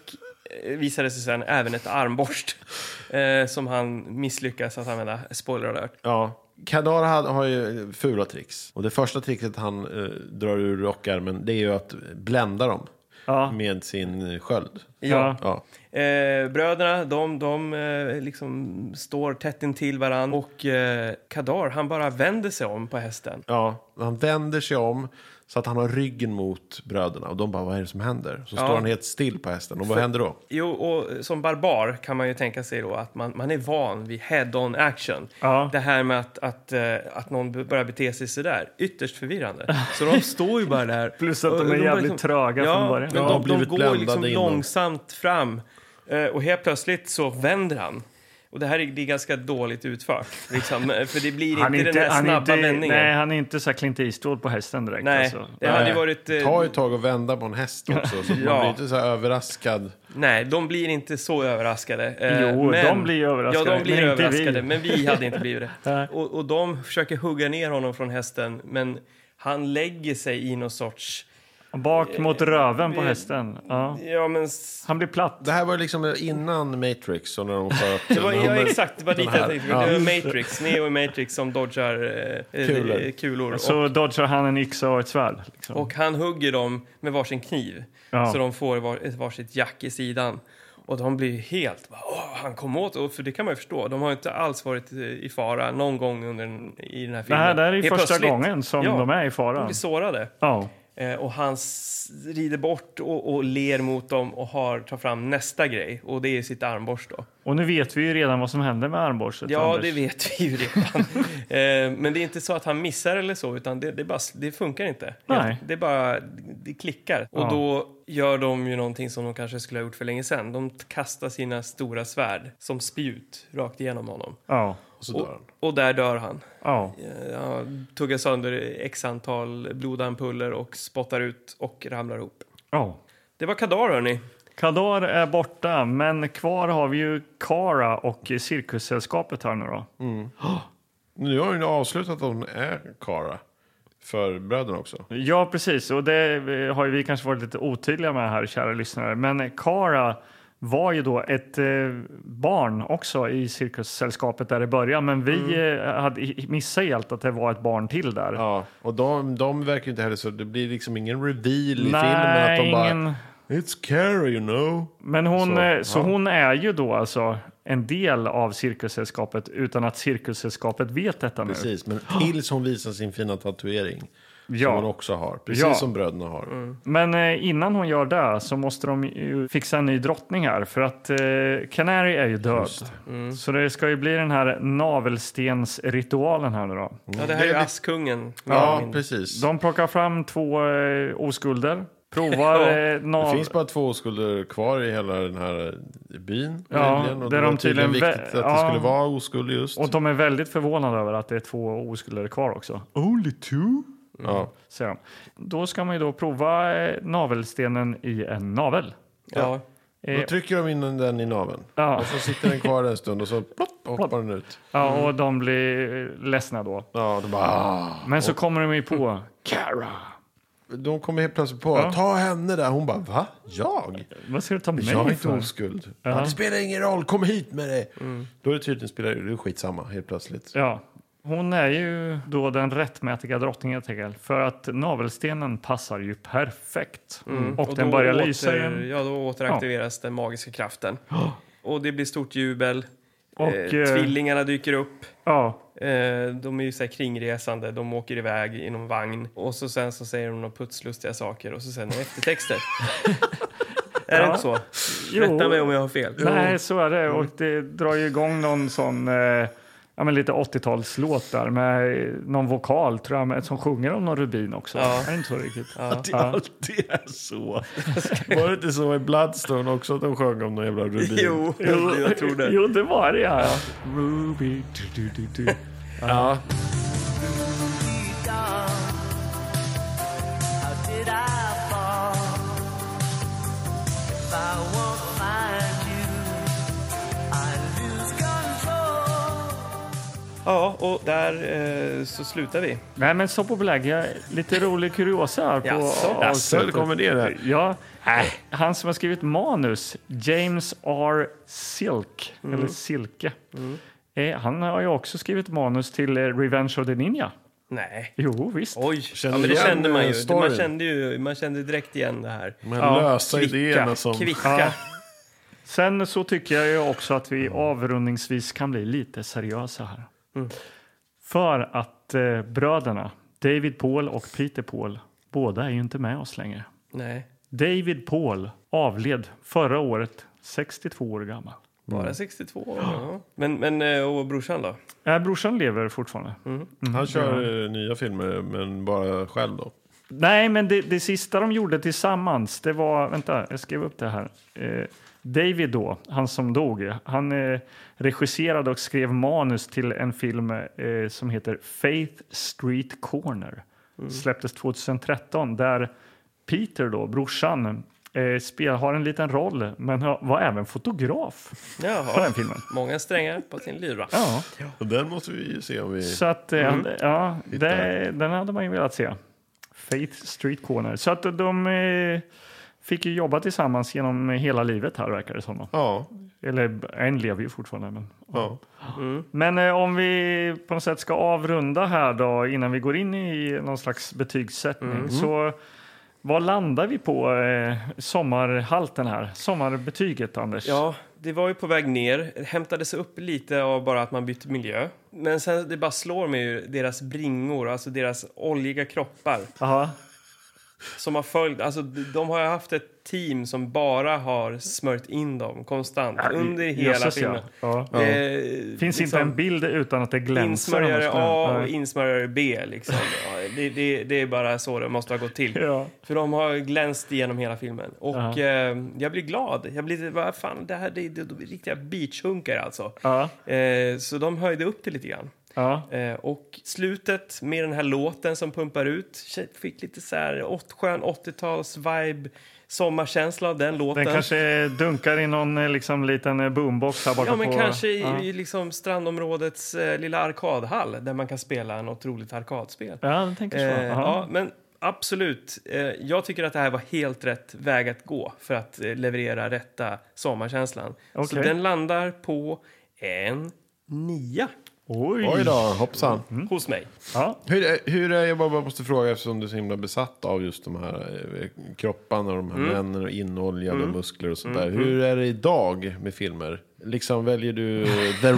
[SPEAKER 3] eh, visade sig sen även ett armborst. Eh, som han misslyckas att använda. Spoiler alert.
[SPEAKER 2] Ja. Kadar har, har ju fula tricks. Och det första tricket han eh, drar ur rockärmen det är ju att blända dem
[SPEAKER 1] Ja.
[SPEAKER 2] med sin eh, sköld.
[SPEAKER 1] Ja.
[SPEAKER 2] Ja.
[SPEAKER 3] Eh, bröderna, de, de eh, liksom står tätt intill varann och eh, Kadar, han bara vänder sig om på hästen.
[SPEAKER 2] Ja, han vänder sig om så att han har ryggen mot bröderna. Och de bara, vad är det som händer? Så står han helt still på hästen. Och vad händer då?
[SPEAKER 3] Jo, och som barbar kan man ju tänka sig då att man, man är van vid head-on action.
[SPEAKER 1] Ja.
[SPEAKER 3] Det här med att, att, eh, att någon b- börjar bete sig sådär, ytterst förvirrande. Så de står ju bara där.
[SPEAKER 1] *laughs* Plus att
[SPEAKER 3] Och
[SPEAKER 1] de är
[SPEAKER 3] bara liksom-
[SPEAKER 1] jävligt tröga
[SPEAKER 3] ja,
[SPEAKER 1] från början.
[SPEAKER 3] Men
[SPEAKER 2] Ja,
[SPEAKER 3] de, de,
[SPEAKER 2] blivit
[SPEAKER 3] går
[SPEAKER 2] bländade
[SPEAKER 3] liksom
[SPEAKER 2] in dem.
[SPEAKER 3] långsamt fram eh, och helt plötsligt så vänder han. Och det här är, det är ganska dåligt utfört,
[SPEAKER 1] *laughs*
[SPEAKER 3] liksom, för det blir
[SPEAKER 1] Han
[SPEAKER 3] inte,
[SPEAKER 1] är inte,
[SPEAKER 3] den här
[SPEAKER 1] han är
[SPEAKER 3] snabba
[SPEAKER 1] inte,
[SPEAKER 3] vändningen.
[SPEAKER 1] nej, han är inte så här Clint Eastwood på hästen direkt.
[SPEAKER 3] Nej,
[SPEAKER 1] alltså.
[SPEAKER 3] det hade ju
[SPEAKER 2] Nej.
[SPEAKER 3] varit... eh,
[SPEAKER 2] Ta ett tag och vända på en häst också. Så att
[SPEAKER 3] Ja.
[SPEAKER 2] man blir inte så här överraskad.
[SPEAKER 3] Nej, de blir inte så överraskade. Eh,
[SPEAKER 1] Jo, de blir överraskade,
[SPEAKER 3] Ja, de blir
[SPEAKER 1] men inte
[SPEAKER 3] överraskade,
[SPEAKER 1] vi.
[SPEAKER 3] men vi hade
[SPEAKER 1] *laughs*
[SPEAKER 3] inte blivit det. och, och de försöker hugga ner honom från hästen, men han lägger sig i någon sorts...
[SPEAKER 1] Bak mot röven på hästen. Ja.
[SPEAKER 3] Ja, men... s-
[SPEAKER 1] Han blir platt.
[SPEAKER 2] Det här var liksom innan Matrix och när de sköt...
[SPEAKER 3] *laughs* Det var, ja, exakt, det var dit jag
[SPEAKER 2] här.
[SPEAKER 3] tänkte. Det var Matrix, Neo i Matrix som dodgar eh,
[SPEAKER 2] Kulor.
[SPEAKER 3] kulor. kulor.
[SPEAKER 1] Så dodgar han en yxa och ett svärd. Liksom.
[SPEAKER 3] Och han hugger dem med varsin kniv.
[SPEAKER 1] Ja.
[SPEAKER 3] Så de får var, ett varsitt jack i sidan. Och de blir ju helt... bara, Åh, han kom åt... Och för det kan man ju förstå. De har ju inte alls varit eh, i fara någon gång under den, i den här
[SPEAKER 1] det
[SPEAKER 3] filmen.
[SPEAKER 1] här, det här är ju
[SPEAKER 3] Helt
[SPEAKER 1] första
[SPEAKER 3] plötsligt.
[SPEAKER 1] gången som
[SPEAKER 3] Ja,
[SPEAKER 1] de är i
[SPEAKER 3] De
[SPEAKER 1] fara.
[SPEAKER 3] blir sårade.
[SPEAKER 1] Ja.
[SPEAKER 3] Eh, och han s- rider bort och, och ler mot dem och har, tar fram nästa grej. Och det är sitt armborst då.
[SPEAKER 1] Och nu vet vi ju redan vad som händer med armborstet.
[SPEAKER 3] Ja,
[SPEAKER 1] Anders.
[SPEAKER 3] det vet vi
[SPEAKER 1] *laughs*
[SPEAKER 3] ju redan. eh, men det är inte så att han missar eller så, utan det, det, bara, det funkar inte.
[SPEAKER 1] Nej.
[SPEAKER 3] Det bara det klickar. Och
[SPEAKER 1] Ja.
[SPEAKER 3] då gör de ju någonting som de kanske skulle ha gjort för länge sedan. De t- kastar sina stora svärd som spjut rakt igenom honom.
[SPEAKER 1] Ja.
[SPEAKER 2] Och så dör han.
[SPEAKER 3] Och där dör han.
[SPEAKER 1] Ja.
[SPEAKER 3] Eh, Han tuggar sönder x antal blodampuller och spottar ut och ramlar ihop.
[SPEAKER 1] ja.
[SPEAKER 3] Det var Kadar, hörni.
[SPEAKER 1] Kadar är borta, men kvar har vi ju Kara och Cirkussällskapet här nu då.
[SPEAKER 2] Nu har ju avslutat att hon är Kara. För bröderna också.
[SPEAKER 1] Ja, precis. Och det har ju vi kanske varit lite otydliga med här, kära lyssnare. Men Kara var ju då ett eh, barn också i cirkussällskapet där i början. Men vi eh, hade i- missat helt att det var ett barn till där.
[SPEAKER 2] Mm. Ja, och de, de verkar ju inte heller så... Det blir liksom ingen reveal i filmen. Att
[SPEAKER 1] Nej,
[SPEAKER 2] de bara...
[SPEAKER 1] ingen...
[SPEAKER 2] It's Kara, you know.
[SPEAKER 1] Men hon,
[SPEAKER 2] Så,
[SPEAKER 1] eh, så
[SPEAKER 2] ja.
[SPEAKER 1] hon är ju då alltså en del av cirkussällskapet utan att cirkussällskapet vet detta nu. *gasps*
[SPEAKER 2] Precis, men tills hon visar sin fina tatuering. Som
[SPEAKER 1] Ja.
[SPEAKER 2] hon också har. Precis
[SPEAKER 1] Ja.
[SPEAKER 2] som bröderna har.
[SPEAKER 1] Men eh, innan hon gör det så måste de ju fixa en ny drottning här för att eh, Canary är ju död.
[SPEAKER 2] Mm.
[SPEAKER 1] Så det ska ju bli den här navelstensritualen här nu då.
[SPEAKER 3] Ja, det här är ju Askungen.
[SPEAKER 2] Ja, precis.
[SPEAKER 1] De plockar fram två eh, oskulder,
[SPEAKER 2] *laughs*
[SPEAKER 1] provar
[SPEAKER 3] Ja.
[SPEAKER 1] eh,
[SPEAKER 2] Det
[SPEAKER 1] nav...
[SPEAKER 2] finns bara två oskulder kvar i hela den här eh, byn.
[SPEAKER 1] Ja,
[SPEAKER 2] tydligen, och
[SPEAKER 1] där
[SPEAKER 2] det var
[SPEAKER 1] de
[SPEAKER 2] tydligen
[SPEAKER 1] tydligen vä-
[SPEAKER 2] viktigt att det
[SPEAKER 1] ja.
[SPEAKER 2] skulle vara oskuld just.
[SPEAKER 1] Och de är väldigt förvånade över att det är två oskulder kvar också. Mm,
[SPEAKER 2] Only two? Ja.
[SPEAKER 1] Säger de. Då ska man ju då prova eh, navelstenen i en navel.
[SPEAKER 3] Ja.
[SPEAKER 2] Då trycker de in den i naveln.
[SPEAKER 1] Ja.
[SPEAKER 2] Och så sitter den kvar en stund och så plopp, hoppar den ut.
[SPEAKER 1] Ja, och de blir eh, ledsna då.
[SPEAKER 2] Ja, de bara... "Ah."
[SPEAKER 1] Men så kommer de ju på Cara.
[SPEAKER 2] De kommer helt plötsligt på, ta henne där. Hon bara, va? Jag?
[SPEAKER 1] Vad ska du ta mig
[SPEAKER 2] Jag är inte
[SPEAKER 1] för?
[SPEAKER 2] oskuld. Ja. Mm. Det spelar ingen roll, kom hit med dig. Då är det tydligen spelar det är skitsamma helt plötsligt.
[SPEAKER 1] Ja. Hon är ju då den rättmätiga drottningen helt enkelt. För att navelstenen passar ju perfekt. Och, den
[SPEAKER 3] Mm. då
[SPEAKER 1] börjar
[SPEAKER 3] åter-
[SPEAKER 1] lysa igen.
[SPEAKER 3] Ja, då återaktiveras den magiska kraften. Och det blir stort jubel.
[SPEAKER 1] Och,
[SPEAKER 3] eh,
[SPEAKER 1] eh,
[SPEAKER 3] tvillingarna dyker upp.
[SPEAKER 1] Ja.
[SPEAKER 3] Eh, de är ju så här kringresande, de åker iväg i någon vagn och så sen så säger de några putslustiga saker och så sen är
[SPEAKER 1] *laughs*
[SPEAKER 3] det eftertexter. är det inte så? Rätta mig om jag Mm. har fel.
[SPEAKER 1] Nej, så är det. Och det drar ju igång någon sån... Eh, Ja, men lite 80-talslåt där med eh, någon vokal tror jag, men som sjunger om någon rubin också.
[SPEAKER 3] Ja.
[SPEAKER 1] Är det inte så riktigt?
[SPEAKER 2] Att *laughs* det alltid är så. Var det inte så i Bloodstone också att de sjöng om någon jävla *laughs* rubin?
[SPEAKER 3] Jo, jag tror det.
[SPEAKER 1] *laughs* Jo, det var det ja. Ruby, du, du, du, du.
[SPEAKER 2] Ja,
[SPEAKER 7] How did I fall? If I won't find you, I lose control.
[SPEAKER 3] Ja, och där eh, så slutar vi.
[SPEAKER 1] Nej, men så på belägg. Lite rolig kuriosa här på
[SPEAKER 3] Jaså?
[SPEAKER 2] Jaså, det kommer det där.
[SPEAKER 1] Ja, han som har skrivit manus, James R. Silk, eller Silke. Eh, han har ju också skrivit manus till eh, Revenge of the Ninja.
[SPEAKER 3] Nej.
[SPEAKER 1] Jo, visst.
[SPEAKER 3] Oj,
[SPEAKER 2] Känner
[SPEAKER 3] ja,
[SPEAKER 2] du
[SPEAKER 3] men det
[SPEAKER 2] igen,
[SPEAKER 3] kände man
[SPEAKER 2] eh,
[SPEAKER 3] ju. Det- Man
[SPEAKER 2] storyn?
[SPEAKER 3] kände ju man kände direkt igen det här.
[SPEAKER 2] de här
[SPEAKER 1] Ja,
[SPEAKER 2] lösa
[SPEAKER 3] kvicka,
[SPEAKER 2] idéerna som...
[SPEAKER 3] Kvicka.
[SPEAKER 1] Ja. Sen så tycker jag ju också att vi avrundningsvis kan bli lite seriösa här. För att eh, bröderna, David Paul och Peter Paul, båda är ju inte med oss längre.
[SPEAKER 3] Nej,
[SPEAKER 1] David Paul avled förra året, 62 år gammal.
[SPEAKER 3] bara 62 år. Mm. Ja. Men, men eh, och brorsan då?
[SPEAKER 1] Äh, brorsan lever fortfarande.
[SPEAKER 2] Han kör eh, nya filmer, men bara själv då.
[SPEAKER 1] Nej, men det, det sista de gjorde tillsammans, det var... Vänta, jag skrev upp det här. Eh, David då, han som dog, han eh, regisserade och skrev manus till en film eh, som heter Faith Street Corner. Släpptes 2013, där Peter då, brorsan, eh, spel, har en liten roll, men har- var även fotograf på
[SPEAKER 3] Jaha.
[SPEAKER 1] den filmen.
[SPEAKER 3] Många strängar på sin lyra.
[SPEAKER 1] Ja.
[SPEAKER 2] Och den måste vi ju se om vi...
[SPEAKER 1] Så att, eh,
[SPEAKER 3] Mm.
[SPEAKER 1] ja, det, den hade man ju velat se. Faith Street Corner. Så att de eh, fick ju jobba tillsammans genom hela livet här verkar det som. då.
[SPEAKER 2] Ja,
[SPEAKER 1] Eller en lever ju fortfarande. Men,
[SPEAKER 2] ja.
[SPEAKER 1] men eh, om vi på något sätt ska avrunda här då innan vi går in i någon slags betygssättning.
[SPEAKER 3] Mhm.
[SPEAKER 1] Så vad landar vi på eh, sommarhalten här? Sommarbetyget Anders?
[SPEAKER 3] Ja, det var ju på väg ner. Hämtade sig upp lite av bara att man bytte miljö. Men sen det bara slår mig ju deras bringor, alltså deras oljiga kroppar
[SPEAKER 1] Aha.
[SPEAKER 3] som har följt. Alltså de de har ju haft ett team som bara har smörjt in dem konstant under hela
[SPEAKER 1] Jösses, ja.
[SPEAKER 3] filmen.
[SPEAKER 1] Ja.
[SPEAKER 3] Det,
[SPEAKER 1] Finns
[SPEAKER 3] liksom,
[SPEAKER 1] inte en bild utan att det glänser.
[SPEAKER 3] Insmörjare
[SPEAKER 1] annars.
[SPEAKER 3] A
[SPEAKER 1] Nej.
[SPEAKER 3] och insmörjare B.
[SPEAKER 1] *laughs*
[SPEAKER 3] Liksom. Ja, Det, det, det är bara så det måste ha gått till.
[SPEAKER 1] Ja.
[SPEAKER 3] För de har glänst igenom hela filmen. Och eh, jag blir glad. Jag blir lite, vad fan, det här det, det, de är riktiga beachhunkar alltså.
[SPEAKER 1] Ja.
[SPEAKER 3] Eh, så de höjde upp det lite grann.
[SPEAKER 1] Ja.
[SPEAKER 3] Eh, och slutet med den här låten som pumpar ut fick lite så här åt, skön 80-tals-vibe, sommarkänsla av den låten.
[SPEAKER 1] Den kanske dunkar i någon eh, liksom, liten eh, boombox här borta
[SPEAKER 3] Ja, men
[SPEAKER 1] på...
[SPEAKER 3] kanske i, i liksom strandområdets eh, lilla arkadhall där man kan spela en otroligt arkadspel.
[SPEAKER 1] Ja, jag tänker så.
[SPEAKER 3] Eh, ja,
[SPEAKER 1] Jaha.
[SPEAKER 3] men absolut. Eh, jag tycker att det här var helt rätt väg att gå för att eh, leverera rätta sommarkänslan. Så
[SPEAKER 1] Okej.
[SPEAKER 3] den landar på en nia
[SPEAKER 1] Oj!
[SPEAKER 2] Oj då, hoppsan.
[SPEAKER 1] Mm.
[SPEAKER 3] hos mig. *laughs*
[SPEAKER 1] Ja.
[SPEAKER 2] Hur, är- hur är, jag bara bara måste fråga eftersom du är så himla besatt av just de här eh, kropparna och de här männen och inoljade muskler och sånt där. Hur är det idag med filmer? Liksom väljer du The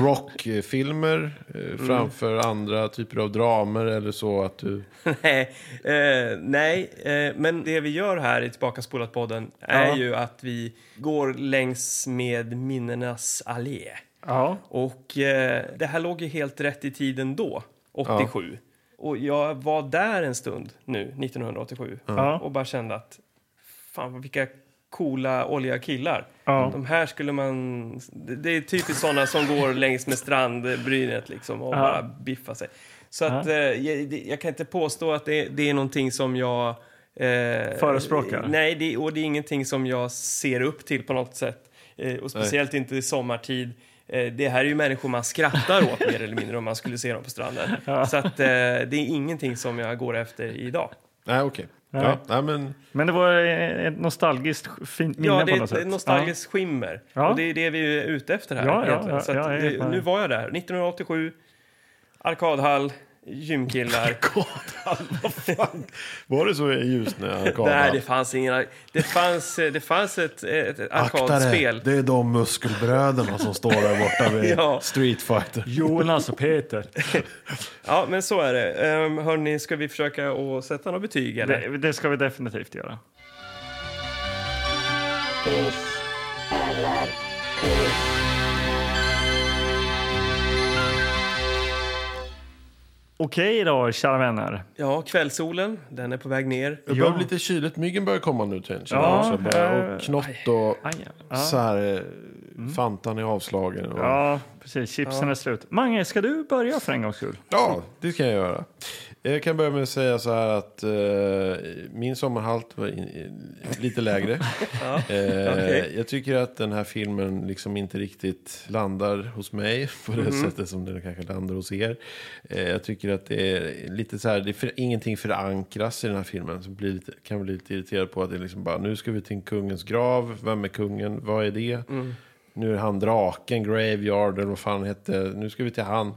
[SPEAKER 2] Rock-filmer eh, framför andra typer av dramer eller så att du...
[SPEAKER 3] nej, eh, nej eh, men det vi gör här i Tillbaka spolat-podden är
[SPEAKER 1] Ja.
[SPEAKER 3] ju att vi går längs med minnenas allé.
[SPEAKER 1] Ja.
[SPEAKER 3] Och eh, det här låg ju helt rätt i tiden då, 87. Och jag var där en stund nu, 1987,
[SPEAKER 1] Ja.
[SPEAKER 3] och bara kände att fan vilka coola oljiga killar.
[SPEAKER 1] Ja.
[SPEAKER 3] De här skulle man... Det det är typiskt sådana som går längs med strandbrynet liksom och bara biffar sig. Så att eh, jag, det- jag kan inte påstå att det, det är någonting som jag... Eh,
[SPEAKER 1] Förespråkar?
[SPEAKER 3] Nej, det, och det är ingenting som jag ser upp till på något sätt. Eh, och speciellt inte i sommartid. Eh, det här är ju människor man skrattar åt mer eller mindre om man skulle se dem
[SPEAKER 1] *laughs*
[SPEAKER 3] på stranden. Så att eh, det är ingenting som jag går efter idag.
[SPEAKER 2] Nej, okej. Ja, nej, men...
[SPEAKER 1] Men det var eh, ett nostalgiskt fint minne
[SPEAKER 3] Ja, det
[SPEAKER 1] på något
[SPEAKER 3] är ett
[SPEAKER 1] sätt.
[SPEAKER 3] nostalgiskt skimmer.
[SPEAKER 1] Ja.
[SPEAKER 3] Och det är det vi är ute efter här.
[SPEAKER 1] Ja, ja,
[SPEAKER 3] egentligen.
[SPEAKER 1] ja,
[SPEAKER 3] så
[SPEAKER 1] jag
[SPEAKER 3] att
[SPEAKER 1] är helt
[SPEAKER 3] det,
[SPEAKER 1] med.
[SPEAKER 3] nu var jag där. 1987, arkadhall, gymkillar. *laughs*
[SPEAKER 2] Var det så i Ljusne?
[SPEAKER 3] Nej, det fanns ingen... Det fanns, eh, det fanns ett, ett, ett arkadspel.
[SPEAKER 2] Det är de muskelbröderna som står där borta vid
[SPEAKER 3] Ja.
[SPEAKER 2] Street Fighter.
[SPEAKER 1] Jonas och alltså, Peter.
[SPEAKER 3] Ja, men så är det. Um, hörni, ska vi försöka att sätta några betyg eller?
[SPEAKER 1] Det, det ska vi definitivt göra. Okej då, kära vänner.
[SPEAKER 3] Ja, kvällssolen, den är på väg ner.
[SPEAKER 2] Det börjar bli lite kyligt. Myggen börjar komma nu. Till,
[SPEAKER 1] Ja,
[SPEAKER 2] ja,
[SPEAKER 1] eh,
[SPEAKER 2] och knott och
[SPEAKER 1] Aj, ja.
[SPEAKER 2] så här... eh, Fantan är avslagen. Och, ja.
[SPEAKER 1] Ja, precis. Chipsen är slut. Mange, ska du börja för en gångs skull?
[SPEAKER 2] det kan jag göra. Jag kan börja med att säga så här att eh, min sommarhalt var in, lite lägre. Eh,
[SPEAKER 3] okej.
[SPEAKER 2] Jag tycker att den här filmen liksom inte riktigt landar hos mig *laughs* på det sättet som den kanske landar hos er. Eh, Jag tycker att det är lite så här, det är för, ingenting förankras i den här filmen. Så blir lite, kan bli lite irriterad på att det är liksom bara, nu ska vi till kungens grav, vem är kungen, vad är det? Nu är han draken, graveyard eller vad fan han hette, nu ska vi till han.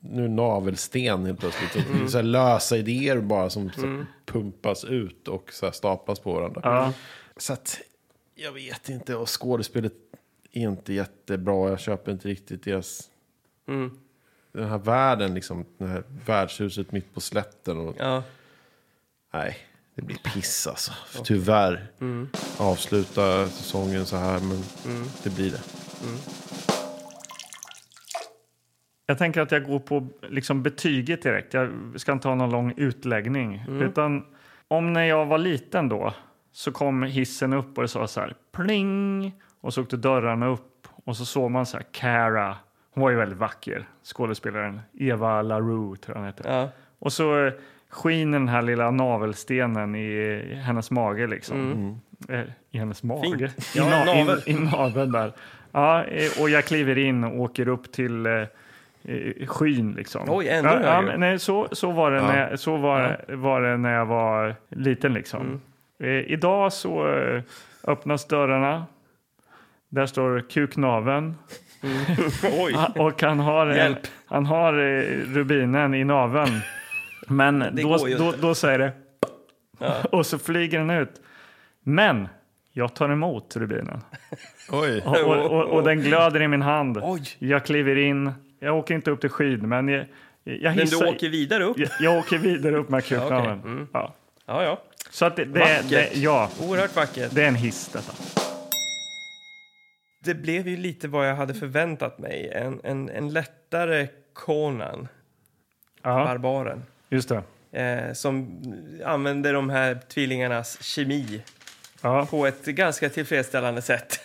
[SPEAKER 2] Nu är navelsten helt plötsligt. Och Så här lösa idéer bara som så här pumpas ut och så här staplas på varandra.
[SPEAKER 1] Ja.
[SPEAKER 2] Så att, jag vet inte. Och skådespelet är inte jättebra. Jag köper inte riktigt deras... Mm. Den här världen, liksom. Det här värdshuset mitt på slätten. Och,
[SPEAKER 3] Ja,
[SPEAKER 2] Nej, det blir piss alltså. Tyvärr. Avsluta säsongen så här, men det blir det.
[SPEAKER 1] Jag tänker att jag går på liksom betyget direkt. Jag ska inte ha någon lång utläggning.
[SPEAKER 3] Mm.
[SPEAKER 1] Utan om när jag var liten då så kom hissen upp och det sa så här pling och så åkte dörrarna upp och så såg man så här Cara. Hon var ju väldigt vacker, skådespelaren Eva LaRue tror jag hon heter.
[SPEAKER 3] ja.
[SPEAKER 1] Och så eh, skiner den här lilla navelstenen i hennes mage liksom. Eh, I hennes mage? I,
[SPEAKER 3] Mm. Ja,
[SPEAKER 1] na-
[SPEAKER 3] navel.
[SPEAKER 1] i, I naveln där. Ja, eh, och jag kliver in och åker upp till eh, eh, skyn liksom.
[SPEAKER 3] Oj, ändå
[SPEAKER 1] ja, ja,
[SPEAKER 3] högre.
[SPEAKER 1] men, nej, så, så, var det när jag, så var, var det när jag var liten liksom.
[SPEAKER 3] Mm.
[SPEAKER 1] Eh, idag så eh, öppnas dörrarna. Där står kuknaven.
[SPEAKER 3] Mm. *laughs* Oj,
[SPEAKER 1] Ah, Och han har, en,
[SPEAKER 3] Hjälp.
[SPEAKER 1] han har eh, rubinen i naveln. Men då,
[SPEAKER 3] går ju
[SPEAKER 1] då,
[SPEAKER 3] inte.
[SPEAKER 1] då säger det... Och så flyger den ut. Men jag tar emot rubinen.
[SPEAKER 2] Oj.
[SPEAKER 1] Och, och, och, och den glöder i min hand.
[SPEAKER 3] Oj.
[SPEAKER 1] Jag kliver in. Jag åker inte upp till skid, men jag, jag
[SPEAKER 3] men du
[SPEAKER 1] hissar...
[SPEAKER 3] åker vidare upp?
[SPEAKER 1] jag, jag åker vidare upp med akutnaveln.
[SPEAKER 3] Ja,
[SPEAKER 1] Ja, ja.
[SPEAKER 3] okej. Ja, ja.
[SPEAKER 1] Så att det, det,
[SPEAKER 3] Vackert.
[SPEAKER 1] det, ja,
[SPEAKER 3] Oerhört vackert.
[SPEAKER 1] det är en hiss detta.
[SPEAKER 3] Det blev ju lite vad jag hade förväntat mig. En, en, en lättare Conan,
[SPEAKER 1] Ja,
[SPEAKER 3] barbaren.
[SPEAKER 1] just det.
[SPEAKER 3] eh, som använder de här tvillingarnas kemi
[SPEAKER 1] Ja,
[SPEAKER 3] på ett ganska tillfredsställande sätt.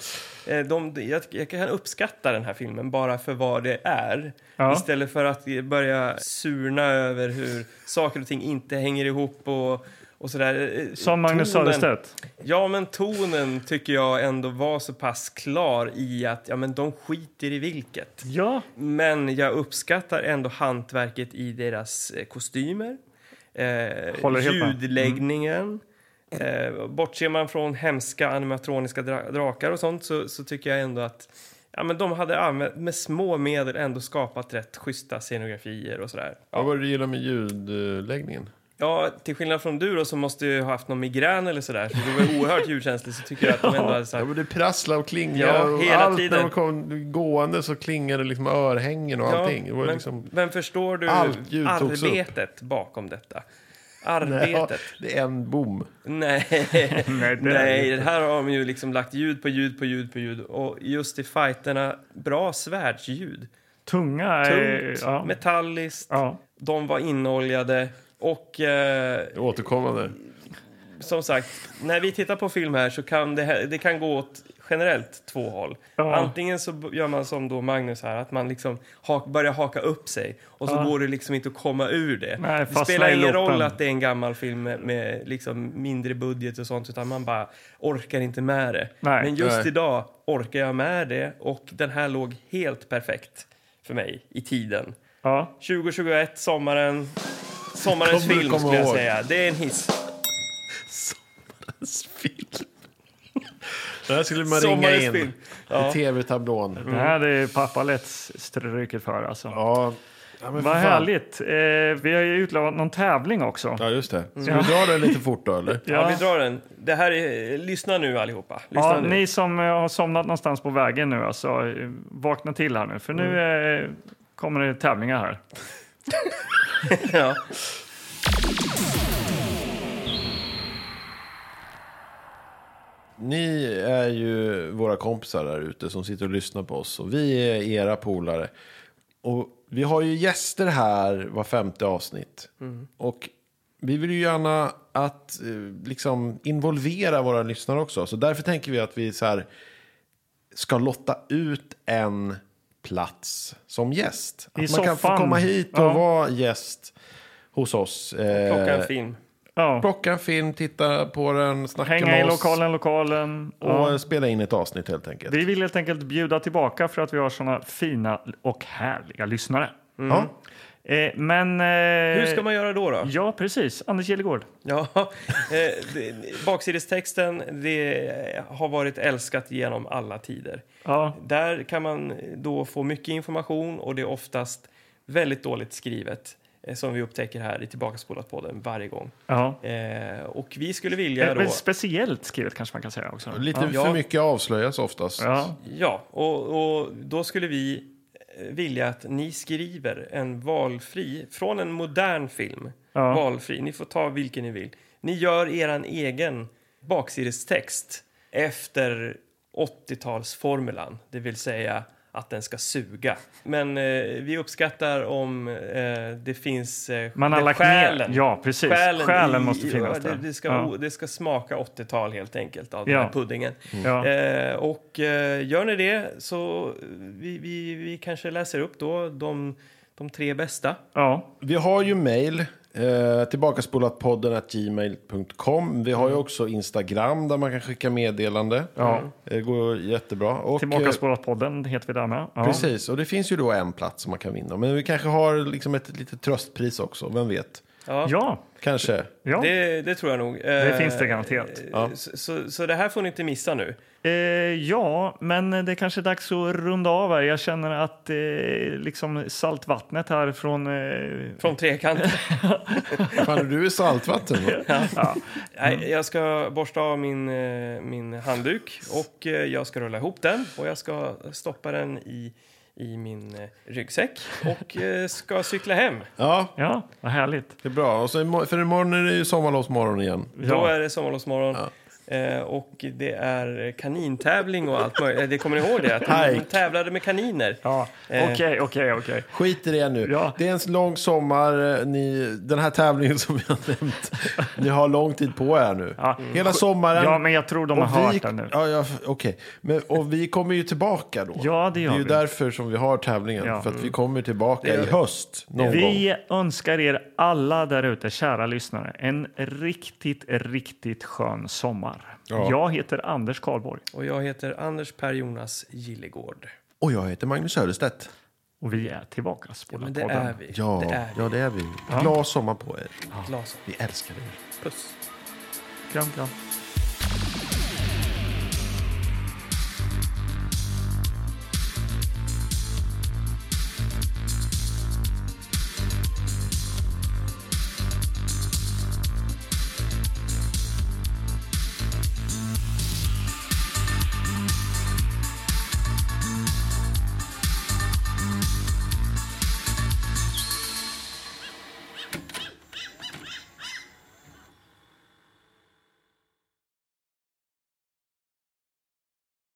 [SPEAKER 3] Eh, De, jag, jag kan uppskatta den här filmen bara för vad det är
[SPEAKER 1] Ja.
[SPEAKER 3] istället för att börja surna över hur saker och ting inte hänger ihop och, och sådär. Eh,
[SPEAKER 1] som Magnus
[SPEAKER 3] tonen-
[SPEAKER 1] Söderstedt.
[SPEAKER 3] Ja, men tonen tycker jag ändå var så pass klar i att ja, men de skiter i vilket.
[SPEAKER 1] Ja,
[SPEAKER 3] Men jag uppskattar ändå hantverket i deras eh, kostymer, eh,
[SPEAKER 1] Håller helt
[SPEAKER 2] Mm.
[SPEAKER 1] med.
[SPEAKER 3] ljudläggningen. Eh, bortser man från hemska animatroniska dra- drakar och sånt så, så tycker jag ändå att ja, men de hade använt, med små medel ändå skapat rätt schyssta scenografier och sådär.
[SPEAKER 2] Vad var det du gillade med ljudläggningen?
[SPEAKER 3] Ja, till skillnad från du då som måste ju ha haft någon migrän eller sådär, så du
[SPEAKER 2] *laughs*
[SPEAKER 3] var oerhört ljudkänslig, så tycker jag att de ändå hade
[SPEAKER 2] Ja,
[SPEAKER 3] sagt...
[SPEAKER 2] men det prasslade och klingade.
[SPEAKER 3] Ja,
[SPEAKER 2] och
[SPEAKER 3] hela
[SPEAKER 2] allt
[SPEAKER 3] tiden.
[SPEAKER 2] när de kom gående så klingade liksom örhängen och
[SPEAKER 3] Ja,
[SPEAKER 2] allting. Det var
[SPEAKER 3] men,
[SPEAKER 2] liksom,
[SPEAKER 3] men förstår du
[SPEAKER 2] Allt ljud togs upp.
[SPEAKER 3] arbetet bakom detta?
[SPEAKER 2] ja,
[SPEAKER 3] Arbetet?
[SPEAKER 2] det är en bom.
[SPEAKER 3] Nej,
[SPEAKER 1] *laughs* Nej,
[SPEAKER 3] nej,
[SPEAKER 1] det är det
[SPEAKER 3] det här har de ju liksom lagt ljud på ljud på ljud på ljud och just i fighterna, bra svärdsljud.
[SPEAKER 1] Tunga är...
[SPEAKER 3] Tungt,
[SPEAKER 1] Eh, ja.
[SPEAKER 3] metalliskt,
[SPEAKER 1] Ja.
[SPEAKER 3] de var inoljade och eh,
[SPEAKER 2] Det är Återkommande.
[SPEAKER 3] som sagt, när vi tittar på film här så kan det, här- det kan gå åt generellt två håll.
[SPEAKER 1] Ja.
[SPEAKER 3] Antingen så b- gör man som då Magnus här, att man liksom ha, börjar haka upp sig och så går det liksom inte att komma ur det.
[SPEAKER 1] Nej,
[SPEAKER 3] det
[SPEAKER 1] fastna
[SPEAKER 3] spelar
[SPEAKER 1] i
[SPEAKER 3] ingen
[SPEAKER 1] loopen.
[SPEAKER 3] roll att det är en gammal film med, med liksom mindre budget och sånt, utan man bara orkar inte med det.
[SPEAKER 1] Nej.
[SPEAKER 3] Men just
[SPEAKER 2] Nej.
[SPEAKER 3] idag orkar jag med det och den här låg helt perfekt för mig i tiden.
[SPEAKER 1] Ja.
[SPEAKER 3] 2021, sommaren, sommarens
[SPEAKER 2] Kommer du
[SPEAKER 3] film
[SPEAKER 2] komma
[SPEAKER 3] skulle jag
[SPEAKER 2] ihåg?
[SPEAKER 3] säga. Det är en hiss.
[SPEAKER 2] Film. Det här skulle man ringa
[SPEAKER 3] Sommarens
[SPEAKER 2] in
[SPEAKER 3] film. Ja.
[SPEAKER 2] i tv-tablån.
[SPEAKER 3] Mm.
[SPEAKER 1] Det här är pappa lätt stryker för alltså.
[SPEAKER 2] Ja, ja men för
[SPEAKER 1] Vad
[SPEAKER 2] fan.
[SPEAKER 1] härligt. Eh, vi har ju utlovat någon tävling också.
[SPEAKER 2] Ja, just det. Ska vi dra den lite fort
[SPEAKER 1] *laughs*
[SPEAKER 2] då, eller?
[SPEAKER 3] Ja, vi drar den. Det här är, lyssna nu allihopa. Lyssna
[SPEAKER 1] Ja,
[SPEAKER 3] nu.
[SPEAKER 1] ni som eh, har somnat någonstans på vägen nu, alltså, eh, vakna till här nu. För nu
[SPEAKER 3] Mm.
[SPEAKER 1] eh, kommer det tävlingar här.
[SPEAKER 3] *laughs* Ja.
[SPEAKER 2] Ni är ju våra kompisar där ute som sitter och lyssnar på oss. Och vi är era polare. Och vi har ju gäster här var femte avsnitt.
[SPEAKER 1] Mm.
[SPEAKER 2] Och vi vill ju gärna att eh, liksom involvera våra lyssnare också. Så därför tänker vi att vi så här ska lotta ut en plats som gäst. Att
[SPEAKER 1] I
[SPEAKER 2] man kan få
[SPEAKER 1] soffan.
[SPEAKER 2] komma hit och
[SPEAKER 1] Ja.
[SPEAKER 2] vara gäst hos oss. Eh,
[SPEAKER 3] Plocka en film.
[SPEAKER 1] Ja.
[SPEAKER 2] Plocka en film, titta på den, snacka
[SPEAKER 1] Hänga i
[SPEAKER 2] med oss.
[SPEAKER 1] lokalen, lokalen.
[SPEAKER 2] Och eh,
[SPEAKER 1] Ja.
[SPEAKER 2] spela in ett avsnitt helt enkelt.
[SPEAKER 1] Vi vill helt enkelt bjuda tillbaka för att vi har såna fina och härliga lyssnare.
[SPEAKER 2] Ja.
[SPEAKER 1] Eh, men... Eh,
[SPEAKER 3] Hur ska man göra då? då?
[SPEAKER 1] Ja, precis. Anders Gillegård.
[SPEAKER 3] Ja, eh, det- baksidestexten det har varit älskat genom alla tider.
[SPEAKER 1] Ja.
[SPEAKER 3] Där kan man då få mycket information och det är oftast väldigt dåligt skrivet eh, som vi upptäcker här i Tillbakaspolat podden varje gång.
[SPEAKER 1] ja.
[SPEAKER 3] Eh, och vi skulle vilja då...
[SPEAKER 1] Eh, Men speciellt skrivet kanske man kan säga också.
[SPEAKER 2] Lite
[SPEAKER 1] ja.
[SPEAKER 2] för mycket avslöjas oftast.
[SPEAKER 1] Ja.
[SPEAKER 3] Ja, och, och då skulle vi eh, vilja att ni skriver en valfri, från en modern film,
[SPEAKER 1] Ja.
[SPEAKER 3] valfri, ni får ta vilken ni vill. Ni gör eran egen baksidestext efter 80-talsformulan, det vill säga att den ska suga. Men eh, vi uppskattar om eh, det finns eh,
[SPEAKER 1] Man har
[SPEAKER 3] det-
[SPEAKER 1] lagt
[SPEAKER 3] själen.
[SPEAKER 1] ner... Ja, precis. Själen,
[SPEAKER 3] i-
[SPEAKER 1] måste
[SPEAKER 3] i-
[SPEAKER 1] finnas
[SPEAKER 3] det,
[SPEAKER 1] där.
[SPEAKER 3] det, ska,
[SPEAKER 1] ja.
[SPEAKER 3] o- det ska smaka 80-tal helt enkelt av
[SPEAKER 1] Ja. Mm.
[SPEAKER 3] den här puddingen.
[SPEAKER 1] Ja.
[SPEAKER 3] Eh, och eh, gör ni det så eh, vi, vi, vi kanske läser upp då de, de tre bästa.
[SPEAKER 1] Ja.
[SPEAKER 2] Vi har ju mejl. Eh, tillbakaspolatpodden at gmail.com. Vi har ju också Instagram där man kan skicka meddelande.
[SPEAKER 1] Mm.
[SPEAKER 2] Eh,
[SPEAKER 1] Ja.
[SPEAKER 2] Det går jättebra. Och, eh,
[SPEAKER 1] Tillbakaspårat-podden heter vi där med. Ja.
[SPEAKER 2] Precis, och det finns ju då en plats som man kan vinna. Men vi kanske har liksom ett litet tröstpris också, vem vet?
[SPEAKER 3] Ja,
[SPEAKER 1] Ja, *laughs*
[SPEAKER 2] Kanske.
[SPEAKER 1] ja.
[SPEAKER 3] Det, det tror jag nog. Eh,
[SPEAKER 1] Det finns det garanterat.
[SPEAKER 3] Så, så, så det här får ni inte missa nu.
[SPEAKER 1] Eh, ja, men det är kanske är dags att runda av här. Jag känner att eh, liksom saltvattnet här från... Eh,
[SPEAKER 3] Från trekanten.
[SPEAKER 1] *laughs*
[SPEAKER 2] Fan, du är saltvatten. va?
[SPEAKER 1] Mm.
[SPEAKER 3] Nej, jag ska borsta av min, eh, min handduk och eh, jag ska rulla ihop den och jag ska stoppa den i, i min eh, ryggsäck och eh, ska cykla hem.
[SPEAKER 2] Ja,
[SPEAKER 1] ja, vad härligt.
[SPEAKER 2] det är bra. Och så imo- för imorgon är det ju sommarlovsmorgon igen.
[SPEAKER 3] Då
[SPEAKER 1] Ja.
[SPEAKER 3] är det sommarlovsmorgon. Eh, och det är kanintävling och allt möjligt. Eh, Det kommer ni ihåg det? Att de
[SPEAKER 2] Hajk.
[SPEAKER 3] tävlade med kaniner.
[SPEAKER 1] Ja,
[SPEAKER 3] Eh.
[SPEAKER 1] okej, okej, okej.
[SPEAKER 2] Skit i det nu.
[SPEAKER 1] Ja.
[SPEAKER 2] Det är en lång sommar. eh, Ni, den här tävlingen *laughs* som vi har nämnt. Ni har lång tid på er nu.
[SPEAKER 1] Ja.
[SPEAKER 2] Hela sommaren.
[SPEAKER 1] Ja, men jag tror de har
[SPEAKER 2] och vi,
[SPEAKER 1] hört den nu.
[SPEAKER 2] Ja, ja, f- okej. Men, och vi kommer ju tillbaka då.
[SPEAKER 1] Ja, det gör
[SPEAKER 2] är ju
[SPEAKER 1] vi.
[SPEAKER 2] därför som vi har tävlingen.
[SPEAKER 1] Ja.
[SPEAKER 2] För att vi kommer tillbaka i höst. Någon gång.
[SPEAKER 1] Vi önskar er alla där ute, kära lyssnare, en riktigt, riktigt skön sommar.
[SPEAKER 2] Ja.
[SPEAKER 1] Jag heter Anders Karlborg
[SPEAKER 3] Och jag heter Anders Per Jonas Gillegård.
[SPEAKER 2] Och jag heter Magnus Söderstedt.
[SPEAKER 1] och vi är tillbaka på
[SPEAKER 3] Men det är vi.
[SPEAKER 2] Ja,
[SPEAKER 3] Det är vi.
[SPEAKER 2] ja, det är vi. Glad sommar på er.
[SPEAKER 3] Glasögon.
[SPEAKER 2] Vi älskar er.
[SPEAKER 3] Puss.
[SPEAKER 1] Kram, kram.